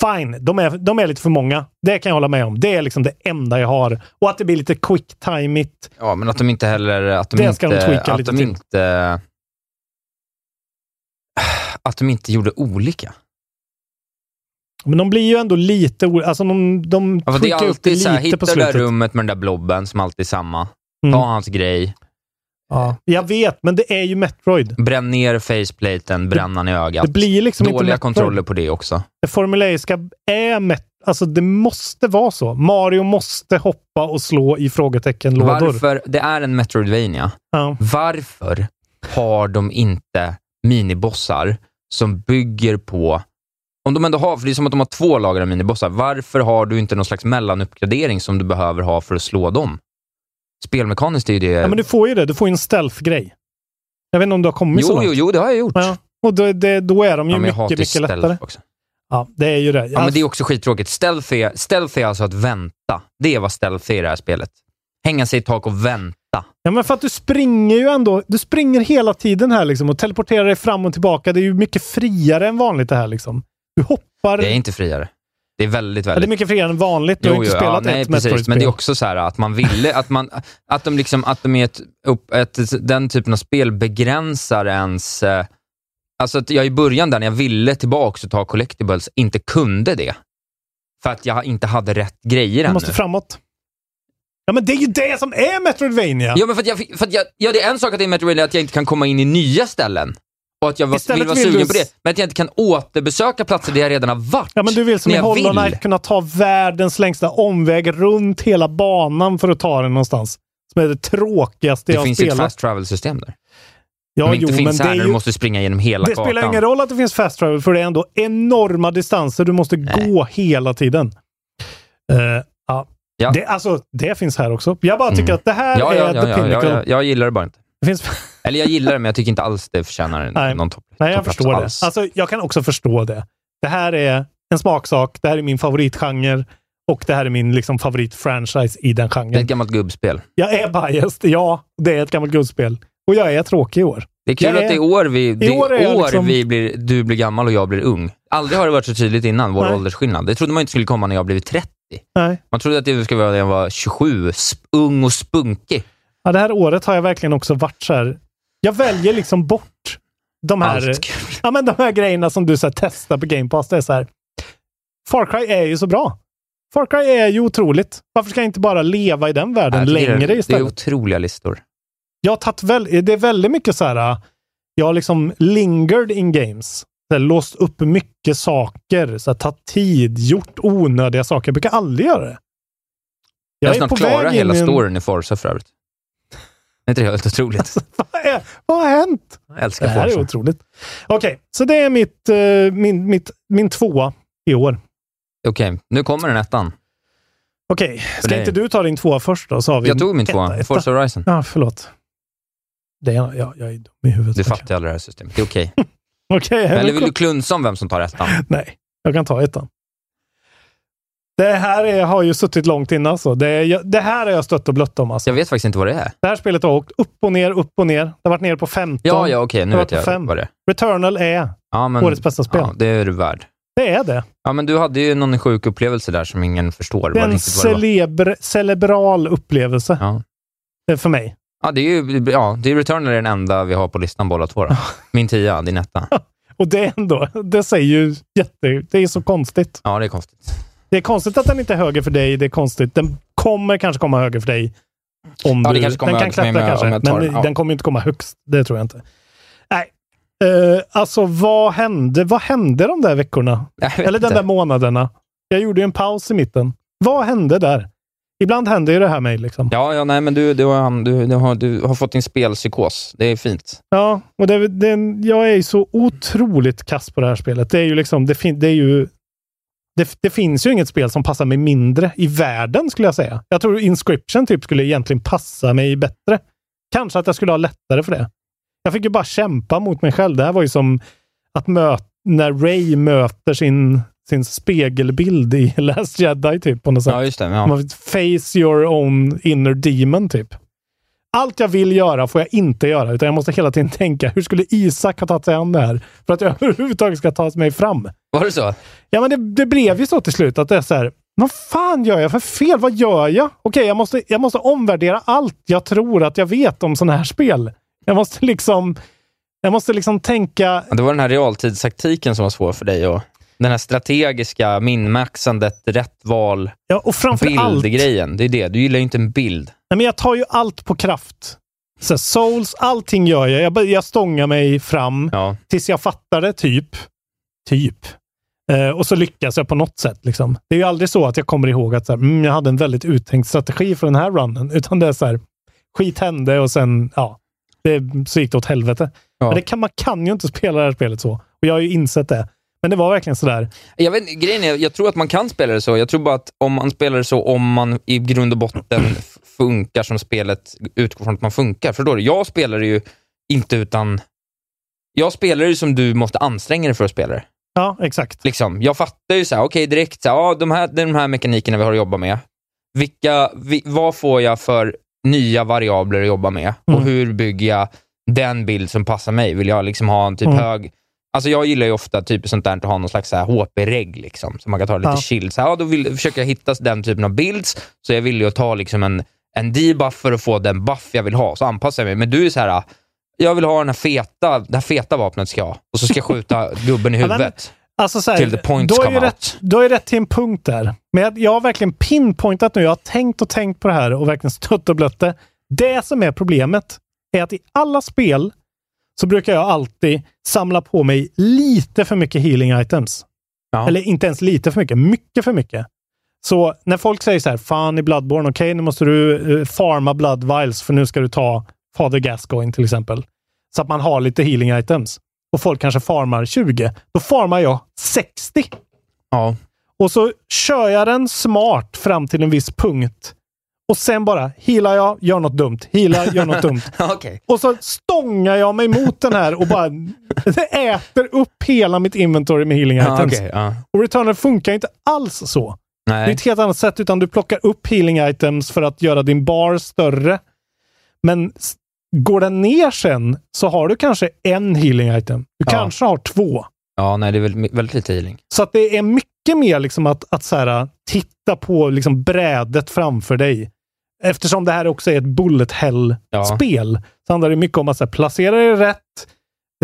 [SPEAKER 7] fine, de är, de är lite för många. Det kan jag hålla med om. Det är liksom det enda jag har. Och att det blir lite quick-timigt.
[SPEAKER 9] Ja, men att de inte heller... Att de
[SPEAKER 7] Det
[SPEAKER 9] inte,
[SPEAKER 7] ska de tweaka
[SPEAKER 9] att
[SPEAKER 7] lite
[SPEAKER 9] de
[SPEAKER 7] till.
[SPEAKER 9] inte, Att de inte gjorde olika.
[SPEAKER 7] Men de blir ju ändå lite... o- Alltså de, de
[SPEAKER 9] Ja, för det är
[SPEAKER 7] tweakar upp det
[SPEAKER 9] alltid så här,
[SPEAKER 7] lite på
[SPEAKER 9] hitta det där
[SPEAKER 7] slutet.
[SPEAKER 9] rummet med den där blobben som alltid är samma.
[SPEAKER 7] Mm.
[SPEAKER 9] Ta hans grej,
[SPEAKER 7] Ja, jag vet, men det är ju Metroid.
[SPEAKER 9] bränn ner faceplaten, bränn han i ögat.
[SPEAKER 7] det blir liksom inte
[SPEAKER 9] Dåliga
[SPEAKER 7] Metroid.
[SPEAKER 9] kontroller på det också.
[SPEAKER 7] Det formulaiska är met- Alltså det måste vara så. Mario måste hoppa och slå i frågetecken-lådor.
[SPEAKER 9] Varför, det är en Metroidvania.
[SPEAKER 7] Ja.
[SPEAKER 9] Varför har de inte minibossar som bygger på... Om de ändå har, för det är som att de har två lager av minibossar. Varför har du inte någon slags mellanuppgradering som du behöver ha för att slå dem? Spelmekaniskt är ju det...
[SPEAKER 7] Ja, men du får ju det. Du får ju en stealth-grej. Jag vet inte om du har kommit så
[SPEAKER 9] jo,
[SPEAKER 7] långt.
[SPEAKER 9] jo, jo, det har jag gjort.
[SPEAKER 7] Ja. Och då, det, då är de ju
[SPEAKER 9] Ja, men jag hatar
[SPEAKER 7] mycket,
[SPEAKER 9] ju
[SPEAKER 7] mycket
[SPEAKER 9] stealth
[SPEAKER 7] lättare.
[SPEAKER 9] också.
[SPEAKER 7] Ja, det är ju det.
[SPEAKER 9] Ja, men det är också skittråkigt. Stealth är, stealth är alltså att vänta. Det är vad stealth är i det här spelet. Hänga sig i tak och vänta.
[SPEAKER 7] Ja, men för att du springer ju ändå. Du springer hela tiden här liksom och teleporterar dig fram och tillbaka. Det är ju mycket friare än vanligt det här liksom. Du hoppar.
[SPEAKER 9] Det är inte friare. Det är väldigt,
[SPEAKER 7] Ja, det är
[SPEAKER 9] väldigt
[SPEAKER 7] mycket friare än vanligt. Du har inte
[SPEAKER 9] ja,
[SPEAKER 7] spelat
[SPEAKER 9] nej,
[SPEAKER 7] ett
[SPEAKER 9] precis, Men det är
[SPEAKER 7] Metroid-spel.
[SPEAKER 9] också så här att man ville, att, man, att de liksom, att de är ett, upp, ett, den typen av spel begränsar ens, eh, alltså att jag i början där när jag ville tillbaka och ta collectibles, inte kunde det. För att jag inte hade rätt grejer
[SPEAKER 7] Du
[SPEAKER 9] ännu.
[SPEAKER 7] måste framåt. Ja, men det är ju det som är Metroidvania!
[SPEAKER 9] Ja, men för att jag, fick- för att jag, ja, det är en sak att det är Metroidvania att jag inte kan komma in i nya ställen. Och att jag var,
[SPEAKER 7] Istället
[SPEAKER 9] vill vara
[SPEAKER 7] vill du
[SPEAKER 9] sugen
[SPEAKER 7] s-
[SPEAKER 9] på det. Men att jag inte kan återbesöka platser där jag redan har varit.
[SPEAKER 7] Ja, men du vill som
[SPEAKER 9] när
[SPEAKER 7] i
[SPEAKER 9] jag
[SPEAKER 7] Hollow
[SPEAKER 9] vill.
[SPEAKER 7] Knight kunna ta världens längsta omväg runt hela banan för att ta den någonstans. Som är det tråkigaste
[SPEAKER 9] Det
[SPEAKER 7] jag
[SPEAKER 9] finns ju ett
[SPEAKER 7] spelat.
[SPEAKER 9] fast travel-system där.
[SPEAKER 7] Ja,
[SPEAKER 9] som inte
[SPEAKER 7] jo, men
[SPEAKER 9] finns
[SPEAKER 7] det
[SPEAKER 9] här
[SPEAKER 7] är
[SPEAKER 9] när du
[SPEAKER 7] ju-
[SPEAKER 9] måste springa genom hela
[SPEAKER 7] det
[SPEAKER 9] kartan.
[SPEAKER 7] spelar ingen roll att det finns fast travel, för det är ändå enorma distanser du måste gå hela tiden. Eh, ja.
[SPEAKER 9] Ja.
[SPEAKER 7] Det, alltså, det finns här också. Jag bara tycker
[SPEAKER 9] Mm.
[SPEAKER 7] att det här
[SPEAKER 9] ja, ja,
[SPEAKER 7] är
[SPEAKER 9] ja,
[SPEAKER 7] the
[SPEAKER 9] ja,
[SPEAKER 7] pinnacle.
[SPEAKER 9] ja, ja, jag gillar det bara inte.
[SPEAKER 7] Det finns...
[SPEAKER 9] Eller jag gillar det, men jag tycker inte alls det förtjänar
[SPEAKER 7] Nej.
[SPEAKER 9] en, någon topp.
[SPEAKER 7] Nej, jag
[SPEAKER 9] topp
[SPEAKER 7] förstår det.
[SPEAKER 9] alls.
[SPEAKER 7] Alltså, jag kan också förstå det. Det här är en smaksak. Det här är min favoritgenre och det här är min liksom, favoritfranchise i den
[SPEAKER 9] Det är ett
[SPEAKER 7] genren.
[SPEAKER 9] gammalt gubbspel.
[SPEAKER 7] Jag är biased. Ja, det är ett gammalt guldspel. Och jag är tråkig i år.
[SPEAKER 9] Det är kul
[SPEAKER 7] Jag
[SPEAKER 9] att det är år, vi, det är
[SPEAKER 7] år
[SPEAKER 9] år
[SPEAKER 7] är jag liksom-
[SPEAKER 9] vi blir, du blir gammal och jag blir ung. Aldrig har det varit så tydligt innan, vår
[SPEAKER 7] Nej.
[SPEAKER 9] åldersskillnad. Det trodde man inte skulle komma när jag blev 30.
[SPEAKER 7] Nej.
[SPEAKER 9] Man trodde att det skulle vara när jag var 27, sp- ung och spunkig.
[SPEAKER 7] Ja, det här året har jag verkligen också varit så här. Jag väljer liksom bort de här,
[SPEAKER 9] Allt kul.
[SPEAKER 7] ja, men de här grejerna som du så här, testar på Game Pass. Det är så här. Far Cry är ju så bra. Far Cry är ju otroligt. Varför ska jag inte bara leva i den världen
[SPEAKER 9] Jag tycker
[SPEAKER 7] längre
[SPEAKER 9] Äh, det, det är
[SPEAKER 7] istället?
[SPEAKER 9] otroliga listor.
[SPEAKER 7] jag har tagit väl, det är väldigt mycket så här, äh, jag har liksom lingered in games. Så här, låst upp mycket saker, så här, tagit tid, gjort onödiga saker. Jag brukar aldrig göra det.
[SPEAKER 9] Jag, är snart klara
[SPEAKER 7] in
[SPEAKER 9] hela
[SPEAKER 7] i en-
[SPEAKER 9] storyn i Forza för övrigt. Det är inte det helt otroligt?
[SPEAKER 7] Vad, är, vad har hänt?
[SPEAKER 9] Jag älskar
[SPEAKER 7] Alltså, Det här är
[SPEAKER 9] Forza.
[SPEAKER 7] otroligt. Okej, så det är mitt, eh, min, mitt, min tvåa i år.
[SPEAKER 9] Okej, nu kommer den ettan.
[SPEAKER 7] Okej, ska
[SPEAKER 9] dig.
[SPEAKER 7] inte du ta din tvåa först då? Så har vi
[SPEAKER 9] Jag tog min tvåa,
[SPEAKER 7] etta, etta.
[SPEAKER 9] Forza Horizon.
[SPEAKER 7] Ja, förlåt. Det är, jag, jag är dum i huvudet.
[SPEAKER 9] Du fattar ju aldrig det här systemet. Det är okej.
[SPEAKER 7] Okej,
[SPEAKER 9] Eller vill
[SPEAKER 7] okay,
[SPEAKER 9] du klunsa om vem som tar ettan?
[SPEAKER 7] Nej, jag kan ta ettan. Det här är, har ju suttit långt inne alltså. Det, är- jag- det här har jag stött och blött om alltså.
[SPEAKER 9] Jag vet faktiskt inte vad det är.
[SPEAKER 7] Det här spelet har åkt upp och ner, upp och ner. Det har varit ner på 15.
[SPEAKER 9] Ja, ja, okej,
[SPEAKER 7] Det
[SPEAKER 9] nu
[SPEAKER 7] var
[SPEAKER 9] vet
[SPEAKER 7] på
[SPEAKER 9] jag
[SPEAKER 7] fem.
[SPEAKER 9] vad det är.
[SPEAKER 7] Returnal är,
[SPEAKER 9] Ja, men,
[SPEAKER 7] Årets bästa spel.
[SPEAKER 9] Ja, det är du värd.
[SPEAKER 7] det är det.
[SPEAKER 9] Ja, men du hade ju någon sjuk upplevelse där som ingen förstår.
[SPEAKER 7] Det är
[SPEAKER 9] Vad
[SPEAKER 7] en
[SPEAKER 9] riktigt vad det var.
[SPEAKER 7] celebr- cerebral upplevelse
[SPEAKER 9] Ja.
[SPEAKER 7] eh, för mig.
[SPEAKER 9] Ja, det är ju, ja, det är Returnal är den enda vi har på listan båda två. Då. Min tia, din etta.
[SPEAKER 7] Och det är ändå, det säger ju jätte... Det är så konstigt.
[SPEAKER 9] Ja, det är konstigt.
[SPEAKER 7] Det är konstigt att den inte är högre för dig. Det är konstigt. Den kommer kanske komma högre för dig. Om
[SPEAKER 9] Ja, det
[SPEAKER 7] du,
[SPEAKER 9] kanske kommer
[SPEAKER 7] den
[SPEAKER 9] högre för
[SPEAKER 7] kan
[SPEAKER 9] mig
[SPEAKER 7] klättra
[SPEAKER 9] om jag-
[SPEAKER 7] kanske,
[SPEAKER 9] om jag tar
[SPEAKER 7] men
[SPEAKER 9] den. Ja.
[SPEAKER 7] den kommer inte komma högst. Det tror jag inte. Nej. Eh, alltså, vad hände? Vad hände de där veckorna?
[SPEAKER 9] Jag vet
[SPEAKER 7] Eller den
[SPEAKER 9] inte.
[SPEAKER 7] där månaderna? Jag gjorde ju en paus i mitten. Vad hände där? ibland händer ju det här mig. Liksom.
[SPEAKER 9] Ja, ja nej, men du, du, har- du, du, har, du har fått din spelpsykos. Det är fint.
[SPEAKER 7] Ja, och det, det, jag är ju så otroligt kass på det här spelet. Det är ju liksom, det, fin, det är ju... Det, det finns ju inget spel som passar mig mindre i världen, skulle jag säga. Jag tror Inscription typ skulle egentligen passa mig bättre. Kanske att jag skulle ha lättare för det. Jag fick ju bara kämpa mot mig själv. Det här var ju som att möta, när Ray möter sin, sin spegelbild i Last Jedi, typ, på något sätt.
[SPEAKER 9] Ja, just det. Ja.
[SPEAKER 7] Man face your own inner demon, typ. Allt jag vill göra får jag inte göra, utan jag måste hela tiden tänka hur skulle Isak ha tagit sig an det här för att jag överhuvudtaget ska ta mig fram?
[SPEAKER 9] Var det så?
[SPEAKER 7] Ja, men det, det blev ju så till slut att det är så här, vad fan gör jag för fel? Vad gör jag? Okej, jag måste, jag måste omvärdera allt jag tror att jag vet om sådana här spel. Jag måste liksom, jag måste liksom tänka,
[SPEAKER 9] Ja, Det var den här realtidstaktiken som var svår för dig. Och den här strategiska minmaxandet, rätt val,
[SPEAKER 7] ja, och framför allt
[SPEAKER 9] bildgrejen. Det är det. Du gillar ju inte en bild.
[SPEAKER 7] Nej, men jag tar ju allt på kraft. Så här, souls, allting gör jag. Jag, bara- jag stångar mig fram tills jag fattar det, typ. Typ. Eh, och så lyckas jag på något sätt. Liksom. Det är ju aldrig så att jag kommer ihåg att så här, mm, jag hade en väldigt uttänkt strategi för den här runnen, utan det är så här, skit hände och sen, ja, det, så gick det åt helvete. Men det kan, man kan ju inte spela det här spelet så. Och jag har ju insett det. Men det var verkligen så där,
[SPEAKER 9] Jag vet, inte, grejen är, jag tror att man kan spela det så. Jag tror bara att om man spelar det så, om man i grund och botten f- funkar som spelet utgår från att man funkar. Förstår du? Jag spelar det ju inte utan... Jag spelar det ju som du måste anstränga dig för att spela det.
[SPEAKER 7] ja, exakt.
[SPEAKER 9] Liksom, jag fattar ju så här, okej direkt, så här, ja, de, här, det är de här mekanikerna vi har att jobba med. Vilka, vi, vad får jag för nya variabler att jobba med?
[SPEAKER 7] Mm.
[SPEAKER 9] Och hur bygger jag den bild som passar mig? Vill jag liksom ha en typ
[SPEAKER 7] Mm.
[SPEAKER 9] hög... Alltså jag gillar ju ofta typ sånt där, att ha någon slags så här HP-regg, liksom, så man kan ta det lite
[SPEAKER 7] Ja.
[SPEAKER 9] chill. Så här, ja, då vill, försöker jag hitta den typen av builds, så jag vill ju ta liksom en, en debuff för att få den buff jag vill ha, så anpassar jag mig. Men du är så här, jag vill ha den här feta, det här feta vapnet ska jag ha. Och så ska jag skjuta gubben i
[SPEAKER 7] Ja, men-
[SPEAKER 9] huvudet.
[SPEAKER 7] Alltså så här,
[SPEAKER 9] Till the points
[SPEAKER 7] du har
[SPEAKER 9] come
[SPEAKER 7] ju
[SPEAKER 9] out.
[SPEAKER 7] rätt, Du har ju rätt till en punkt där. Men jag, jag har verkligen pinpointat nu. Jag har tänkt och tänkt på det här och verkligen stött och blött det. Det som är problemet är att i alla spel så brukar jag alltid samla på mig lite för mycket healing items. Eller inte ens lite för mycket, mycket för mycket. Så när folk säger så här, fan i Bloodborne, okej nu måste du eh, farma blood vials för nu ska du ta Father Gascoigne till exempel. Så att man har lite healing items. Och folk kanske farmar 20. Då farmar jag 60.
[SPEAKER 9] Ja.
[SPEAKER 7] Och så kör jag den smart fram till en viss punkt. Och sen bara healar jag, gör något dumt. Healar, gör något dumt.
[SPEAKER 9] Okej.
[SPEAKER 7] Och så stångar jag mig mot den här och bara äter upp hela mitt inventory med healing
[SPEAKER 9] Ja,
[SPEAKER 7] items.
[SPEAKER 9] Ah, okej, ja.
[SPEAKER 7] Och returner funkar ju inte alls så.
[SPEAKER 9] Nej.
[SPEAKER 7] Det är ett helt annat sätt, utan du plockar upp healing items för att göra din bar större. Men s- går den ner sen så har du kanske en healing item. Du kanske har två.
[SPEAKER 9] Ja, nej, det är väl väldigt lite healing.
[SPEAKER 7] Så att det är mycket mer liksom att, att så här, titta på liksom brädet framför dig. Eftersom det här också är ett bullet hell-spel så handlar det mycket om att så här, placera dig rätt.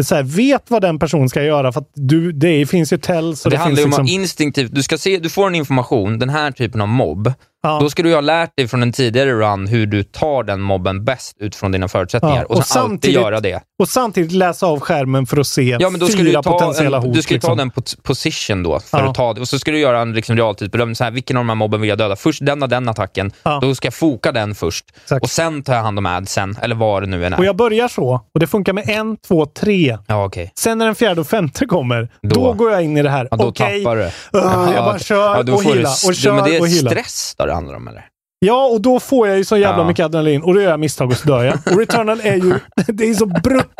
[SPEAKER 7] Så här, vet vad den personen ska göra för att du, det finns ju tells. och
[SPEAKER 9] det,
[SPEAKER 7] finns
[SPEAKER 9] handlar ju om
[SPEAKER 7] liksom...
[SPEAKER 9] att instinktivt, du, ska se, du får en information, den här typen av mobb. Då ska du ju ha lärt dig från en tidigare run hur du tar den mobben bäst utifrån dina förutsättningar.
[SPEAKER 7] Ja,
[SPEAKER 9] Och, sen alltid göra det.
[SPEAKER 7] Och samtidigt läsa av skärmen för att se
[SPEAKER 9] Ja, men då ska du ju
[SPEAKER 7] fyra
[SPEAKER 9] ta,
[SPEAKER 7] potentiella
[SPEAKER 9] en,
[SPEAKER 7] hot.
[SPEAKER 9] du ska ju ta
[SPEAKER 7] liksom.
[SPEAKER 9] den po- position då. För
[SPEAKER 7] Ja.
[SPEAKER 9] att ta, det. och så ska du göra en liksom realtidsbedömning. Så här, vilken av de här mobben vill jag döda? Först den och den attacken. Då ska jag foka den först. Och sen tar jag hand om adsen, eller vad det nu än är.
[SPEAKER 7] Och jag börjar så, och det funkar med en, två, tre.
[SPEAKER 9] Ja, okej.
[SPEAKER 7] Sen när den fjärde och femte kommer, då, går jag in i det här.
[SPEAKER 9] Ja, då
[SPEAKER 7] Okej,
[SPEAKER 9] tappar du.
[SPEAKER 7] uh, jag bara kör
[SPEAKER 9] Ja, då
[SPEAKER 7] och
[SPEAKER 9] får du
[SPEAKER 7] healar
[SPEAKER 9] s-
[SPEAKER 7] och kör
[SPEAKER 9] Men det är
[SPEAKER 7] och healar.
[SPEAKER 9] stress då det handlar om, eller?
[SPEAKER 7] Ja, och då får jag ju så jävla
[SPEAKER 9] Ja.
[SPEAKER 7] mycket adrenalin och då gör jag misstag och så dör jag. Och Returnal är ju... Det är så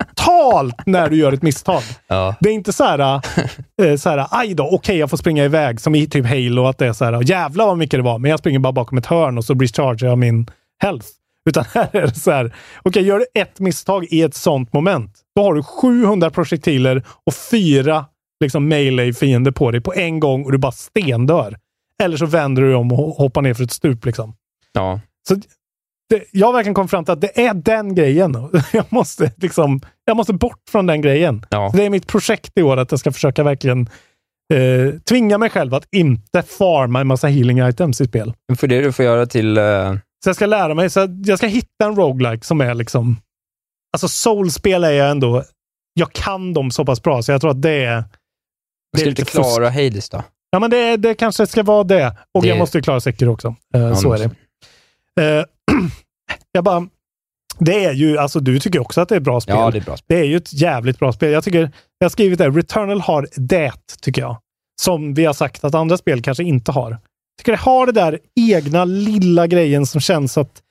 [SPEAKER 7] brutalt när du gör ett misstag.
[SPEAKER 9] Ja.
[SPEAKER 7] Det är inte så här, eh, så här aj då, okej jag får springa iväg som i typ Halo, att det är så här, jävlar vad mycket det var, men jag springer bara bakom ett hörn och så recharger jag min health. Utan här är det så här, okej gör du ett misstag i ett sånt moment, då har du 700 projektiler och fyra liksom melee fiender på dig på en gång och du bara stendör. Eller så vänder du dig om och hoppar ner för ett stup liksom.
[SPEAKER 9] Ja.
[SPEAKER 7] Så det, jag har verkligen kommit fram till att det är den grejen. Jag måste, liksom, jag måste bort från den grejen.
[SPEAKER 9] Ja.
[SPEAKER 7] Så Det är mitt projekt i år att jag ska försöka verkligen eh, tvinga mig själv att inte farma en massa healing items i spel.
[SPEAKER 9] För det du får göra till... eh,
[SPEAKER 7] Så jag ska lära mig, så jag ska hitta en roguelike som är liksom... Alltså soulspel är jag ändå... Jag kan dem så pass bra, så jag tror att det är...
[SPEAKER 9] Ska du
[SPEAKER 7] lite
[SPEAKER 9] inte klara
[SPEAKER 7] fusk.
[SPEAKER 9] Hades då?
[SPEAKER 7] Ja, men det, det kanske ska vara det. Och
[SPEAKER 9] Det-
[SPEAKER 7] jag måste ju klara säker också. Eh,
[SPEAKER 9] Ja,
[SPEAKER 7] så är
[SPEAKER 9] men-
[SPEAKER 7] det. Eh, jag bara, det är ju, alltså du tycker också att det är bra spel.
[SPEAKER 9] Ja, det är bra
[SPEAKER 7] Det är ju ett jävligt bra spel. Jag tycker, jag har skrivit det, Returnal har det, tycker jag. Som vi har sagt att andra spel kanske inte har. Jag tycker det har det där egna lilla grejen som känns att,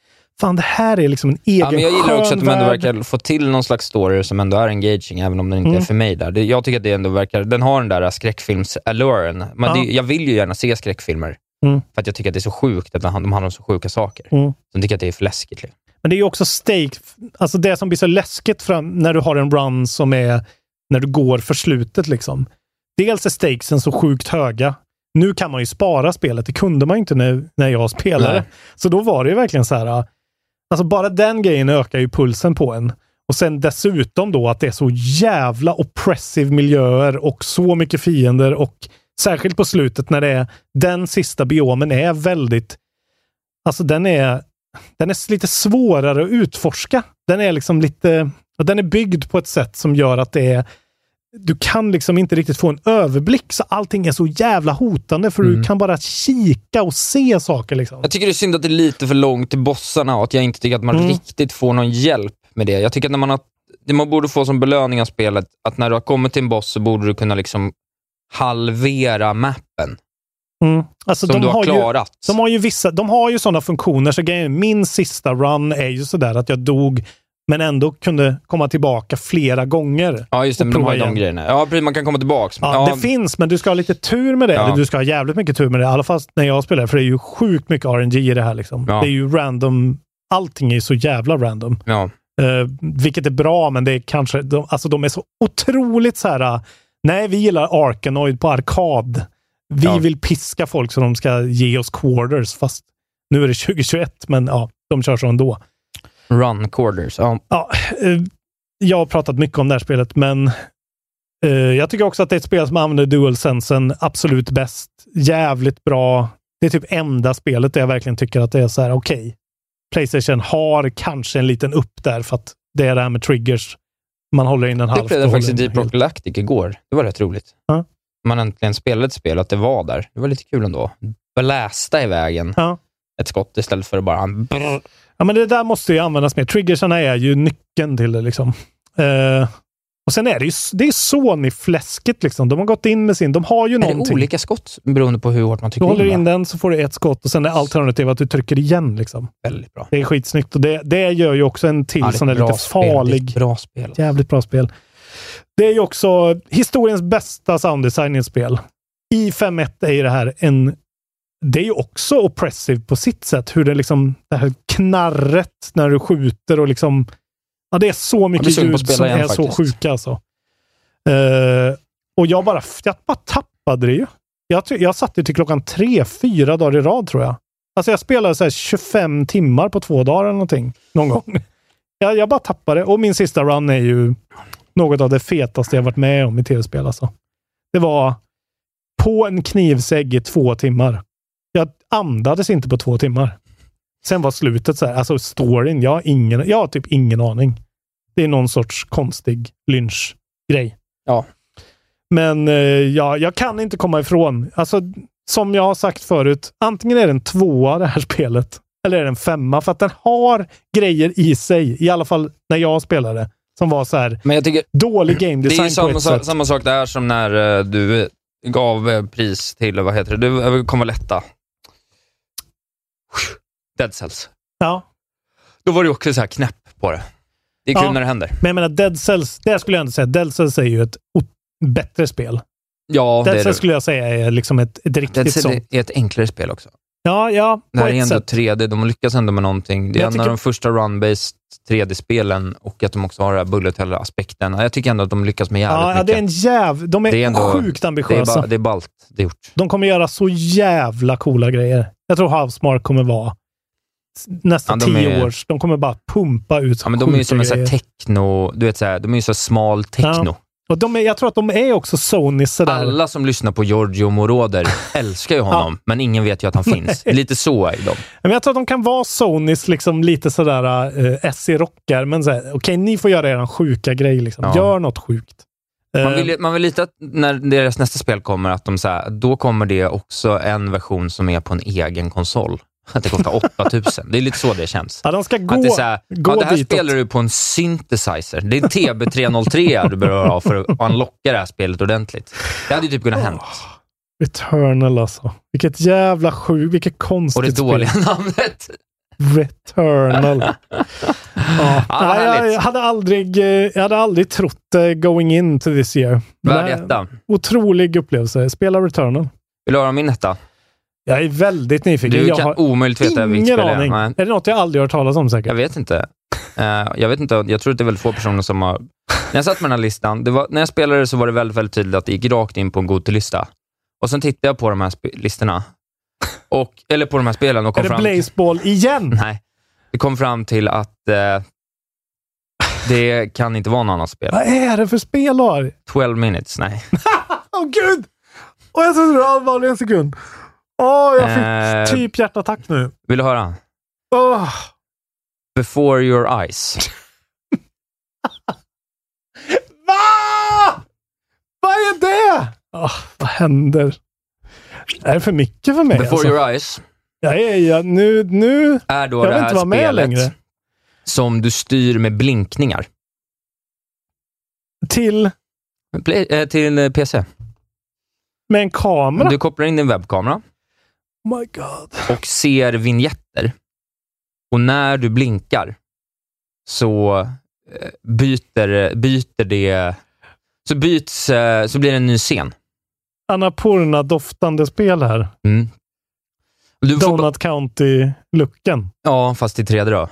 [SPEAKER 7] fan det här är liksom en egen
[SPEAKER 9] Ja, men jag gillar
[SPEAKER 7] skön
[SPEAKER 9] också att de ändå
[SPEAKER 7] värld.
[SPEAKER 9] verkar få till någon slags story som ändå är engaging, även om den inte
[SPEAKER 7] Mm.
[SPEAKER 9] är för mig. där. Det, jag tycker att det ändå verkar, den har den där skräckfilms-alluren. Men
[SPEAKER 7] Ja.
[SPEAKER 9] det, jag vill ju gärna se skräckfilmer,
[SPEAKER 7] Mm.
[SPEAKER 9] för att jag tycker att det är så sjukt att de hand- de handlar om så sjuka saker.
[SPEAKER 7] Mm.
[SPEAKER 9] Så jag tycker att det är för läskigt. Liksom.
[SPEAKER 7] Men det är ju också stake, alltså det som blir så läskigt fram när du har en run som är när du går för slutet liksom. Dels är stakesen så sjukt höga. Nu kan man ju spara spelet. Det kunde man ju inte nu när jag spelade.
[SPEAKER 9] Nej.
[SPEAKER 7] Så då var det ju verkligen så här. ah, Alltså bara den grejen ökar ju pulsen på en. Och sen dessutom då att det är så jävla oppressive miljöer och så mycket fiender och särskilt på slutet när det är den sista biomen är väldigt Alltså den är, den är s- lite svårare att utforska. Den är liksom lite, och den är byggd på ett sätt som gör att det är, du kan liksom inte riktigt få en överblick, så allting är så jävla hotande för du kan bara kika och se saker liksom.
[SPEAKER 9] Jag tycker det är synd att det är lite för långt till bossarna och att jag inte tycker att man
[SPEAKER 7] Mm.
[SPEAKER 9] riktigt får någon hjälp med det. Jag tycker att när man, har, det man borde få som belöning av spelet, att när du har kommit till en boss så borde du kunna liksom halvera mappen.
[SPEAKER 7] Mm. Alltså,
[SPEAKER 9] Som
[SPEAKER 7] de
[SPEAKER 9] du har
[SPEAKER 7] har
[SPEAKER 9] klarat.
[SPEAKER 7] Ju, de har ju, vissa, de har ju sådana funktioner, så grejen är, min sista run är ju sådär att jag dog, men ändå kunde komma tillbaka flera gånger.
[SPEAKER 9] Ja, just det.
[SPEAKER 7] och
[SPEAKER 9] Men de har
[SPEAKER 7] prova
[SPEAKER 9] ju de
[SPEAKER 7] igen.
[SPEAKER 9] grejerna. Ja, precis. Man kan komma tillbaka.
[SPEAKER 7] Ja, Det finns, men du ska ha lite tur med det.
[SPEAKER 9] Ja.
[SPEAKER 7] Eller du ska ha jävligt mycket tur med det. I alla fall när jag spelar, för det är ju sjukt mycket RNG i det här. Liksom.
[SPEAKER 9] Ja.
[SPEAKER 7] Det är ju random. Allting är ju så jävla random.
[SPEAKER 9] ja.
[SPEAKER 7] Eh, vilket är bra, men det är kanske... De, alltså de är så otroligt så här... eh, Nej, vi gillar Arkanoid på arkad. Vi
[SPEAKER 9] Ja.
[SPEAKER 7] vill piska folk så de ska ge oss quarters, fast nu är det 2021, men ja, de kör så ändå.
[SPEAKER 9] Run quarters. Ja.
[SPEAKER 7] Ja, eh, jag har pratat mycket om det här spelet, men eh, jag tycker också att det är ett spel som använder DualSensen absolut bäst. Jävligt bra. Det är typ enda spelet där jag verkligen tycker att det är så här, okej. Playstation har kanske en liten upp där för att det är det här med triggers. Man håller in en halv.
[SPEAKER 9] Det upplevde
[SPEAKER 7] då
[SPEAKER 9] jag faktiskt i
[SPEAKER 7] håller in
[SPEAKER 9] Deep Rock Galactic igår. Det var rätt roligt.
[SPEAKER 7] Ja.
[SPEAKER 9] Man äntligen spelade ett spel och att det var där. Det var lite kul ändå. Blästa i vägen
[SPEAKER 7] Ja.
[SPEAKER 9] ett skott istället för att bara... Brr.
[SPEAKER 7] Ja, men det där måste ju användas mer. Triggersarna är ju nyckeln till det. liksom. Eh, och sen är det ju det är Sony-fläsket. Liksom. De har gått in med sin... De har ju
[SPEAKER 9] Är det
[SPEAKER 7] någonting.
[SPEAKER 9] olika skott beroende på hur hårt man
[SPEAKER 7] Du
[SPEAKER 9] trycker
[SPEAKER 7] håller
[SPEAKER 9] va?
[SPEAKER 7] in den så får du ett skott och sen är alternativet att du trycker igen. Liksom.
[SPEAKER 9] Väldigt bra.
[SPEAKER 7] Det är skitsnyggt och det, det gör ju också en till
[SPEAKER 9] Ja, det är
[SPEAKER 7] sån där
[SPEAKER 9] ett bra
[SPEAKER 7] lite
[SPEAKER 9] spel. Det är ett
[SPEAKER 7] farlig...
[SPEAKER 9] bra spel.
[SPEAKER 7] Jävligt bra spel. Det är ju också historiens bästa sounddesign i ett spel. I 5.1 är ju det här en... Det är ju också oppressive på sitt sätt. Hur det liksom... Det här knarret när du skjuter och liksom... Ja, det är så mycket
[SPEAKER 9] sugen på att
[SPEAKER 7] ljud
[SPEAKER 9] spela
[SPEAKER 7] som
[SPEAKER 9] igen
[SPEAKER 7] är så
[SPEAKER 9] faktiskt.
[SPEAKER 7] sjuka alltså. Eh, och jag bara, jag bara tappade det ju. Jag, ty- jag satt ju till klockan tre, fyra dagar i rad tror jag. Alltså jag spelade så här 25 timmar på två dagar eller någonting. Någon gång. Jag, jag bara tappade det. Och min sista run är ju något av det fetaste jag varit med om i tv-spel. Alltså. Det var på en knivsägg i två timmar. Jag andades inte på två timmar. Sen var slutet så här, alltså storyn, jag har, ingen, jag har typ ingen aning. Det är någon sorts konstig lynchgrej.
[SPEAKER 9] Ja.
[SPEAKER 7] Men eh, ja, jag kan inte komma ifrån. Alltså, som jag har sagt förut, antingen är det en tvåa det här spelet, eller är det en femma, för att den har grejer i sig, i alla fall när jag spelade, som var så här
[SPEAKER 9] Men jag tycker
[SPEAKER 7] dålig game
[SPEAKER 9] det är ju
[SPEAKER 7] design på
[SPEAKER 9] samma,
[SPEAKER 7] ett
[SPEAKER 9] sa-
[SPEAKER 7] sätt.
[SPEAKER 9] samma sak där som när eh, du eh, gav eh, pris till, vad heter det, du eh, Convaletta. Dead Cells.
[SPEAKER 7] Ja,
[SPEAKER 9] Då var det ju också så här knäpp på det. Det är kul
[SPEAKER 7] Ja.
[SPEAKER 9] när det händer.
[SPEAKER 7] men jag menar Dead Cells, där skulle jag inte säga, Dead Cells är ju ett o- bättre spel.
[SPEAKER 9] Ja, det
[SPEAKER 7] Dead
[SPEAKER 9] är det.
[SPEAKER 7] Cells skulle jag säga är liksom ett, ett
[SPEAKER 9] Dead
[SPEAKER 7] riktigt
[SPEAKER 9] Cells
[SPEAKER 7] sånt.
[SPEAKER 9] är ett enklare spel också.
[SPEAKER 7] Ja, ja,
[SPEAKER 9] Det
[SPEAKER 7] på
[SPEAKER 9] här är
[SPEAKER 7] ett
[SPEAKER 9] ändå
[SPEAKER 7] sätt.
[SPEAKER 9] 3D, de lyckas ändå med någonting. Det är en
[SPEAKER 7] Jag
[SPEAKER 9] av
[SPEAKER 7] tycker-
[SPEAKER 9] de första run-based 3D-spelen och att de också har den här bullet hell-aspekten. Jag tycker ändå att de lyckas med jävligt
[SPEAKER 7] Ja, ja,
[SPEAKER 9] mycket.
[SPEAKER 7] det är en jäv... De är,
[SPEAKER 9] Det är ändå-
[SPEAKER 7] sjukt
[SPEAKER 9] det, är
[SPEAKER 7] ambitiösa.
[SPEAKER 9] ba- det är ballt, det är gjort.
[SPEAKER 7] De kommer göra så jävla coola grejer. Jag tror Havsmark kommer vara s- nästa
[SPEAKER 9] Ja, de
[SPEAKER 7] tio
[SPEAKER 9] är-
[SPEAKER 7] års. De kommer bara pumpa ut
[SPEAKER 9] Ja, men de är ju
[SPEAKER 7] sjuka
[SPEAKER 9] som en sån här
[SPEAKER 7] grejer.
[SPEAKER 9] techno, du vet, så här, de är ju så här smal techno.
[SPEAKER 7] Ja. Och de är, jag tror att de är också Sony sådär.
[SPEAKER 9] Alla som lyssnar på Giorgio Moroder älskar ju honom, men ingen vet ju att han finns. Lite så är de.
[SPEAKER 7] Men jag tror att de kan vara Sonys liksom lite sådär uh, SE-rockar, men såhär, okej, ni får göra er sjuka grej. Liksom.
[SPEAKER 9] Ja.
[SPEAKER 7] Gör något sjukt.
[SPEAKER 9] Man
[SPEAKER 7] Eh,
[SPEAKER 9] vill, ju- man vill lite att när deras nästa spel kommer, att de så här, då kommer det också en version som är på en egen konsol. Att det kostar 8000. Det är lite så det känns.
[SPEAKER 7] Ja, de ska gå,
[SPEAKER 9] att det, är så här,
[SPEAKER 7] gå
[SPEAKER 9] ja, det här
[SPEAKER 7] ditåt.
[SPEAKER 9] spelar du på en synthesizer. Det är en TB303 du behöver ha för att unlocka det här spelet ordentligt. Det hade ju typ kunnat hänt.
[SPEAKER 7] Returnal alltså. Vilket jävla sjukt, vilket konstigt
[SPEAKER 9] Och det dåliga
[SPEAKER 7] spel.
[SPEAKER 9] namnet.
[SPEAKER 7] Returnal. ja.
[SPEAKER 9] Ja, vad
[SPEAKER 7] Nej, jag,
[SPEAKER 9] härligt.
[SPEAKER 7] hade aldrig, eh, jag hade aldrig trott det going into this year. Men
[SPEAKER 9] Värd
[SPEAKER 7] det här-
[SPEAKER 9] etta.
[SPEAKER 7] Otrolig upplevelse. Spela Returnal.
[SPEAKER 9] Vill du höra om min etta?
[SPEAKER 7] Jag är väldigt nyfiken.
[SPEAKER 9] Du
[SPEAKER 7] jag
[SPEAKER 9] kan omöjligt veta vilket
[SPEAKER 7] ingen
[SPEAKER 9] spel det är.
[SPEAKER 7] aning.
[SPEAKER 9] Nej.
[SPEAKER 7] Är det något jag aldrig hört talas om säkert?
[SPEAKER 9] Jag vet inte. Eh, jag vet inte, jag tror att det är väldigt få personer som har... När jag satt med den här listan, det var, när jag spelade så var det väldigt, väldigt tydligt att det gick rakt in på en Gotilista. Och sen tittade jag på de här sp- listorna. Och, eller på de här spelen och kom
[SPEAKER 7] Är det
[SPEAKER 9] fram
[SPEAKER 7] Blazeball igen?
[SPEAKER 9] Nej. Vi kom fram till att eh, det kan inte vara något annat spel.
[SPEAKER 7] Vad är det för spel du har?
[SPEAKER 9] 12 minutes, nej.
[SPEAKER 7] Åh gud! Och jag trodde du var allvarlig en sekund. Åh, jag fick
[SPEAKER 9] Eh.
[SPEAKER 7] typ hjärtattack nu.
[SPEAKER 9] Vill du höra?
[SPEAKER 7] Åh.
[SPEAKER 9] Before your eyes.
[SPEAKER 7] Va? Vad är det? Åh, vad händer? Det här är för mycket för mig.
[SPEAKER 9] Before
[SPEAKER 7] alltså.
[SPEAKER 9] your eyes
[SPEAKER 7] jag är, jag, nu, nu.
[SPEAKER 9] är då
[SPEAKER 7] Jag vill
[SPEAKER 9] det
[SPEAKER 7] inte
[SPEAKER 9] här
[SPEAKER 7] vara med längre.
[SPEAKER 9] spelet som du styr med blinkningar.
[SPEAKER 7] Till
[SPEAKER 9] Play, eh, till en eh, PC.
[SPEAKER 7] med en kamera.
[SPEAKER 9] Du kopplar in din webbkamera
[SPEAKER 7] Oh my god.
[SPEAKER 9] och ser vignetter. Och när du blinkar så eh, byter, byter det... Så byts, eh, så blir det en ny scen.
[SPEAKER 7] Annapurna-doftande spel här.
[SPEAKER 9] Mm. Du får,
[SPEAKER 7] Donut County-looken.
[SPEAKER 9] Ja, fast i 3D då.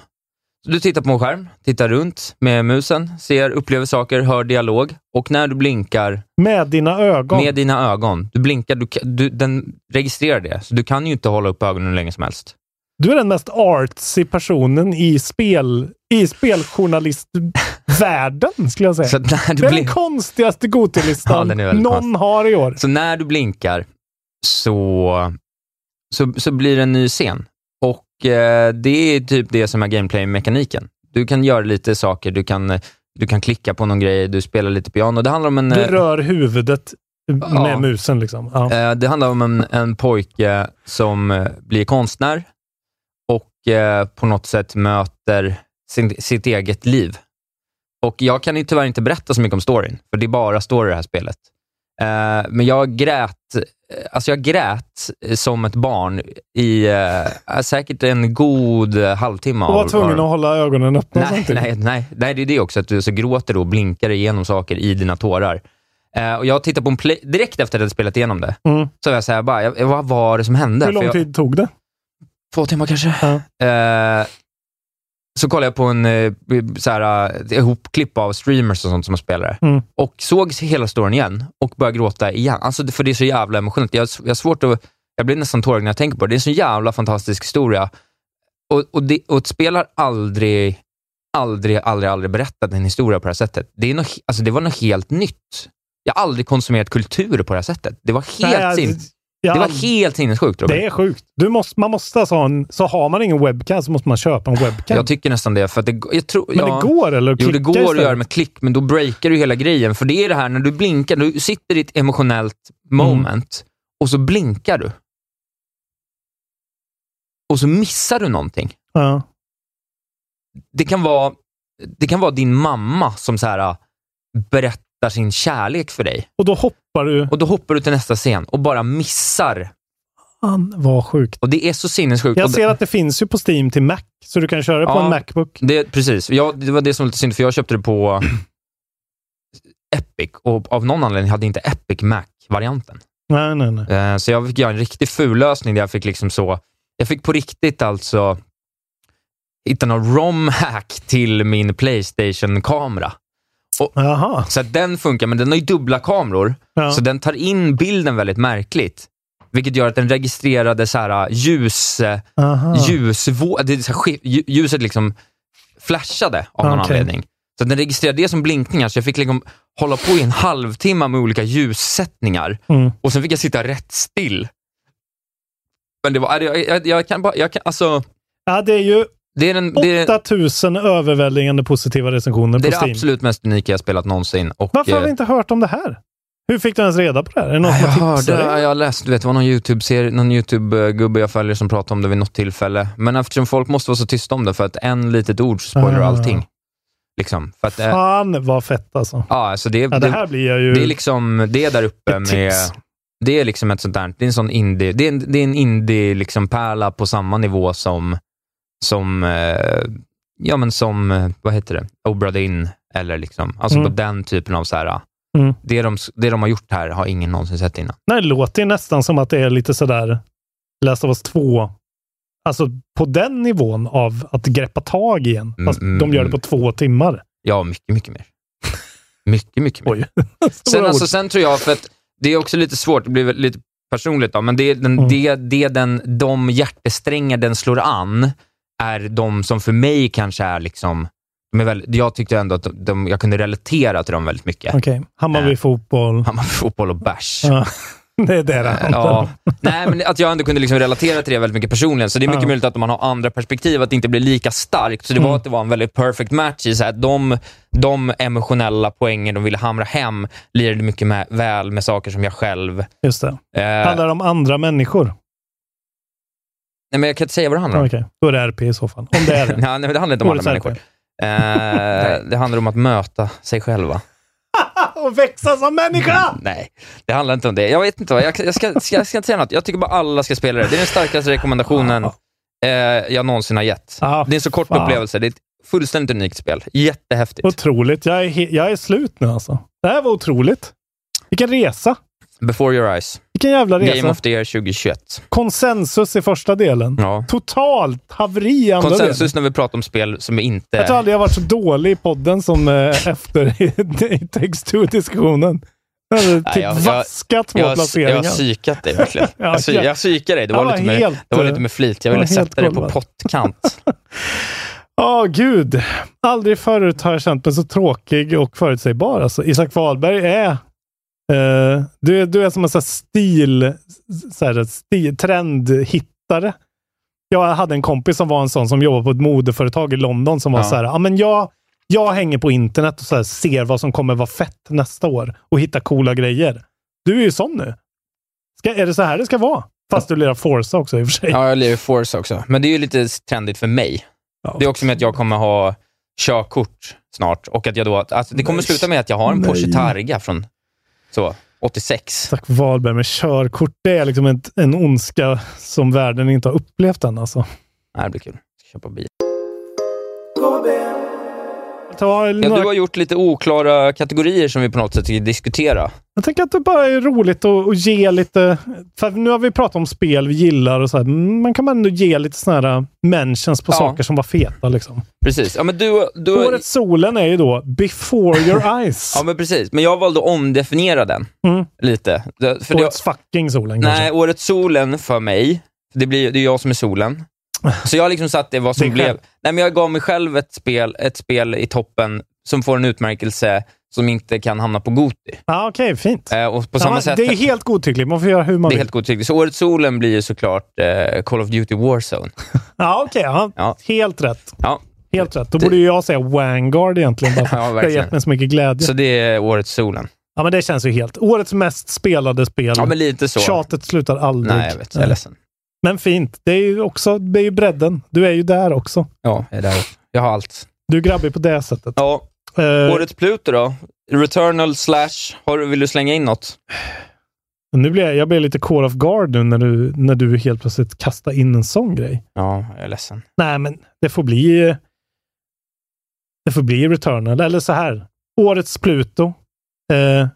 [SPEAKER 9] Så Du tittar på en skärm, tittar runt med musen, ser, upplever saker, hör dialog och när du blinkar
[SPEAKER 7] Med dina ögon.
[SPEAKER 9] med dina ögon, du blinkar, du, ka- du, den registrerar det, så du kan ju inte hålla upp ögonen hur länge som helst.
[SPEAKER 7] Du är den mest artsy personen i, spel, i speljournalistvärlden, skulle jag säga.
[SPEAKER 9] Så att när
[SPEAKER 7] det
[SPEAKER 9] du,
[SPEAKER 7] är den
[SPEAKER 9] blink,
[SPEAKER 7] konstigaste
[SPEAKER 9] Ja,
[SPEAKER 7] Gotilistan
[SPEAKER 9] den är
[SPEAKER 7] någon
[SPEAKER 9] väldigt konstig.
[SPEAKER 7] har i år.
[SPEAKER 9] så när du blinkar så, så, så blir det en ny scen. Och eh, det är typ det som är gameplay-mekaniken. Du kan göra lite saker, du kan, eh, du kan klicka på någon grej, du spelar lite piano. Det handlar om en...
[SPEAKER 7] Du
[SPEAKER 9] eh,
[SPEAKER 7] rör huvudet med
[SPEAKER 9] Ja.
[SPEAKER 7] musen liksom. Ja.
[SPEAKER 9] Eh, Det handlar om en, en pojke som eh, blir konstnär och eh, på något sätt möter sin, sitt eget liv. Och Jag kan ju tyvärr inte berätta så mycket om storyn, för det är bara story i det här spelet. Eh, Men jag grät, eh, alltså jag grät eh, som ett barn i eh, säkert en god eh, halvtimme.
[SPEAKER 7] Och var
[SPEAKER 9] av- av-
[SPEAKER 7] tvungen att hålla ögonen öppna
[SPEAKER 9] Nej,
[SPEAKER 7] samtidigt.
[SPEAKER 9] nej, nej, nej, det är det också, att du så gråter du och blinkar igenom saker i dina tårar. Eh, och jag tittar på en play, direkt efter att jag hade spelat igenom det,
[SPEAKER 7] Mm.
[SPEAKER 9] så var jag såhär, bara, jag, vad var det som hände?
[SPEAKER 7] Hur
[SPEAKER 9] För
[SPEAKER 7] lång
[SPEAKER 9] jag,
[SPEAKER 7] tid tog det?
[SPEAKER 9] Två timmar kanske.
[SPEAKER 7] Ja.
[SPEAKER 9] Eh, så kollade jag på en eh, så här, eh, ihopklipp av streamers och sånt som spelare
[SPEAKER 7] Mm.
[SPEAKER 9] och såg hela storyn igen och började gråta igen. Alltså, det- för det är så jävla emotionellt. Jag, jag, har svårt att, jag blir nästan tårögd när jag tänker på det. Det är en så jävla fantastisk historia och, och, det, och ett spel har aldrig, aldrig, aldrig, aldrig berättat en historia på det här sättet. Det, är något, he- alltså, det var något helt nytt. Jag har aldrig konsumerat kultur på det här sättet. Det var helt,
[SPEAKER 7] Nej,
[SPEAKER 9] sin,
[SPEAKER 7] ja,
[SPEAKER 9] det var helt sinnessjukt, Robert.
[SPEAKER 7] det är sjukt. Du måste, man måste alltså ha en, så har man ingen webcam så måste man köpa en webcam.
[SPEAKER 9] Jag tycker nästan det. För att det g- jag tror,
[SPEAKER 7] men
[SPEAKER 9] ja.
[SPEAKER 7] det går eller?
[SPEAKER 9] Jo, det
[SPEAKER 7] Klicka
[SPEAKER 9] går att
[SPEAKER 7] istället.
[SPEAKER 9] göra med klick, men då breakar du hela grejen. För det är det här när du blinkar, du sitter i ett emotionellt moment och så blinkar du. Och så missar du någonting.
[SPEAKER 7] Ja.
[SPEAKER 9] Det kan vara, det kan vara din mamma som så här, ah, berättar sin kärlek för dig.
[SPEAKER 7] Och då hoppar du.
[SPEAKER 9] Och då hoppar du till nästa scen och bara missar.
[SPEAKER 7] Fan vad sjukt.
[SPEAKER 9] Och det är så sinnessjukt.
[SPEAKER 7] Jag
[SPEAKER 9] Och det-
[SPEAKER 7] ser att det finns ju på Steam till Mac, så du kan köra det på
[SPEAKER 9] Ja.
[SPEAKER 7] en Macbook.
[SPEAKER 9] Det, precis. Ja, det var det som var lite synd, för jag köpte det på Epic och av någon anledning hade inte Epic Mac-varianten.
[SPEAKER 7] Nej, nej, nej.
[SPEAKER 9] Eh, Så jag fick göra en riktig fullösning där jag fick liksom så, jag fick på riktigt alltså hitta någon ROM-hack till min Playstation-kamera.
[SPEAKER 7] Jaha.
[SPEAKER 9] Så att den funkar, men den har ju dubbla kameror,
[SPEAKER 7] Ja.
[SPEAKER 9] så den tar in bilden väldigt märkligt. Vilket gör att den registrerade så här, ljus... eh,
[SPEAKER 7] Aha.
[SPEAKER 9] ljusvå- det är så här, sk- lju- ljuset liksom flashade av någon
[SPEAKER 7] Okej.
[SPEAKER 9] anledning. Så den registrerade det som blinkningar, så jag fick liksom hålla på i en halvtimme med olika ljussättningar
[SPEAKER 7] Mm.
[SPEAKER 9] och sen fick jag sitta rätt still. Men det var, jag, jag, jag kan bara, jag kan, alltså,
[SPEAKER 7] Ja, det är ju
[SPEAKER 9] det är den, det, är-
[SPEAKER 7] 8000 överväldigande positiva recensioner
[SPEAKER 9] det, är
[SPEAKER 7] på
[SPEAKER 9] det
[SPEAKER 7] Steam.
[SPEAKER 9] absolut mest unika jag spelat någonsin. Och,
[SPEAKER 7] Varför har vi
[SPEAKER 9] eh,
[SPEAKER 7] inte hört om det här? Hur fick du ens reda på det här? Är det någon som
[SPEAKER 9] jag
[SPEAKER 7] har tipsat dig?
[SPEAKER 9] hörde, jag läste, du vet, det var någon YouTube-serie, någon YouTube-gubbe jag följer som pratade om det vid något tillfälle. Men eftersom folk måste vara så tysta om det för att en litet ord spoilar
[SPEAKER 7] Ah.
[SPEAKER 9] allting. Liksom, för att, eh,
[SPEAKER 7] Fan vad fett alltså.
[SPEAKER 9] ja, alltså det,
[SPEAKER 7] Ja, det här blir jag ju...
[SPEAKER 9] det är liksom, det är där uppe
[SPEAKER 7] Ett
[SPEAKER 9] med,
[SPEAKER 7] tips.
[SPEAKER 9] det är liksom ett sånt där, det är en sån indie, det är en, det är en indie liksom pärla på samma nivå som, som, eh, ja men som, eh, vad heter det, Obra Dinn eller liksom, alltså
[SPEAKER 7] Mm.
[SPEAKER 9] på den typen av så här, ah,
[SPEAKER 7] Mm.
[SPEAKER 9] det, de, det de har gjort här har ingen någonsin sett innan.
[SPEAKER 7] Nej, det låter ju nästan som att det är lite sådär Last of Us 2. Alltså på den nivån av att greppa tag igen.
[SPEAKER 9] Mm,
[SPEAKER 7] Fast
[SPEAKER 9] mm,
[SPEAKER 7] de gör det på
[SPEAKER 9] mm.
[SPEAKER 7] två timmar.
[SPEAKER 9] Ja, mycket, mycket mer. Mycket, mycket mer.
[SPEAKER 7] Oj.
[SPEAKER 9] Sen,
[SPEAKER 7] Stora
[SPEAKER 9] alltså,
[SPEAKER 7] ord.
[SPEAKER 9] sen tror jag, för att det är också lite svårt, det blir väl lite personligt då, men det är den,
[SPEAKER 7] Mm.
[SPEAKER 9] det, det är den, de hjärtesträngar den slår an är de som för mig kanske är liksom, de är väl, jag tyckte ändå att de, de, jag kunde relatera till dem väldigt mycket.
[SPEAKER 7] Okej, Hammarby
[SPEAKER 9] Eh.
[SPEAKER 7] fotboll.
[SPEAKER 9] Hammarby fotboll och bärs. Eh,
[SPEAKER 7] Ja. Det är det det handlar om.
[SPEAKER 9] Ja. Nej, men att jag ändå kunde liksom relatera till det väldigt mycket personligen. Så det är mycket
[SPEAKER 7] Ja.
[SPEAKER 9] möjligt att om man har andra perspektiv, att det inte blir lika starkt. Så det var att det var en väldigt perfect match i så här, att de, de emotionella poängen de ville hamra hem lirade mycket med, väl med saker som jag själv... Eh,
[SPEAKER 7] Just det. Handlar det om andra människor?
[SPEAKER 9] nej, men jag kan inte säga vad det handlar
[SPEAKER 7] Okej,
[SPEAKER 9] om.
[SPEAKER 7] då är det RP i så fall. Om det är det.
[SPEAKER 9] nej, nej, det handlar inte om
[SPEAKER 7] Då är
[SPEAKER 9] andra
[SPEAKER 7] det
[SPEAKER 9] människor. Eh, det handlar om att möta sig själva.
[SPEAKER 7] Ah, Och växa som människa!
[SPEAKER 9] Nej, det handlar inte om det. Jag vet inte. vad- Jag, jag, ska, jag, ska, jag ska inte säga något. Jag tycker bara alla ska spela det. Det är den starkaste rekommendationen eh, jag någonsin har gett.
[SPEAKER 7] Ah,
[SPEAKER 9] Det är en så kort
[SPEAKER 7] fan.
[SPEAKER 9] upplevelse. Det är ett fullständigt unikt spel. Jättehäftigt.
[SPEAKER 7] Otroligt. Jag är, he- jag är slut nu alltså. Det här var otroligt. Vilken resa.
[SPEAKER 9] Before your eyes.
[SPEAKER 7] Vilken jävla
[SPEAKER 9] Game
[SPEAKER 7] resa.
[SPEAKER 9] of the year 2021.
[SPEAKER 7] Konsensus i första delen.
[SPEAKER 9] Ja.
[SPEAKER 7] Totalt haveri i andra delen.
[SPEAKER 9] Konsensus när vi pratar om spel som inte...
[SPEAKER 7] Jag tror aldrig jag varit så dålig i podden som eh, efter i, i text 2-diskussionen. Jag hade typ
[SPEAKER 9] Nej, jag- jag-
[SPEAKER 7] vaskat två
[SPEAKER 9] jag, jag
[SPEAKER 7] placeringar.
[SPEAKER 9] har psykat dig verkligen.
[SPEAKER 7] Ja,
[SPEAKER 9] jag, psy,
[SPEAKER 7] jag-
[SPEAKER 9] jag psykade dig. Det
[SPEAKER 7] jag
[SPEAKER 9] var,
[SPEAKER 7] var
[SPEAKER 9] lite med,
[SPEAKER 7] helt, eh,
[SPEAKER 9] det var lite med flit. Jag
[SPEAKER 7] jag
[SPEAKER 9] ville
[SPEAKER 7] var helt
[SPEAKER 9] sätta dig på
[SPEAKER 7] golvad.
[SPEAKER 9] pottkant.
[SPEAKER 7] Ja, gud. Aldrig förut har jag känt mig så tråkig och förutsägbar. Alltså, Isak Wahlberg är... eh, du, är du är som en sån här stil, så här, stil... Trendhittare. Jag hade en kompis som var en sån som jobbade på ett modeföretag i London som var
[SPEAKER 9] Ja.
[SPEAKER 7] så här, ja men jag, jag hänger på internet och så här, ser vad som kommer vara fett nästa år och hittar coola grejer. Du är ju sån nu. Ska, är det så här det ska vara? Fast du lirar Forza också i och för sig.
[SPEAKER 9] Ja, jag lever i Force också. Men det är ju lite trendigt för mig. Det är också med att jag kommer ha körkort snart och att jag då... Alltså, det kommer
[SPEAKER 7] Nej.
[SPEAKER 9] sluta med att jag har en
[SPEAKER 7] Nej.
[SPEAKER 9] Porsche Targa från så, 86.
[SPEAKER 7] Isak Wahlberg med körkort, det är liksom en, en ondska som världen inte har upplevt än. Alltså.
[SPEAKER 9] Nej, det blir kul. Jag ska köpa bil.
[SPEAKER 7] Ta
[SPEAKER 9] Ja,
[SPEAKER 7] några,
[SPEAKER 9] du har gjort lite oklara kategorier som vi på något sätt ska diskutera.
[SPEAKER 7] Jag tänker att det bara är roligt att, att ge lite... För nu har vi pratat om spel vi gillar och så här. mm, Man kan man ändå ge lite såna här äh, mentions på
[SPEAKER 9] Ja.
[SPEAKER 7] saker som var feta. Liksom.
[SPEAKER 9] Precis. Ja, men du, du,
[SPEAKER 7] Årets solen är ju då Before your eyes.
[SPEAKER 9] ja, men precis. Men jag valde att omdefiniera den
[SPEAKER 7] Mm.
[SPEAKER 9] lite. Det- För det,
[SPEAKER 7] Årets fucking solen
[SPEAKER 9] nej,
[SPEAKER 7] kanske.
[SPEAKER 9] årets solen för mig, det, blir, det är jag som är solen. Så jag har liksom satt det vad
[SPEAKER 7] Dig
[SPEAKER 9] som blev...
[SPEAKER 7] själv.
[SPEAKER 9] Nej, men jag gav mig själv ett spel, ett spel i toppen som får en utmärkelse som inte kan hamna på Goti.
[SPEAKER 7] Ah, Okej, fint.
[SPEAKER 9] Eh, och på
[SPEAKER 7] Ja,
[SPEAKER 9] samma
[SPEAKER 7] man,
[SPEAKER 9] sätt,
[SPEAKER 7] det är helt godtyckligt. Man får göra hur man
[SPEAKER 9] det är
[SPEAKER 7] vill.
[SPEAKER 9] helt godtyckligt. Så årets solen blir ju såklart eh, Call of Duty Warzone.
[SPEAKER 7] Ja, Okej, ja.
[SPEAKER 9] Ja.
[SPEAKER 7] helt rätt.
[SPEAKER 9] Ja,
[SPEAKER 7] Helt rätt. Då borde ju jag säga Vanguard egentligen. Bara för
[SPEAKER 9] Ja,
[SPEAKER 7] att det har
[SPEAKER 9] verkligen.
[SPEAKER 7] gett mig så mycket glädje.
[SPEAKER 9] så det är årets solen.
[SPEAKER 7] Ja, men det känns ju helt. Årets mest spelade spel.
[SPEAKER 9] Ja, men lite så.
[SPEAKER 7] Tjatet slutar aldrig.
[SPEAKER 9] Nej, jag vet. Jag är ledsen.
[SPEAKER 7] Men fint. Det är ju också det är ju bredden. Du är ju där också.
[SPEAKER 9] Ja, jag är där. Jag har allt.
[SPEAKER 7] Du är grabbig på det sättet.
[SPEAKER 9] Ja,
[SPEAKER 7] Eh,
[SPEAKER 9] årets Pluto då? Returnal slash, har, du- vill du slänga in något?
[SPEAKER 7] Nu blir jag, jag blir lite call of guard nu när du, när du helt plötsligt kastar in en sån grej.
[SPEAKER 9] Ja, jag är ledsen.
[SPEAKER 7] Nej, men det får bli... Det får bli Returnal. Eller så här. Årets Pluto. Eh,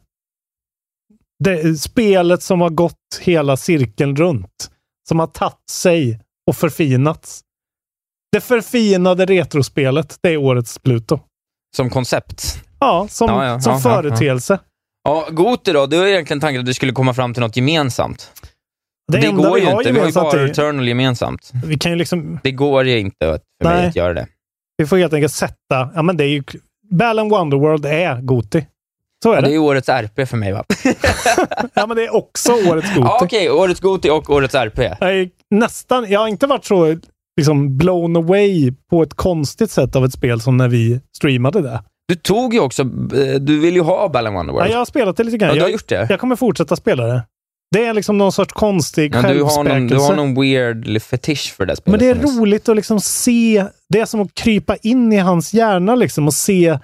[SPEAKER 7] det, spelet som har gått hela cirkeln runt. Som har tagit sig och förfinats. Det förfinade retrospelet, det är årets Pluto.
[SPEAKER 9] Som koncept.
[SPEAKER 7] Ja, som,
[SPEAKER 9] Ja, ja,
[SPEAKER 7] som
[SPEAKER 9] ja, ja, ja.
[SPEAKER 7] företeelse.
[SPEAKER 9] Ja, Goti då? Det var egentligen tanken att du skulle komma fram till något gemensamt.
[SPEAKER 7] Det, enda
[SPEAKER 9] går
[SPEAKER 7] vi
[SPEAKER 9] ju
[SPEAKER 7] har
[SPEAKER 9] inte. Vi har ju
[SPEAKER 7] gemensamt
[SPEAKER 9] bara
[SPEAKER 7] är...
[SPEAKER 9] Returnal gemensamt.
[SPEAKER 7] Vi kan ju liksom...
[SPEAKER 9] Det går ju inte att- för mig
[SPEAKER 7] Nej.
[SPEAKER 9] att göra det.
[SPEAKER 7] Vi får helt enkelt sätta... Ja, men det är ju... Balan Wonderworld är Goti. Så är
[SPEAKER 9] Ja, det är
[SPEAKER 7] det.
[SPEAKER 9] ju årets RP för mig va?
[SPEAKER 7] Ja, men det är också årets Goti.
[SPEAKER 9] Ja, Okej, årets Goti och årets RP.
[SPEAKER 7] Jag är nästan, jag har inte varit så liksom blown away på ett konstigt sätt av ett spel som när vi streamade det.
[SPEAKER 9] Du tog ju också, eh, du vill ju ha Balan Wonderworld.
[SPEAKER 7] Ja, jag har spelat det lite
[SPEAKER 9] Ja,
[SPEAKER 7] grann.
[SPEAKER 9] du har
[SPEAKER 7] jag,
[SPEAKER 9] gjort det.
[SPEAKER 7] jag kommer fortsätta spela det. Det är liksom någon sorts konstig
[SPEAKER 9] Men du, har någon, du
[SPEAKER 7] självspäkelse.
[SPEAKER 9] har någon weird fetish för det spelet.
[SPEAKER 7] Men det är
[SPEAKER 9] Dennis.
[SPEAKER 7] roligt att liksom se, det är som att krypa in i hans hjärna liksom och se,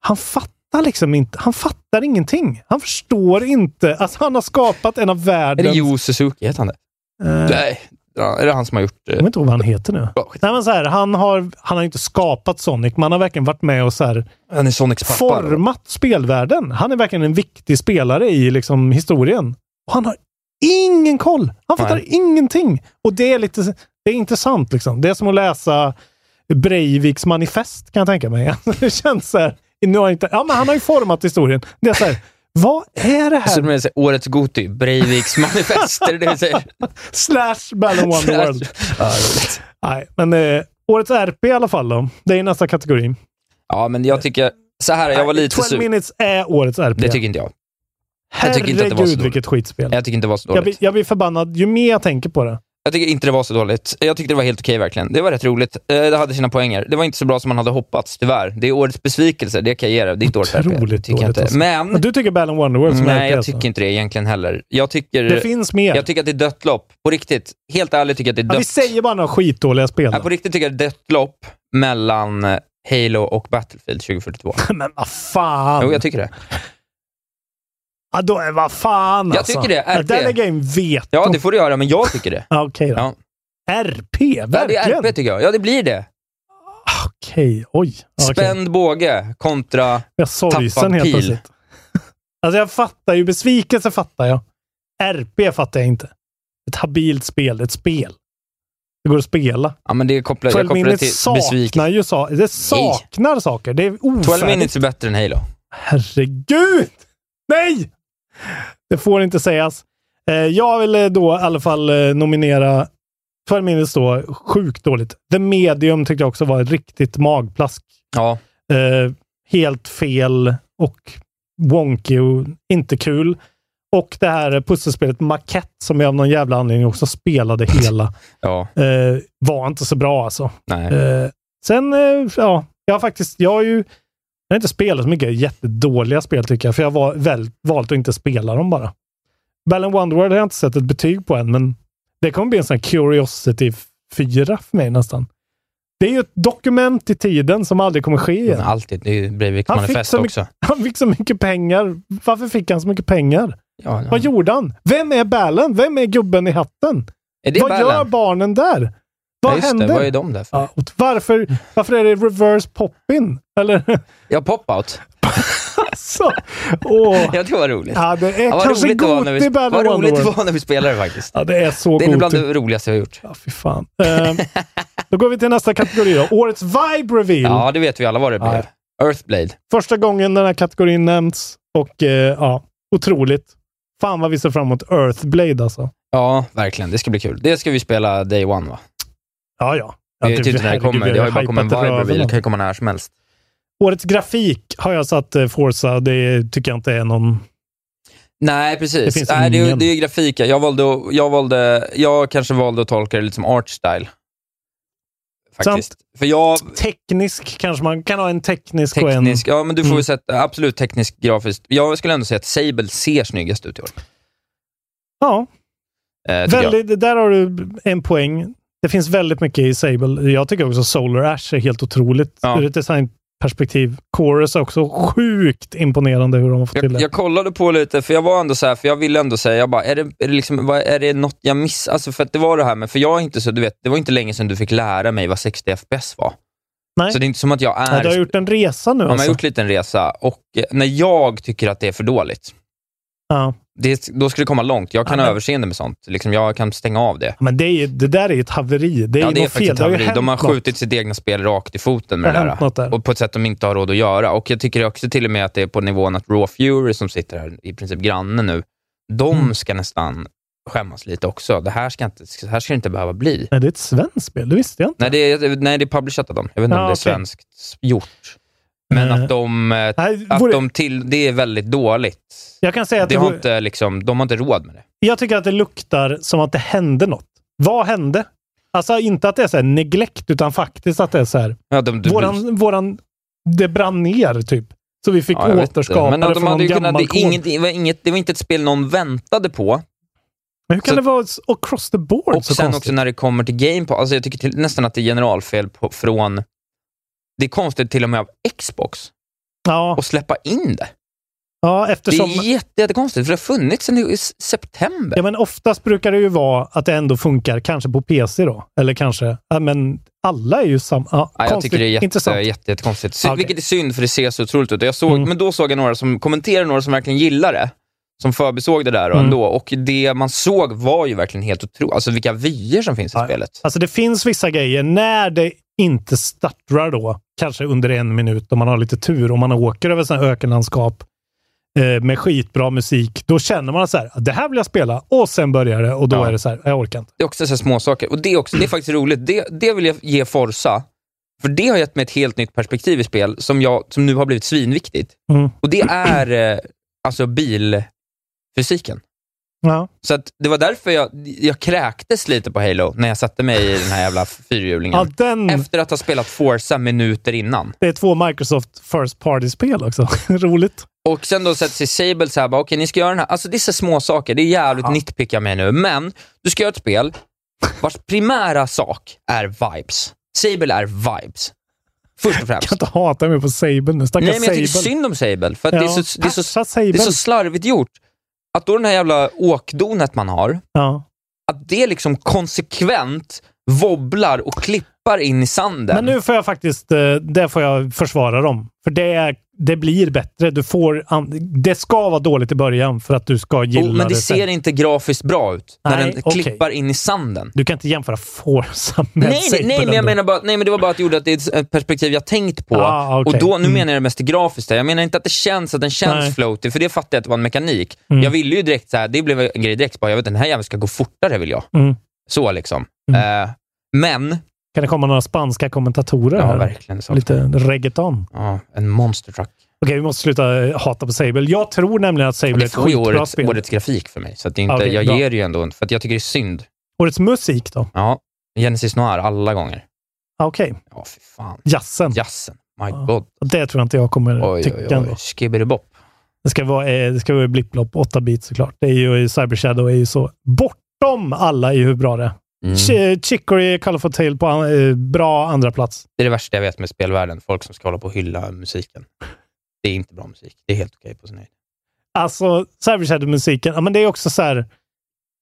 [SPEAKER 7] han fattar liksom inte, han fattar ingenting. Han förstår inte. Alltså han har skapat en av
[SPEAKER 9] Är
[SPEAKER 7] världens... Eh,
[SPEAKER 9] det Jo Suzuki, heter han det? Nej. Ja, är det han som har gjort... eh,
[SPEAKER 7] Jag kommer inte ihåg vad han heter nu. Nej, men så här, han har ju han har ju inte skapat Sonic, men han har verkligen varit med och så här,
[SPEAKER 9] Han är Sonics pappa.
[SPEAKER 7] format spelvärlden. Han är verkligen en viktig spelare i liksom, historien. Och han har ingen koll! Han fattar
[SPEAKER 9] Nej.
[SPEAKER 7] ingenting! Och det är lite det är intressant. Liksom. Det är som att läsa Breiviks manifest, kan jag tänka mig. det känns så här, nu har jag inte, ja, men han har ju format historien. Det är så här, vad är det
[SPEAKER 9] Så
[SPEAKER 7] här?
[SPEAKER 9] du menar så här, årets Goti, Breiviks manifester, det vill säga...
[SPEAKER 7] Slash Battle Wonderworld.
[SPEAKER 9] Ja, roligt.
[SPEAKER 7] Nej, men eh, årets RP i alla fall då. Det är nästa kategori.
[SPEAKER 9] ja, men jag tycker... Så här, jag var lite
[SPEAKER 7] 12
[SPEAKER 9] sur.
[SPEAKER 7] minutes är årets RP.
[SPEAKER 9] Det tycker inte jag. Jag tycker
[SPEAKER 7] Herregud,
[SPEAKER 9] inte att det var så dåligt.
[SPEAKER 7] vilket skitspel.
[SPEAKER 9] Jag tycker inte det var så
[SPEAKER 7] Jag
[SPEAKER 9] dåligt.
[SPEAKER 7] blir, jag blir förbannad ju mer jag tänker på det.
[SPEAKER 9] Jag tycker inte det var så dåligt. Jag tyckte det var helt okej verkligen. Det var rätt roligt. Eh, Det hade sina poänger. Det var inte så bra som man hade hoppats, tyvärr. Det är årets besvikelse, det kan jag ge dig. Det är inte årets RP.
[SPEAKER 7] Otroligt
[SPEAKER 9] Tycker jag
[SPEAKER 7] dåligt.
[SPEAKER 9] inte.
[SPEAKER 7] Alltså.
[SPEAKER 9] Men,
[SPEAKER 7] Och du tycker Battle Wonderworld som
[SPEAKER 9] nej,
[SPEAKER 7] är
[SPEAKER 9] jag tycker inte det egentligen heller. Jag tycker...
[SPEAKER 7] alltså. Det finns mer.
[SPEAKER 9] Jag tycker att det är dött lopp. På riktigt. Helt ärligt tycker jag att det är
[SPEAKER 7] Ja, vi
[SPEAKER 9] dött.
[SPEAKER 7] säger bara några skitdåliga spel.
[SPEAKER 9] Ja, på riktigt tycker jag det är dött lopp mellan eh, Halo och Battlefield 2042.
[SPEAKER 7] Men vad fan!
[SPEAKER 9] Jo, jag tycker det.
[SPEAKER 7] ja, då är vad fan
[SPEAKER 9] Jag
[SPEAKER 7] alltså.
[SPEAKER 9] tycker det,
[SPEAKER 7] Ja,
[SPEAKER 9] RP.
[SPEAKER 7] Där lägger jag in veto.
[SPEAKER 9] Ja, det får du göra, men jag tycker det.
[SPEAKER 7] Ja, Okej då.
[SPEAKER 9] Ja.
[SPEAKER 7] RP?
[SPEAKER 9] Ja, det
[SPEAKER 7] Verkligen? Ah,
[SPEAKER 9] är typ. RP tycker jag. Ja, det blir det.
[SPEAKER 7] Okej, oj. Ja, okej.
[SPEAKER 9] Spänd båge kontra...
[SPEAKER 7] Jag sorgsen
[SPEAKER 9] tappad
[SPEAKER 7] helt
[SPEAKER 9] pil.
[SPEAKER 7] plötsligt. Alltså jag fattar ju. Besvikelse fattar jag. RP fattar jag inte. Ett habilt spel. Ett spel. Det går att spela.
[SPEAKER 9] Ja, men det kopplar, jag
[SPEAKER 7] 12
[SPEAKER 9] kopplar det till
[SPEAKER 7] minutes
[SPEAKER 9] besvikelse.
[SPEAKER 7] saknar ju sa det saknar saker. Det är
[SPEAKER 9] 12
[SPEAKER 7] ofärdigt.
[SPEAKER 9] minutes är bättre än Halo.
[SPEAKER 7] Herregud! Nej! Det får inte sägas. Eh, jag vill eh, då i alla fall eh, nominera 12 minutes då, sjukt dåligt. The Medium tyckte jag också var ett riktigt magplask.
[SPEAKER 9] Ja.
[SPEAKER 7] Eh, helt fel och wonky och inte kul. Och det här eh, pusselspelet Maquette som jag av någon jävla anledning också spelade hela,
[SPEAKER 9] Ja,
[SPEAKER 7] eh, var inte så bra alltså.
[SPEAKER 9] nej.
[SPEAKER 7] Eh, sen, eh, ja, jag har faktiskt, jag har ju, jag har inte spelat så mycket jättedåliga spel tycker jag, för jag har va- väl, valt att inte spela dem bara. Bell and Wonderworld har jag inte sett ett betyg på än, men det kommer bli en sån här Curiosity 4 för mig nästan. Det är ju ett dokument i tiden som aldrig kommer ske igen.
[SPEAKER 9] Men alltid. Det är ju Breiviks
[SPEAKER 7] Han fick
[SPEAKER 9] manifest
[SPEAKER 7] så mycket-
[SPEAKER 9] också.
[SPEAKER 7] Han fick så mycket pengar. Varför fick han så mycket pengar?
[SPEAKER 9] Ja,
[SPEAKER 7] Vad gjorde han? Vem är Ballen? Vem är gubben i hatten?
[SPEAKER 9] är det
[SPEAKER 7] Vad gör barnen där? Vad
[SPEAKER 9] ja, just
[SPEAKER 7] händer?
[SPEAKER 9] Det. Vad är de där för?
[SPEAKER 7] Ja, och varför, varför är det reverse poppin? Eller
[SPEAKER 9] Ja, pop-out.
[SPEAKER 7] alltså. Åh.
[SPEAKER 9] Ja, det var roligt.
[SPEAKER 7] Ja, det är
[SPEAKER 9] Ja, vad
[SPEAKER 7] kanske
[SPEAKER 9] roligt det var när
[SPEAKER 7] Goti
[SPEAKER 9] vi,
[SPEAKER 7] Battle
[SPEAKER 9] vad roligt det
[SPEAKER 7] Wonderworld.
[SPEAKER 9] var när vi spelade faktiskt.
[SPEAKER 7] Ja, det är så
[SPEAKER 9] Det är nog bland
[SPEAKER 7] Goti.
[SPEAKER 9] det roligaste vi har gjort.
[SPEAKER 7] Ja, fy fan. Ehm, då går vi till nästa kategori då. Årets Vibe Reveal.
[SPEAKER 9] Ja, det vet vi alla vad det blev. Earthblade.
[SPEAKER 7] Första gången den här kategorin nämns och eh, ja, otroligt. Fan vad vi ser fram emot Earthblade alltså.
[SPEAKER 9] Ja, verkligen. Det ska bli kul. Det ska vi spela day one, va?
[SPEAKER 7] Ja, ja.
[SPEAKER 9] Vi
[SPEAKER 7] Ja,
[SPEAKER 9] vet ju inte när det
[SPEAKER 7] herregud,
[SPEAKER 9] kommer.
[SPEAKER 7] vi
[SPEAKER 9] Det har ju bara
[SPEAKER 7] hypat
[SPEAKER 9] kommit en vibe
[SPEAKER 7] röven
[SPEAKER 9] reveal. Det
[SPEAKER 7] av
[SPEAKER 9] kan ju komma när som helst.
[SPEAKER 7] Årets grafik har jag satt eh, Forza. Det tycker jag inte är någon...
[SPEAKER 9] Nej, precis.
[SPEAKER 7] Det finns
[SPEAKER 9] Nej, det, är, ju-
[SPEAKER 7] ingen.
[SPEAKER 9] det är ju grafik. ja. Jag, valde, att- jag, valde, jag kanske valde att tolka det lite som art style. Faktiskt. För jag...
[SPEAKER 7] Teknisk kanske man kan ha en teknisk, och en...
[SPEAKER 9] Teknisk, ja men du får
[SPEAKER 7] Mm.
[SPEAKER 9] väl sätta, absolut tekniskt, grafiskt. Jag skulle ändå säga att Sable ser snyggast ut i år.
[SPEAKER 7] Ja,
[SPEAKER 9] Eh, tycker jag.
[SPEAKER 7] väldigt, där har du en poäng. Det finns väldigt mycket i Sable. Jag tycker också Solar Ash är helt otroligt
[SPEAKER 9] Ja.
[SPEAKER 7] ur ett designperspektiv. Chorus är också sjukt imponerande hur de har fått till
[SPEAKER 9] Jag,
[SPEAKER 7] det.
[SPEAKER 9] jag kollade på lite, för jag var ändå så här, för jag ville ändå säga, jag bara, är det, är det, liksom, vad, är det något jag missar? Alltså för att det var det här med, för jag är inte så, du vet, det var inte länge sedan du fick lära mig vad 60 FPS var.
[SPEAKER 7] Nej.
[SPEAKER 9] Så det är inte som att jag
[SPEAKER 7] Ja,
[SPEAKER 9] är...
[SPEAKER 7] du har gjort en resa
[SPEAKER 9] Ja,
[SPEAKER 7] nu
[SPEAKER 9] men jag
[SPEAKER 7] alltså.
[SPEAKER 9] har gjort lite en resa och eh, när jag tycker att det är för dåligt,
[SPEAKER 7] Ja.
[SPEAKER 9] det, då ska det komma långt. Jag kan
[SPEAKER 7] Ja,
[SPEAKER 9] ha
[SPEAKER 7] men-
[SPEAKER 9] överseende med sånt. Liksom, jag kan stänga av det.
[SPEAKER 7] Men det, är, ju- det där är ju ett haveri. Det är
[SPEAKER 9] ja,
[SPEAKER 7] ju
[SPEAKER 9] det är
[SPEAKER 7] något fel.
[SPEAKER 9] faktiskt ett
[SPEAKER 7] Det har ju
[SPEAKER 9] haveri. De har
[SPEAKER 7] hänt något.
[SPEAKER 9] skjutit sitt egna spel rakt i foten med
[SPEAKER 7] Det
[SPEAKER 9] det,
[SPEAKER 7] har hänt något
[SPEAKER 9] där.
[SPEAKER 7] där.
[SPEAKER 9] Och på ett sätt de inte har råd att göra. Och jag tycker också till och med att det är på nivån att Raw Fury, som sitter här i princip granne nu, de
[SPEAKER 7] Mm.
[SPEAKER 9] ska nästan skämmas lite också. Det här ska, inte, så här ska det inte behöva bli.
[SPEAKER 7] Nej, det är ett svenskt spel. Det visste jag inte.
[SPEAKER 9] Nej, det är, nej, det är publishat av dem. Jag vet inte
[SPEAKER 7] Ja,
[SPEAKER 9] om det är
[SPEAKER 7] okej.
[SPEAKER 9] svenskt gjort. Men
[SPEAKER 7] Eh,
[SPEAKER 9] att de... eh,
[SPEAKER 7] Nej,
[SPEAKER 9] Att
[SPEAKER 7] vore-
[SPEAKER 9] de till, det är väldigt dåligt.
[SPEAKER 7] Jag kan säga att
[SPEAKER 9] Det
[SPEAKER 7] det
[SPEAKER 9] har
[SPEAKER 7] vore-
[SPEAKER 9] inte, liksom, de har inte råd med det.
[SPEAKER 7] Jag tycker att det luktar som att det hände något. Vad hände? Alltså inte att det är så här neglect, utan faktiskt att det är så här.
[SPEAKER 9] Ja, de, de,
[SPEAKER 7] Våran, våran det brann ner typ. Så vi fick
[SPEAKER 9] Ja, jag vet inte.
[SPEAKER 7] återskapa
[SPEAKER 9] Men
[SPEAKER 7] det
[SPEAKER 9] de
[SPEAKER 7] från
[SPEAKER 9] hade
[SPEAKER 7] någon
[SPEAKER 9] ju kunnat,
[SPEAKER 7] gammal
[SPEAKER 9] det,
[SPEAKER 7] kod.
[SPEAKER 9] inget, det, var inget, det var inte ett spel någon väntade på.
[SPEAKER 7] Men hur kan
[SPEAKER 9] så-
[SPEAKER 7] det vara s- across the board
[SPEAKER 9] Och
[SPEAKER 7] så
[SPEAKER 9] sen
[SPEAKER 7] konstigt?
[SPEAKER 9] också när det kommer till game på, alltså jag tycker till, nästan att det är generalfel på, från... Det är konstigt till och med av Xbox
[SPEAKER 7] ja.
[SPEAKER 9] att släppa in det.
[SPEAKER 7] ja, eftersom...
[SPEAKER 9] Det är jätte, jättekonstigt, för det har funnits sedan i s- september.
[SPEAKER 7] Ja, men oftast brukar det ju vara att det ändå funkar, kanske på PC då. Eller kanske... Ja, men alla är ju samma. Ja,
[SPEAKER 9] Ja, jag
[SPEAKER 7] konstigt.
[SPEAKER 9] tycker det är jätte,
[SPEAKER 7] Intressant. Mm.
[SPEAKER 9] jätte, jättekonstigt. Sy-
[SPEAKER 7] Okej.
[SPEAKER 9] Vilket är synd, för det ser så otroligt ut. Jag såg, Men då såg jag några som kommenterade, några som verkligen gillade det. Som förbisåg det där och
[SPEAKER 7] Mm.
[SPEAKER 9] ändå. Och det man såg var ju verkligen helt otroligt. Alltså vilka vyer som finns i spelet.
[SPEAKER 7] Alltså det finns vissa grejer när det inte startar då, kanske under en minut om man har lite tur, om man åker över sådana ökenlandskap eh, med skitbra musik, då känner man så här, det här vill jag spela och sen börjar det och då
[SPEAKER 9] Ja.
[SPEAKER 7] är det så här, jag orkar inte.
[SPEAKER 9] Det är också så här små saker. Och det är, också, det är faktiskt roligt. Det, det vill jag ge Forza. För det har gett mig ett helt nytt perspektiv i spel som, jag, som nu har blivit svinviktigt.
[SPEAKER 7] Mm.
[SPEAKER 9] Och det är eh, alltså bilfysiken.
[SPEAKER 7] Ja.
[SPEAKER 9] Så att det var därför jag, jag kräktes lite på Halo när jag satte mig i den här jävla fyrhjulingen.
[SPEAKER 7] Ja, den,
[SPEAKER 9] Efter att ha spelat Forza minuter innan.
[SPEAKER 7] det är två Microsoft First Party-spel också. Roligt.
[SPEAKER 9] Och sen då sätter sig Sable så här, bara, okej ni ska göra den här. Alltså det är så små saker. det är jävligt nitpicka med nu. Men du ska göra ett spel vars primära sak är vibes. Sable är vibes. Först och främst.
[SPEAKER 7] Jag kan inte hata mig på Saben nu. Stackars
[SPEAKER 9] Nej men jag tycker
[SPEAKER 7] Saben.
[SPEAKER 9] synd om Sable, för att det, är så, det, är så,
[SPEAKER 7] Passa Saben.
[SPEAKER 9] det är så slarvigt gjort. Att då den här jävla åkdonet man har,
[SPEAKER 7] Ja.
[SPEAKER 9] att det liksom konsekvent wobblar och klippar in i sanden.
[SPEAKER 7] Men nu får jag faktiskt, eh, där får jag försvara dem. För det, det blir bättre. Du får, an- det ska vara dåligt i början för att du ska gilla
[SPEAKER 9] Jo, men det
[SPEAKER 7] det sen.
[SPEAKER 9] ser inte grafiskt bra ut när
[SPEAKER 7] Nej,
[SPEAKER 9] den
[SPEAKER 7] okej.
[SPEAKER 9] klippar in i sanden.
[SPEAKER 7] Du kan inte jämföra Forza
[SPEAKER 9] Nej,
[SPEAKER 7] med
[SPEAKER 9] nej,
[SPEAKER 7] Saber
[SPEAKER 9] nej, men
[SPEAKER 7] ändå.
[SPEAKER 9] jag menar bara, nej, men det var bara att det gjorde att det är ett perspektiv jag tänkt på.
[SPEAKER 7] Ah, okej.
[SPEAKER 9] Och då, nu
[SPEAKER 7] Mm.
[SPEAKER 9] menar jag det mest grafiskt. där. Jag menar inte att det känns, att den känns
[SPEAKER 7] Nej.
[SPEAKER 9] floaty, för det fattade jag att det var en mekanik.
[SPEAKER 7] Mm.
[SPEAKER 9] Jag ville ju direkt så här, det blev en grej direkt, bara, jag vet den här jäveln ska gå fortare vill jag.
[SPEAKER 7] Mm.
[SPEAKER 9] Så liksom. Eh, men,
[SPEAKER 7] Kan det komma några spanska kommentatorer
[SPEAKER 9] ja
[SPEAKER 7] här?
[SPEAKER 9] verkligen. Så.
[SPEAKER 7] Lite reggaeton.
[SPEAKER 9] Ja, en monster truck.
[SPEAKER 7] Okej, vi måste sluta eh, hata på Sable. Jag tror nämligen att Sable är
[SPEAKER 9] Det
[SPEAKER 7] ett
[SPEAKER 9] får ju
[SPEAKER 7] skitbra
[SPEAKER 9] årets,
[SPEAKER 7] spel.
[SPEAKER 9] årets grafik för mig, så att det är inte,
[SPEAKER 7] Okej,
[SPEAKER 9] jag
[SPEAKER 7] bra.
[SPEAKER 9] ger det ju ändå, för att jag tycker det är synd.
[SPEAKER 7] Årets musik då?
[SPEAKER 9] Ja, Genesis Noir alla gånger.
[SPEAKER 7] Ah, Okej,
[SPEAKER 9] Ja, fy fan.
[SPEAKER 7] Mm. jazzen.
[SPEAKER 9] Jazzen. My
[SPEAKER 7] Ja.
[SPEAKER 9] god.
[SPEAKER 7] Och Det tror jag inte jag kommer
[SPEAKER 9] Oj,
[SPEAKER 7] tycka.
[SPEAKER 9] oj,
[SPEAKER 7] Mm. ändå.
[SPEAKER 9] oj. Skibberibop.
[SPEAKER 7] Det ska vara, eh, det ska vara blipplopp, 8 bit såklart. Det är ju, eh, Cyber Shadow är ju så bortom alla i hur bra det är.
[SPEAKER 9] Mm.
[SPEAKER 7] Ch- Chicory Colorful Tale på an- eh, bra andra plats.
[SPEAKER 9] Det är det värsta jag vet med spelvärlden. Folk som ska hålla på och hylla musiken. Det är inte bra musik. Det är helt okej på sin egen.
[SPEAKER 7] Alltså, Cyber Shadow-musiken, ja, men det är också så här...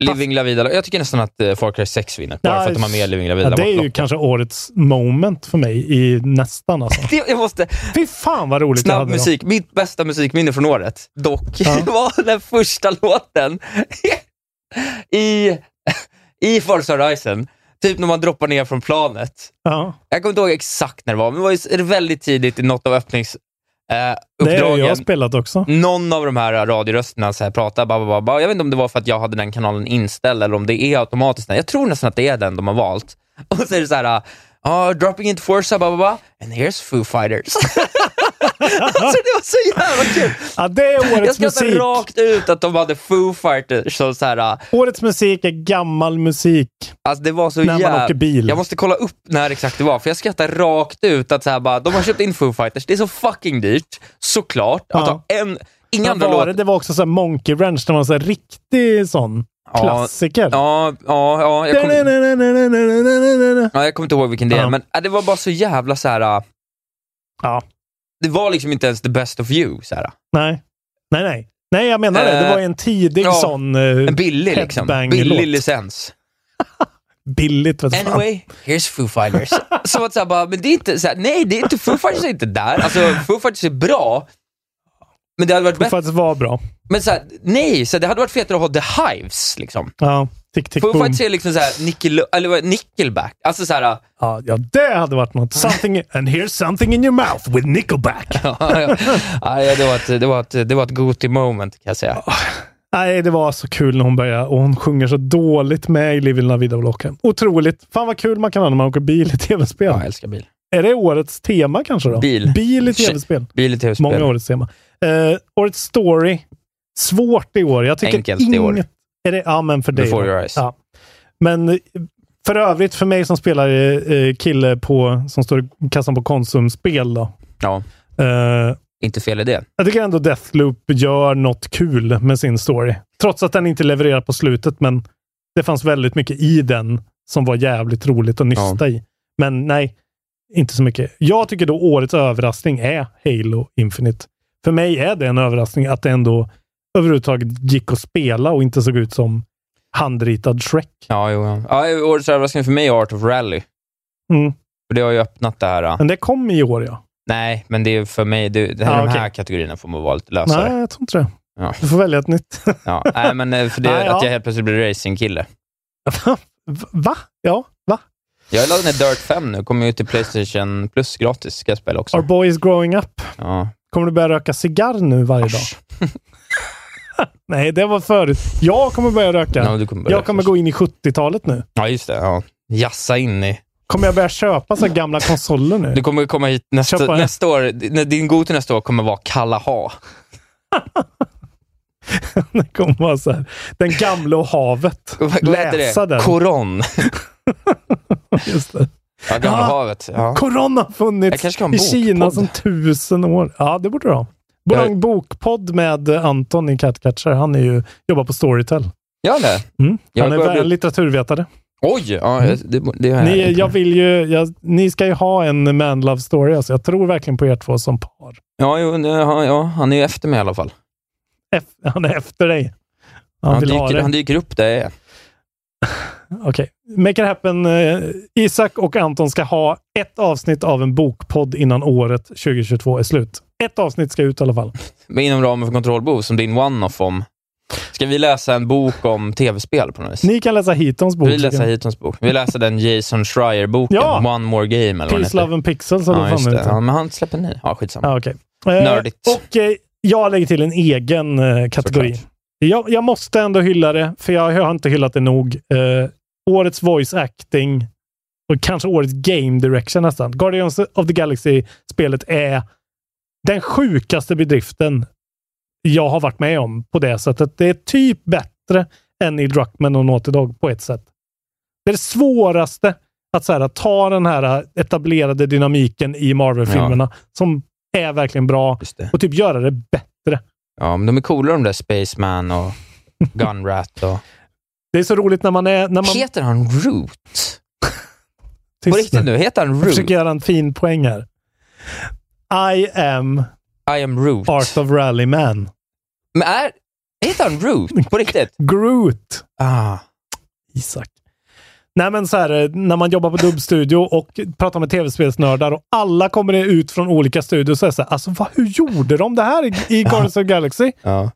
[SPEAKER 9] Living La Vida. Jag tycker nästan att eh, Far Cry 6 vinner. Bara för att de har med Living La Vida.
[SPEAKER 7] ja, Det är ju
[SPEAKER 9] bortlock.
[SPEAKER 7] kanske årets moment för mig i nästan alltså.
[SPEAKER 9] Det- jag måste,
[SPEAKER 7] Fy fan vad roligt jag
[SPEAKER 9] snabb
[SPEAKER 7] hade då.
[SPEAKER 9] musik. Mitt bästa musikminne från året, dock,
[SPEAKER 7] Ja.
[SPEAKER 9] var den första låten i, i Forza Horizon. Typ när man droppar ner från planet.
[SPEAKER 7] Ja.
[SPEAKER 9] Jag kommer inte ihåg exakt när det var, men det var ju väldigt tidigt i något av öppningsuppdragen. Eh,
[SPEAKER 7] Det har jag
[SPEAKER 9] uppdragen. Mm.
[SPEAKER 7] spelat också.
[SPEAKER 9] någon av de här äh, radiorösterna så här pratar, ba, ba, ba, ba. jag vet inte om det var för att jag hade den kanalen inställd eller om det är automatiskt. Jag tror nästan att det är den de har valt. Och så är det så här, ah, dropping into Forza, ba, ba, ba. and here's Foo Fighters. alltså det var så jävla kul.
[SPEAKER 7] Ja, det är
[SPEAKER 9] Jag
[SPEAKER 7] årets
[SPEAKER 9] skrattade
[SPEAKER 7] musik.
[SPEAKER 9] rakt ut att de hade Foo Fighters. Så så här, ah,
[SPEAKER 7] Årets musik är gammal musik.
[SPEAKER 9] Alltså det var så
[SPEAKER 7] När man
[SPEAKER 9] jäv-
[SPEAKER 7] åker bil.
[SPEAKER 9] Jag måste kolla upp när exakt det var, för jag skrattar rakt ut att så här bara, de har köpt in Foo Fighters, det är så fucking dyrt, såklart. Att
[SPEAKER 7] Ja.
[SPEAKER 9] ha en, inga
[SPEAKER 7] Vad
[SPEAKER 9] andra
[SPEAKER 7] var
[SPEAKER 9] låtar.
[SPEAKER 7] det? det var också så här Monkey Ranch, det var en så här riktig sån
[SPEAKER 9] Ja.
[SPEAKER 7] klassiker.
[SPEAKER 9] Ja, ja, ja. Jag kommer
[SPEAKER 7] Da-da-da-da-da-da-da-da-da-da.
[SPEAKER 9] ja, jag kommer inte ihåg vilken det är,
[SPEAKER 7] Ja.
[SPEAKER 9] men äh, det var bara så jävla så här. äh,
[SPEAKER 7] Ja.
[SPEAKER 9] Det var liksom inte ens the best of you. Så här. äh,
[SPEAKER 7] Nej. Nej, nej. Nej, jag menar det. Det
[SPEAKER 9] Eh,
[SPEAKER 7] var en tidig
[SPEAKER 9] ja,
[SPEAKER 7] sån... eh,
[SPEAKER 9] En billig liksom.
[SPEAKER 7] Headbang-låt.
[SPEAKER 9] Billig licens.
[SPEAKER 7] billigt. Vet du fan.
[SPEAKER 9] Anyway, here's Foo Fighters. så att så här, bara, men det är inte så här, nej, det är inte, Foo Fighters är inte där. Alltså, Foo Fighters är bra, men det hade varit
[SPEAKER 7] Det
[SPEAKER 9] bättre.
[SPEAKER 7] faktiskt var bra.
[SPEAKER 9] Men så här, nej, så här, det hade varit fetare att ha The Hives. Liksom.
[SPEAKER 7] Ja, tick, tick,
[SPEAKER 9] Foo
[SPEAKER 7] boom.
[SPEAKER 9] Fighters är liksom så här, nickel, eller, vad- Nickelback. Alltså så här,
[SPEAKER 7] Ja, ja, det hade varit något. Something, and here's something in your mouth with Nickelback.
[SPEAKER 9] ja, ja, ja, det var ett, det var ett, det var ett goty moment kan jag säga.
[SPEAKER 7] Nej, det var så kul när hon började och hon sjunger så dåligt med i Living La Vida Loca. Otroligt. Fan vad kul man kan ha när man åker bil i tv-spel.
[SPEAKER 9] Ja, jag älskar bil.
[SPEAKER 7] Är det årets tema kanske då?
[SPEAKER 9] Bil.
[SPEAKER 7] Bil i tv-spel.
[SPEAKER 9] Bil i tv-spel.
[SPEAKER 7] Många årets tema. Eh, årets story. Svårt i år. Jag tycker
[SPEAKER 9] Enkelt
[SPEAKER 7] inget...
[SPEAKER 9] i år.
[SPEAKER 7] Är det... Ja, men för dig.
[SPEAKER 9] Before
[SPEAKER 7] då.
[SPEAKER 9] your eyes.
[SPEAKER 7] Ja. Men eh, för övrigt, för mig som spelar eh, eh, kille på, som står i kassan på Konsumspel, då,
[SPEAKER 9] Ja.
[SPEAKER 7] Eh,
[SPEAKER 9] Inte fel idé.
[SPEAKER 7] jag tycker ändå Deathloop gör något kul med sin story. Trots att den inte levererar på slutet, men det fanns väldigt mycket i den som var jävligt roligt att nysta i. Men nej, inte så mycket. Jag tycker då årets överraskning är Halo Infinite. För mig är det en överraskning att det ändå överhuvudtaget gick att spela och inte såg ut som handritad Shrek.
[SPEAKER 9] Ja, jo, ja. ja årets överraskning för mig är Art of Rally.
[SPEAKER 7] Mm.
[SPEAKER 9] För det har ju öppnat det här. ja.
[SPEAKER 7] Men det kom i år, ja.
[SPEAKER 9] Nej, men det är för mig, det, det här,
[SPEAKER 7] Ja,
[SPEAKER 9] de här
[SPEAKER 7] okej.
[SPEAKER 9] kategorierna får man vara lite lösare.
[SPEAKER 7] Nej, jag tror inte det.
[SPEAKER 9] Ja.
[SPEAKER 7] Du får välja ett nytt.
[SPEAKER 9] Ja. Nej, men eh, för det,
[SPEAKER 7] Nej, ja.
[SPEAKER 9] att jag helt plötsligt blir racingkille.
[SPEAKER 7] Va? Ja, va?
[SPEAKER 9] Jag laddar ner Dirt 5 nu, kommer ju till Playstation Plus gratis, ska jag spela också.
[SPEAKER 7] Our boy is growing up.
[SPEAKER 9] Ja.
[SPEAKER 7] Kommer du börja röka cigarr nu varje dag? Nej, det var förut. Jag kommer börja röka.
[SPEAKER 9] Ja, du kommer börja
[SPEAKER 7] jag kommer gå in i 70-talet nu.
[SPEAKER 9] ja, just det. Ja. Jassa in i...
[SPEAKER 7] Kommer jag börja köpa så här gamla konsoler nu?
[SPEAKER 9] Du kommer komma hit nästa,
[SPEAKER 7] Köpa-
[SPEAKER 9] nästa år. Din- Din Gothi nästa år kommer vara Kalaha.
[SPEAKER 7] Det kommer vara så här. Den gamla och havet.
[SPEAKER 9] Vad heter
[SPEAKER 7] Läsa
[SPEAKER 9] det?
[SPEAKER 7] den.
[SPEAKER 9] Koron.
[SPEAKER 7] Just det.
[SPEAKER 9] Ja, Gamla
[SPEAKER 7] Ja.
[SPEAKER 9] havet. Ja.
[SPEAKER 7] Koron har
[SPEAKER 9] Jag
[SPEAKER 7] funnits
[SPEAKER 9] kanske ska ha en
[SPEAKER 7] i Kina
[SPEAKER 9] bokpodd.
[SPEAKER 7] som tusen år. Ja, det borde du ha. Borde
[SPEAKER 9] Jag-
[SPEAKER 7] ha en bokpodd med eh, Anton i Catcatcher. Han är ju, jobbar på Storytel.
[SPEAKER 9] Gör det?
[SPEAKER 7] Mm.
[SPEAKER 9] Jag
[SPEAKER 7] Han är
[SPEAKER 9] börjar
[SPEAKER 7] väl
[SPEAKER 9] bli-
[SPEAKER 7] litteraturvetare. Mm.
[SPEAKER 9] Oj! Ja, jag- det, det har jag
[SPEAKER 7] Ni,
[SPEAKER 9] inte.
[SPEAKER 7] jag vill ju, jag, ni ska ju ha en man love story. Alltså. Jag tror verkligen på er två som par.
[SPEAKER 9] Ja, jo, det- ja, ja, han är ju efter mig i alla fall.
[SPEAKER 7] F, han är efter dig. Han,
[SPEAKER 9] Han
[SPEAKER 7] vill ha
[SPEAKER 9] dyker,
[SPEAKER 7] det.
[SPEAKER 9] han dyker upp där jag är.
[SPEAKER 7] Okej. Make it happen. eh, Isak och Anton ska ha ett avsnitt av en bokpodd innan året 2022 är slut. Ett avsnitt ska ut i alla fall.
[SPEAKER 9] Men inom ramen för kontrollbehov, som din one-off om. Ska vi läsa en bok om tv-spel på något vis?
[SPEAKER 7] Ni kan läsa Hitons bok.
[SPEAKER 9] Vi läser Hitons bok. Vi läser den Jason Schreier-boken,
[SPEAKER 7] Ja.
[SPEAKER 9] One More Game eller vad den
[SPEAKER 7] Peace,
[SPEAKER 9] heter.
[SPEAKER 7] Love and Pixels eller
[SPEAKER 9] Ja,
[SPEAKER 7] vad
[SPEAKER 9] just
[SPEAKER 7] fan
[SPEAKER 9] det.
[SPEAKER 7] det heter.
[SPEAKER 9] Ja, men han släpper en ny. Ja, skitsamma.
[SPEAKER 7] Ja, okej. Eh,
[SPEAKER 9] Nördigt.
[SPEAKER 7] Och eh, jag lägger till en egen eh, kategori. Jag, jag måste ändå hylla det, för jag, har inte hyllat det nog. Eh, årets voice acting och kanske årets game direction nästan. Guardians of the Galaxy-spelet är den sjukaste bedriften jag har varit med om på det sättet. Det är typ bättre än i Druckman och Naughty Dog på ett sätt. Det är det svåraste att, så här, att ta den här eh, etablerade dynamiken i Marvel-filmerna som är verkligen bra
[SPEAKER 9] Just det.
[SPEAKER 7] och typ göra det bättre.
[SPEAKER 9] Ja, men de är coola de där Spaceman och Gunrat och...
[SPEAKER 7] Det är så roligt när man är... När man,
[SPEAKER 9] Heter han Root? På
[SPEAKER 7] Tyst
[SPEAKER 9] riktigt nu, heter han
[SPEAKER 7] Jag försöker
[SPEAKER 9] Root?
[SPEAKER 7] göra en fin poäng här. I am
[SPEAKER 9] I am Root.
[SPEAKER 7] Art of Rally Man.
[SPEAKER 9] Men är... Heter han Root? På riktigt?
[SPEAKER 7] Groot.
[SPEAKER 9] Ah.
[SPEAKER 7] Isak. Nej, men så här, eh, när man jobbar på dubbstudio och pratar med tv-spelsnördar och alla kommer ut från olika studios så är det så här, alltså vad, hur gjorde de det här i, i Guardians of the Galaxy?
[SPEAKER 9] Ja.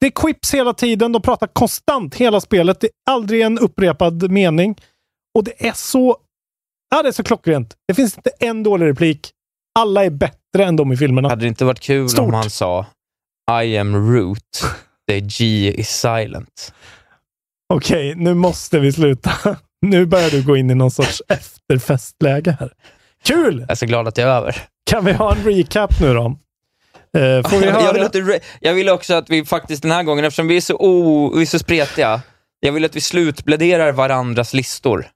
[SPEAKER 7] Det är quips hela tiden, de pratar konstant hela spelet. Det är aldrig en upprepad mening. Och det är så... Ja, det är så klockrent. Det finns inte en dålig replik. Alla är bättre än de i filmerna.
[SPEAKER 9] Hade det inte varit kul
[SPEAKER 7] Stort.
[SPEAKER 9] om han sa I am Root, the G is silent?
[SPEAKER 7] Okej, nu måste vi sluta. Nu börjar du gå in i någon sorts efterfestläge här. Kul!
[SPEAKER 9] Jag är så glad att det är över.
[SPEAKER 7] Kan vi ha en recap nu då? Eh, får vi
[SPEAKER 9] Jag vill,
[SPEAKER 7] höra?
[SPEAKER 9] att du, jag vill också att vi faktiskt den här gången, eftersom vi är så, o, vi är så spretiga, jag vill att vi slutpläderar varandras listor.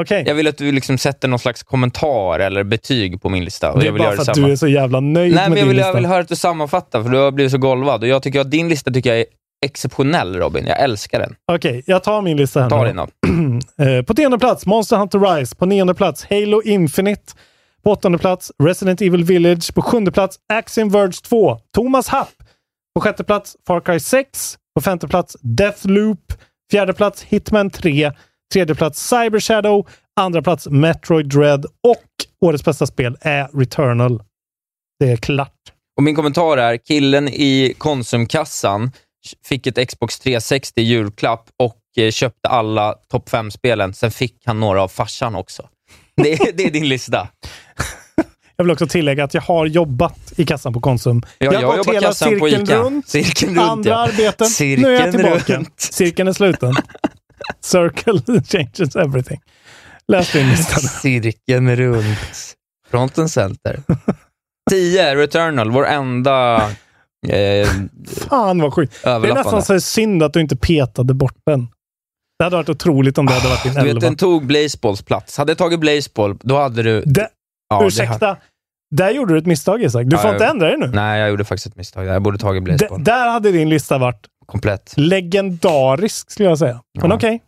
[SPEAKER 7] Okej.
[SPEAKER 9] Jag vill att du liksom sätter någon slags kommentar eller betyg på min lista. Och
[SPEAKER 7] Det
[SPEAKER 9] jag
[SPEAKER 7] är
[SPEAKER 9] vill
[SPEAKER 7] bara
[SPEAKER 9] göra
[SPEAKER 7] för att
[SPEAKER 9] detsamma.
[SPEAKER 7] du är så jävla nöjd
[SPEAKER 9] Nej,
[SPEAKER 7] med
[SPEAKER 9] men jag
[SPEAKER 7] din
[SPEAKER 9] vill,
[SPEAKER 7] lista.
[SPEAKER 9] jag vill höra att du sammanfattar, för du har blivit så golvad. Och jag tycker att din lista tycker jag är exceptionell, Robin. Jag älskar den.
[SPEAKER 7] Okej, jag tar min lista här
[SPEAKER 9] Ta
[SPEAKER 7] nu.
[SPEAKER 9] din då.
[SPEAKER 7] Eh, på tionde plats Monster Hunter Rise. På nionde plats Halo Infinite. På åttonde plats Resident Evil Village. På sjunde plats Axiom Verge 2. Thomas Happ. På sjätte plats Far Cry 6. På femte plats Deathloop. Fjärde plats Hitman 3. Tredje plats Cyber Shadow. Andra plats Metroid Dread. Och årets bästa spel är Returnal. Det är klart.
[SPEAKER 9] Och min kommentar är, killen i Konsumkassan fick ett Xbox 360 i julklapp och eh, köpte alla topp 5-spelen. Sen fick han några av farsan också. Det är, det är din lista.
[SPEAKER 7] Jag vill också tillägga att jag har jobbat i kassan på Konsum.
[SPEAKER 9] Ja,
[SPEAKER 7] har
[SPEAKER 9] jag
[SPEAKER 7] gått
[SPEAKER 9] jobbar
[SPEAKER 7] hela
[SPEAKER 9] kassan på
[SPEAKER 7] cirkeln
[SPEAKER 9] Ica.
[SPEAKER 7] runt.
[SPEAKER 9] Cirkeln runt,
[SPEAKER 7] andra
[SPEAKER 9] ja.
[SPEAKER 7] arbeten. nu är
[SPEAKER 9] Cirkeln
[SPEAKER 7] jag tillbaka.
[SPEAKER 9] runt.
[SPEAKER 7] Cirkeln är sluten. Circle changes everything. Läs din lista. nu.
[SPEAKER 9] Cirkeln runt. Fronten Center. 10. Returnal, vår enda eh,
[SPEAKER 7] Fan vad sjukt. Det är nästan
[SPEAKER 9] överlappande.
[SPEAKER 7] så synd att du inte petade bort den. Det hade varit otroligt om det hade varit din
[SPEAKER 9] Ah, Du vet,
[SPEAKER 7] elva.
[SPEAKER 9] den tog Blazeballs plats. Hade jag tagit Blazeball, då hade du...
[SPEAKER 7] Det,
[SPEAKER 9] Ja, det
[SPEAKER 7] ursäkta.
[SPEAKER 9] hade-
[SPEAKER 7] Det, Där gjorde du ett misstag Isak. Du
[SPEAKER 9] Ja,
[SPEAKER 7] får
[SPEAKER 9] jag-
[SPEAKER 7] inte ändra dig nu.
[SPEAKER 9] Nej, jag gjorde faktiskt ett misstag. där. Jag borde tagit
[SPEAKER 7] D-
[SPEAKER 9] Blazeball.
[SPEAKER 7] där hade din lista varit
[SPEAKER 9] Komplett.
[SPEAKER 7] legendarisk, skulle jag säga. Men
[SPEAKER 9] Ja.
[SPEAKER 7] okej,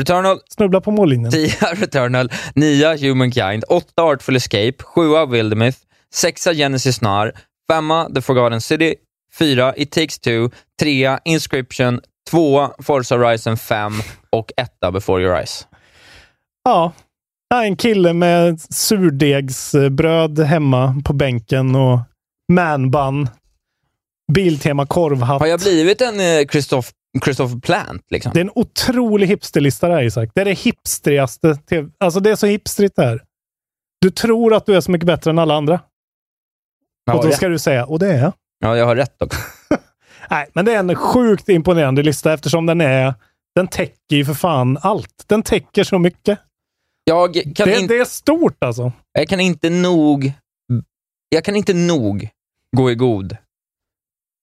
[SPEAKER 9] Returnal,
[SPEAKER 7] snubbla på mållinjen.
[SPEAKER 9] 10 Returnal, 9 Humankind, 8 Artful Escape, 7 Wildemyth, 6 Genesis Nar, 5 The Forgotten City, 4 It Takes Two, 3 Inscription, 2 Forza Horizon 5 och 1 Before Your Eyes.
[SPEAKER 7] Ja. Ja, En kille med surdegsbröd hemma på bänken och manbun. Biltema korvhatt.
[SPEAKER 9] Har jag blivit en eh, Christoph, Christoph Plant? Liksom?
[SPEAKER 7] Det är en otrolig hipsterlista det här Isak. Det är det hipstrigaste. TV. Alltså det är så hipstrigt det här. Du tror att du är så mycket bättre än alla andra.
[SPEAKER 9] Ja,
[SPEAKER 7] och då
[SPEAKER 9] det-
[SPEAKER 7] ska du säga, och det är jag.
[SPEAKER 9] Ja, jag har rätt också.
[SPEAKER 7] Nej, men det är en sjukt imponerande lista eftersom den är... Den täcker ju för fan allt. Den täcker så mycket.
[SPEAKER 9] Jag kan,
[SPEAKER 7] Det,
[SPEAKER 9] in,
[SPEAKER 7] det är stort alltså.
[SPEAKER 9] jag kan inte nog jag kan inte nog gå i god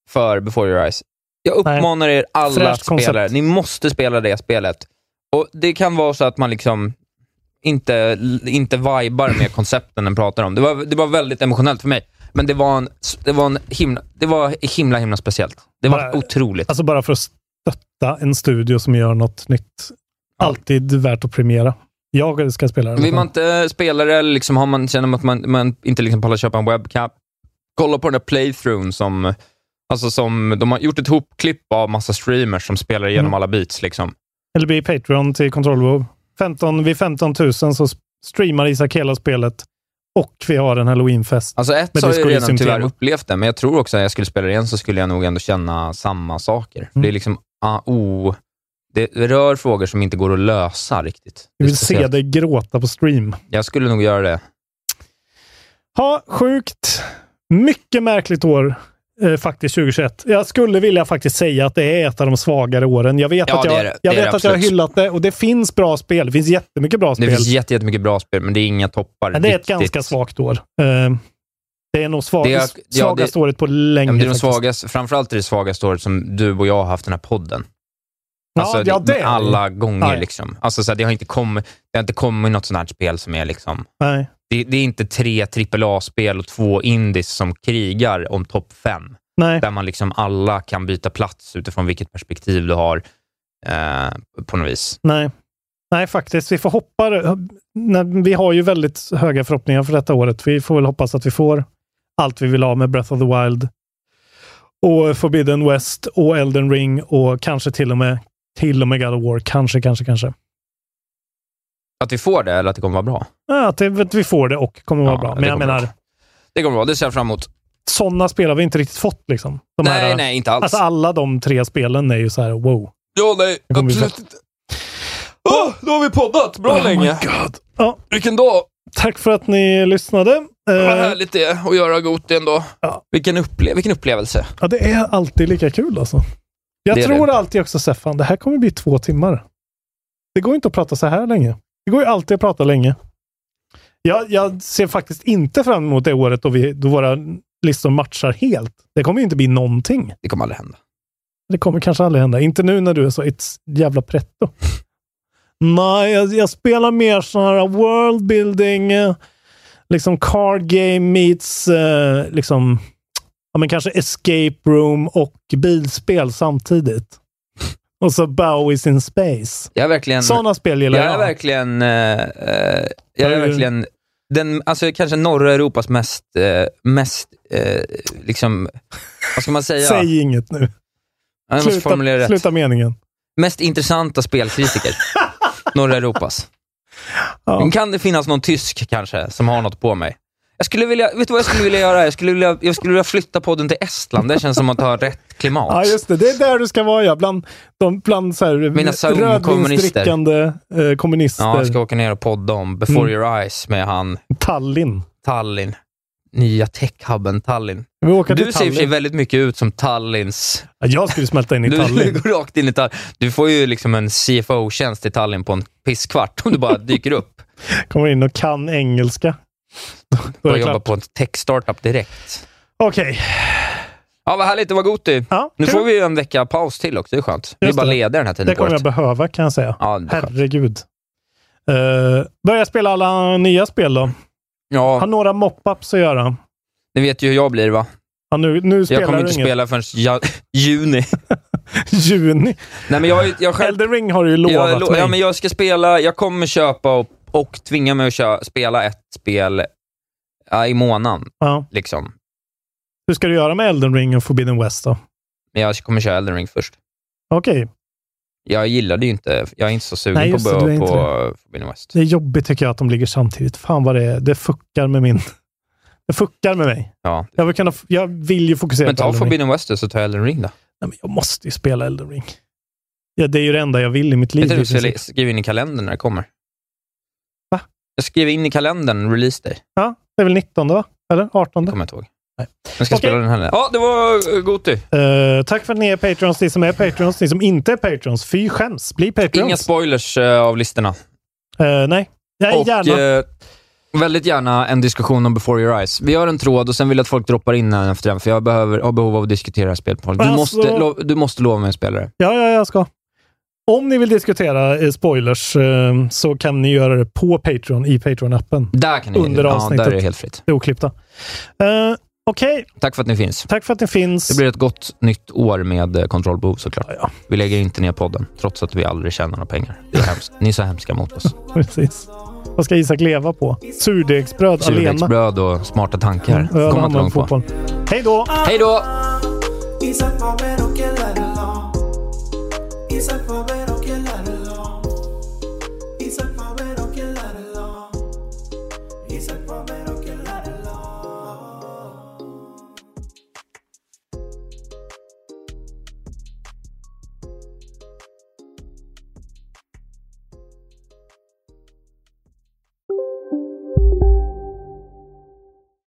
[SPEAKER 9] för Before Your Eyes. Jag
[SPEAKER 7] Nej.
[SPEAKER 9] uppmanar er alla
[SPEAKER 7] Fräscht
[SPEAKER 9] att spela det.
[SPEAKER 7] koncept.
[SPEAKER 9] Ni måste spela det spelet. Och Det kan vara så att man liksom inte, inte vibar med koncepten den pratar om. Det var, det var väldigt emotionellt för mig, men det var, en, det var, en himla, det var himla, himla speciellt. Det var
[SPEAKER 7] Bara-
[SPEAKER 9] otroligt.
[SPEAKER 7] Alltså bara för att stötta en studio som gör något nytt. Alltid värt att premiera. Jag ska spela den.
[SPEAKER 9] Vill man inte spela det, eller liksom har man, känner man att man, man inte liksom pallar köpa en webcam, kolla på den där playthroughen som, alltså som de har gjort ett hopklipp av massa streamers som spelar igenom
[SPEAKER 7] Mm.
[SPEAKER 9] alla beats. Liksom.
[SPEAKER 7] Eller bli Patreon till Control 15 Vid 15 000 så streamar Isak hela spelet och vi har en halloweenfest.
[SPEAKER 9] Alltså ett
[SPEAKER 7] Men
[SPEAKER 9] så har
[SPEAKER 7] det
[SPEAKER 9] jag
[SPEAKER 7] skulle
[SPEAKER 9] ju
[SPEAKER 7] ju
[SPEAKER 9] redan
[SPEAKER 7] symptoma.
[SPEAKER 9] tyvärr upplevt det, men jag tror också att jag skulle spela det igen så skulle jag nog ändå känna samma saker.
[SPEAKER 7] Mm.
[SPEAKER 9] Det är liksom, ah, oh, det rör frågor som inte går att lösa riktigt. Det
[SPEAKER 7] Vi
[SPEAKER 9] är
[SPEAKER 7] vill se
[SPEAKER 9] speciellt.
[SPEAKER 7] dig gråta på stream.
[SPEAKER 9] Jag skulle nog göra det.
[SPEAKER 7] Ja, sjukt. Mycket märkligt år eh, faktiskt 2021. Jag skulle vilja faktiskt säga att det är ett av de svagare åren. Jag vet
[SPEAKER 9] Ja,
[SPEAKER 7] att
[SPEAKER 9] det
[SPEAKER 7] jag,
[SPEAKER 9] är det.
[SPEAKER 7] jag,
[SPEAKER 9] Det är
[SPEAKER 7] vet
[SPEAKER 9] det
[SPEAKER 7] att jag har
[SPEAKER 9] absolut.
[SPEAKER 7] hyllat det och det finns bra spel. Det finns jättemycket bra
[SPEAKER 9] Det
[SPEAKER 7] spel.
[SPEAKER 9] finns jätte- jättemycket bra spel, men det är inga toppar.
[SPEAKER 7] men det är ett
[SPEAKER 9] riktigt.
[SPEAKER 7] ganska svagt år. Eh, det är nog svag,
[SPEAKER 9] Det är- ja,
[SPEAKER 7] svagaste
[SPEAKER 9] det-
[SPEAKER 7] året på
[SPEAKER 9] Ja,
[SPEAKER 7] länge.
[SPEAKER 9] men det är de
[SPEAKER 7] faktiskt.
[SPEAKER 9] svagaste, framförallt är det svagaste året som du och jag har haft den här podden.
[SPEAKER 7] Ja,
[SPEAKER 9] Alltså,
[SPEAKER 7] ja, det är det.
[SPEAKER 9] alla gånger.
[SPEAKER 7] Ja, ja.
[SPEAKER 9] Liksom. Alltså, så här, det, har inte kommit, det har inte kommit något sånt här spel som är liksom...
[SPEAKER 7] Nej.
[SPEAKER 9] Det, det är inte tre AAA-spel och två indies som krigar om topp fem.
[SPEAKER 7] Nej.
[SPEAKER 9] Där man liksom alla kan byta plats utifrån vilket perspektiv du har eh, på något vis.
[SPEAKER 7] Nej. Nej, faktiskt. Vi får hoppa. Nej, Vi har ju väldigt höga förhoppningar för detta året. Vi får väl hoppas att vi får allt vi vill ha med Breath of the Wild och Forbidden West och Elden Ring och kanske till och med, till och med God of War. Kanske, kanske, kanske.
[SPEAKER 9] Att vi får det eller att det kommer vara bra.
[SPEAKER 7] Ja, att, det, att vi får det och kommer vara
[SPEAKER 9] Ja,
[SPEAKER 7] bra.
[SPEAKER 9] det
[SPEAKER 7] Men jag
[SPEAKER 9] kommer
[SPEAKER 7] menar,
[SPEAKER 9] vara bra. Det kommer vara bra. Det ser jag fram emot.
[SPEAKER 7] sådana spel har vi inte riktigt fått liksom. De
[SPEAKER 9] nej,
[SPEAKER 7] här,
[SPEAKER 9] nej, inte alls.
[SPEAKER 7] Alltså alla de tre spelen är ju så här wow.
[SPEAKER 9] ja, nej,
[SPEAKER 7] Det kommer bli
[SPEAKER 9] absolut inte. Åh, Ah, då har vi poddat bra
[SPEAKER 7] Oh my
[SPEAKER 9] länge.
[SPEAKER 7] God. Ja,
[SPEAKER 9] Vilken dag!
[SPEAKER 7] tack för att ni lyssnade.
[SPEAKER 9] Vad
[SPEAKER 7] Eh,
[SPEAKER 9] härligt det är att göra Goti ändå.
[SPEAKER 7] Ja.
[SPEAKER 9] Vilken, upple vilken upplevelse.
[SPEAKER 7] Ja, det är alltid lika kul alltså. Jag
[SPEAKER 9] Det är
[SPEAKER 7] tror alltid också Stefan, det här kommer bli två timmar. Det går inte att prata så här länge. Det går ju alltid att prata länge. Jag, jag ser faktiskt inte fram emot det året då, vi, då våra listor matchar helt. Det kommer ju inte bli någonting.
[SPEAKER 9] Det kommer aldrig hända.
[SPEAKER 7] Det kommer kanske aldrig hända. Inte nu när du är så ett jävla pretto. Nej, jag, jag spelar mer sån här world building, eh, liksom card game meets, eh, liksom, ja men kanske escape room och bilspel samtidigt. Och så Bowies in space.
[SPEAKER 9] Jag är verkligen...
[SPEAKER 7] Sådana spel
[SPEAKER 9] jag
[SPEAKER 7] gillar jag.
[SPEAKER 9] är verkligen... eh, eh, jag är
[SPEAKER 7] Hur-
[SPEAKER 9] verkligen... Den, alltså kanske norra Europas mest, eh, mest eh, liksom, vad ska man säga?
[SPEAKER 7] Säg inget nu.
[SPEAKER 9] Ja, jag måste formulera
[SPEAKER 7] Sluta,
[SPEAKER 9] rätt.
[SPEAKER 7] sluta meningen.
[SPEAKER 9] Mest intressanta spelkritiker. norra Europas.
[SPEAKER 7] Ja.
[SPEAKER 9] Kan det finnas någon tysk kanske, som har något på mig? Jag skulle vilja, vet du vad jag skulle vilja göra? Jag skulle vilja, jag skulle vilja flytta podden till Estland. Det känns som att ha rätt klimat.
[SPEAKER 7] Ja, just det. Det är där du ska vara, ja. Bland, de, bland så här,
[SPEAKER 9] Mina Zoom-kommunister.
[SPEAKER 7] rödvinsdrickande eh, kommunister.
[SPEAKER 9] Ja, jag ska åka ner och podda om Before
[SPEAKER 7] Mm.
[SPEAKER 9] Your Eyes med han
[SPEAKER 7] Tallinn.
[SPEAKER 9] Tallinn. Nya techhubben Tallinn.
[SPEAKER 7] Vi åker
[SPEAKER 9] Du
[SPEAKER 7] till
[SPEAKER 9] ser i och för sig
[SPEAKER 7] Tallinn.
[SPEAKER 9] väldigt mycket ut som Tallins...
[SPEAKER 7] Ja, Jag skulle smälta in i
[SPEAKER 9] Du
[SPEAKER 7] Tallinn.
[SPEAKER 9] går rakt in i Tallinn. Du får ju liksom en CFO-tjänst i Tallinn på en pisskvart om du bara dyker upp.
[SPEAKER 7] Kommer in och kan engelska. Då är
[SPEAKER 9] Börjar
[SPEAKER 7] det
[SPEAKER 9] jobba
[SPEAKER 7] klart.
[SPEAKER 9] på en tech-startup direkt.
[SPEAKER 7] Okej.
[SPEAKER 9] Ja, vad härligt. Det var Goti.
[SPEAKER 7] Ja,
[SPEAKER 9] Nu
[SPEAKER 7] kul.
[SPEAKER 9] får vi ju en vecka paus till också. Det är skönt. Vi
[SPEAKER 7] Just
[SPEAKER 9] bara
[SPEAKER 7] det.
[SPEAKER 9] leder den här
[SPEAKER 7] Det
[SPEAKER 9] tiden på
[SPEAKER 7] kommer jag
[SPEAKER 9] året.
[SPEAKER 7] behöva kan jag säga. Eh,
[SPEAKER 9] Ja, det är skönt.
[SPEAKER 7] Herregud. Uh, börja spela alla nya spel då.
[SPEAKER 9] Ja.
[SPEAKER 7] Har några mop-ups att göra.
[SPEAKER 9] Ni vet ju hur jag blir va?
[SPEAKER 7] Ja, nu, nu spelar
[SPEAKER 9] jag kommer
[SPEAKER 7] du
[SPEAKER 9] inte
[SPEAKER 7] inget.
[SPEAKER 9] spela förrän ja, juni.
[SPEAKER 7] Juni?
[SPEAKER 9] Nej, men jag, har ju- jag själv,
[SPEAKER 7] Elden Ring har du ju lovat
[SPEAKER 9] jag, lo-
[SPEAKER 7] mig.
[SPEAKER 9] ja, men jag ska spela, jag kommer köpa och, och tvinga mig att kö, spela ett spel ja, i månaden.
[SPEAKER 7] Ja.
[SPEAKER 9] Liksom.
[SPEAKER 7] Hur ska du göra med Elden Ring och Forbidden West då?
[SPEAKER 9] Men jag kommer köra Elden Ring först.
[SPEAKER 7] Okej,
[SPEAKER 9] Jag gillade ju inte, jag är inte så sugen
[SPEAKER 7] Nej,
[SPEAKER 9] på
[SPEAKER 7] just det, du är
[SPEAKER 9] på,
[SPEAKER 7] inte
[SPEAKER 9] på
[SPEAKER 7] det.
[SPEAKER 9] Forbidden West.
[SPEAKER 7] det är jobbigt tycker jag att de ligger samtidigt. Fan vad det är. Det fuckar med min... Det fuckar med mig.
[SPEAKER 9] Ja.
[SPEAKER 7] Jag vill, kunna, f- jag vill ju fokusera
[SPEAKER 9] Men
[SPEAKER 7] på
[SPEAKER 9] ta
[SPEAKER 7] Elden Ring.
[SPEAKER 9] Forbidden West då, så tar jag Elden Ring då.
[SPEAKER 7] Nej, men jag måste ju spela Elden Ring. Ja, det är ju det enda jag vill i mitt liv.
[SPEAKER 9] Vet du,
[SPEAKER 7] i
[SPEAKER 9] jag
[SPEAKER 7] princip.
[SPEAKER 9] ska skriva in i kalendern när det kommer. Va? Jag skriver in i kalendern release day.
[SPEAKER 7] Ja, det är väl 19 va? Eller 18?
[SPEAKER 9] Kommer jag inte ihåg. Jag ska spela den här. Ja, det var eh, Goti.
[SPEAKER 7] Eh, tack för att ni är patrons, ni som är patrons, ni som inte är patrons. Fy skäms, bli patrons.
[SPEAKER 9] Inga spoilers eh, av listorna.
[SPEAKER 7] Eh, nej, nej
[SPEAKER 9] och
[SPEAKER 7] gärna.
[SPEAKER 9] eh, väldigt gärna en diskussion om Before Your Eyes. Vi gör en tråd och sen vill jag att folk droppar in en efter den, för jag behöver, har behov av att diskutera det här spelet. Paul. Du,
[SPEAKER 7] Alltså-
[SPEAKER 9] måste, lo, du måste lova mig en spelare.
[SPEAKER 7] Ja, ja, jag ska. Om ni vill diskutera eh, spoilers eh, så kan ni göra det på Patreon, i Patreon-appen.
[SPEAKER 9] Där kan ni
[SPEAKER 7] Under
[SPEAKER 9] ja,
[SPEAKER 7] avsnittet.
[SPEAKER 9] där är det helt fritt.
[SPEAKER 7] Det är oklippta. Eh, Okej,
[SPEAKER 9] Tack för att ni finns.
[SPEAKER 7] tack för att ni finns.
[SPEAKER 9] Det blir ett gott nytt år med eh, kontrollbehov såklart. Vi lägger inte ner podden, trots att vi aldrig tjänar några pengar. Det är hemskt. Ni är så hemska mot oss.
[SPEAKER 7] Precis. Vad ska Isak leva på? Surdegsbröd allena.
[SPEAKER 9] Surdegsbröd och smarta tankar.
[SPEAKER 10] Mm.
[SPEAKER 9] Kommer
[SPEAKER 7] Öl,
[SPEAKER 9] inte
[SPEAKER 7] handboll,
[SPEAKER 9] långt på.
[SPEAKER 7] fotboll. Hej då!
[SPEAKER 9] Hej då!
[SPEAKER 11] Isaac får ver och killar det lag. Isaac får ver och killar det lag. Isaac får ver och killar det lag. Isaac får ver och killar det lag.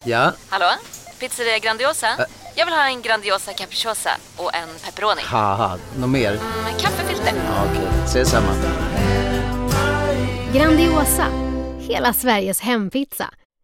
[SPEAKER 12] Ja,
[SPEAKER 13] Hallå? Pizzeria Grandiosa? Jag vill ha en Grandiosa capriciosa och en pepperoni.
[SPEAKER 12] haha, något mer?
[SPEAKER 13] Med kaffefilter.
[SPEAKER 12] Ja, Okej, ses samma.
[SPEAKER 10] Grandiosa, hela Sveriges hempizza.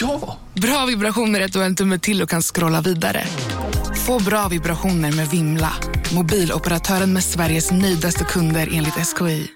[SPEAKER 3] Ja! Bra vibrationer är att du har en tumme till och kan scrolla vidare. Få bra vibrationer med Vimla. Mobiloperatören med Sveriges nöjdaste kunder enligt SKI.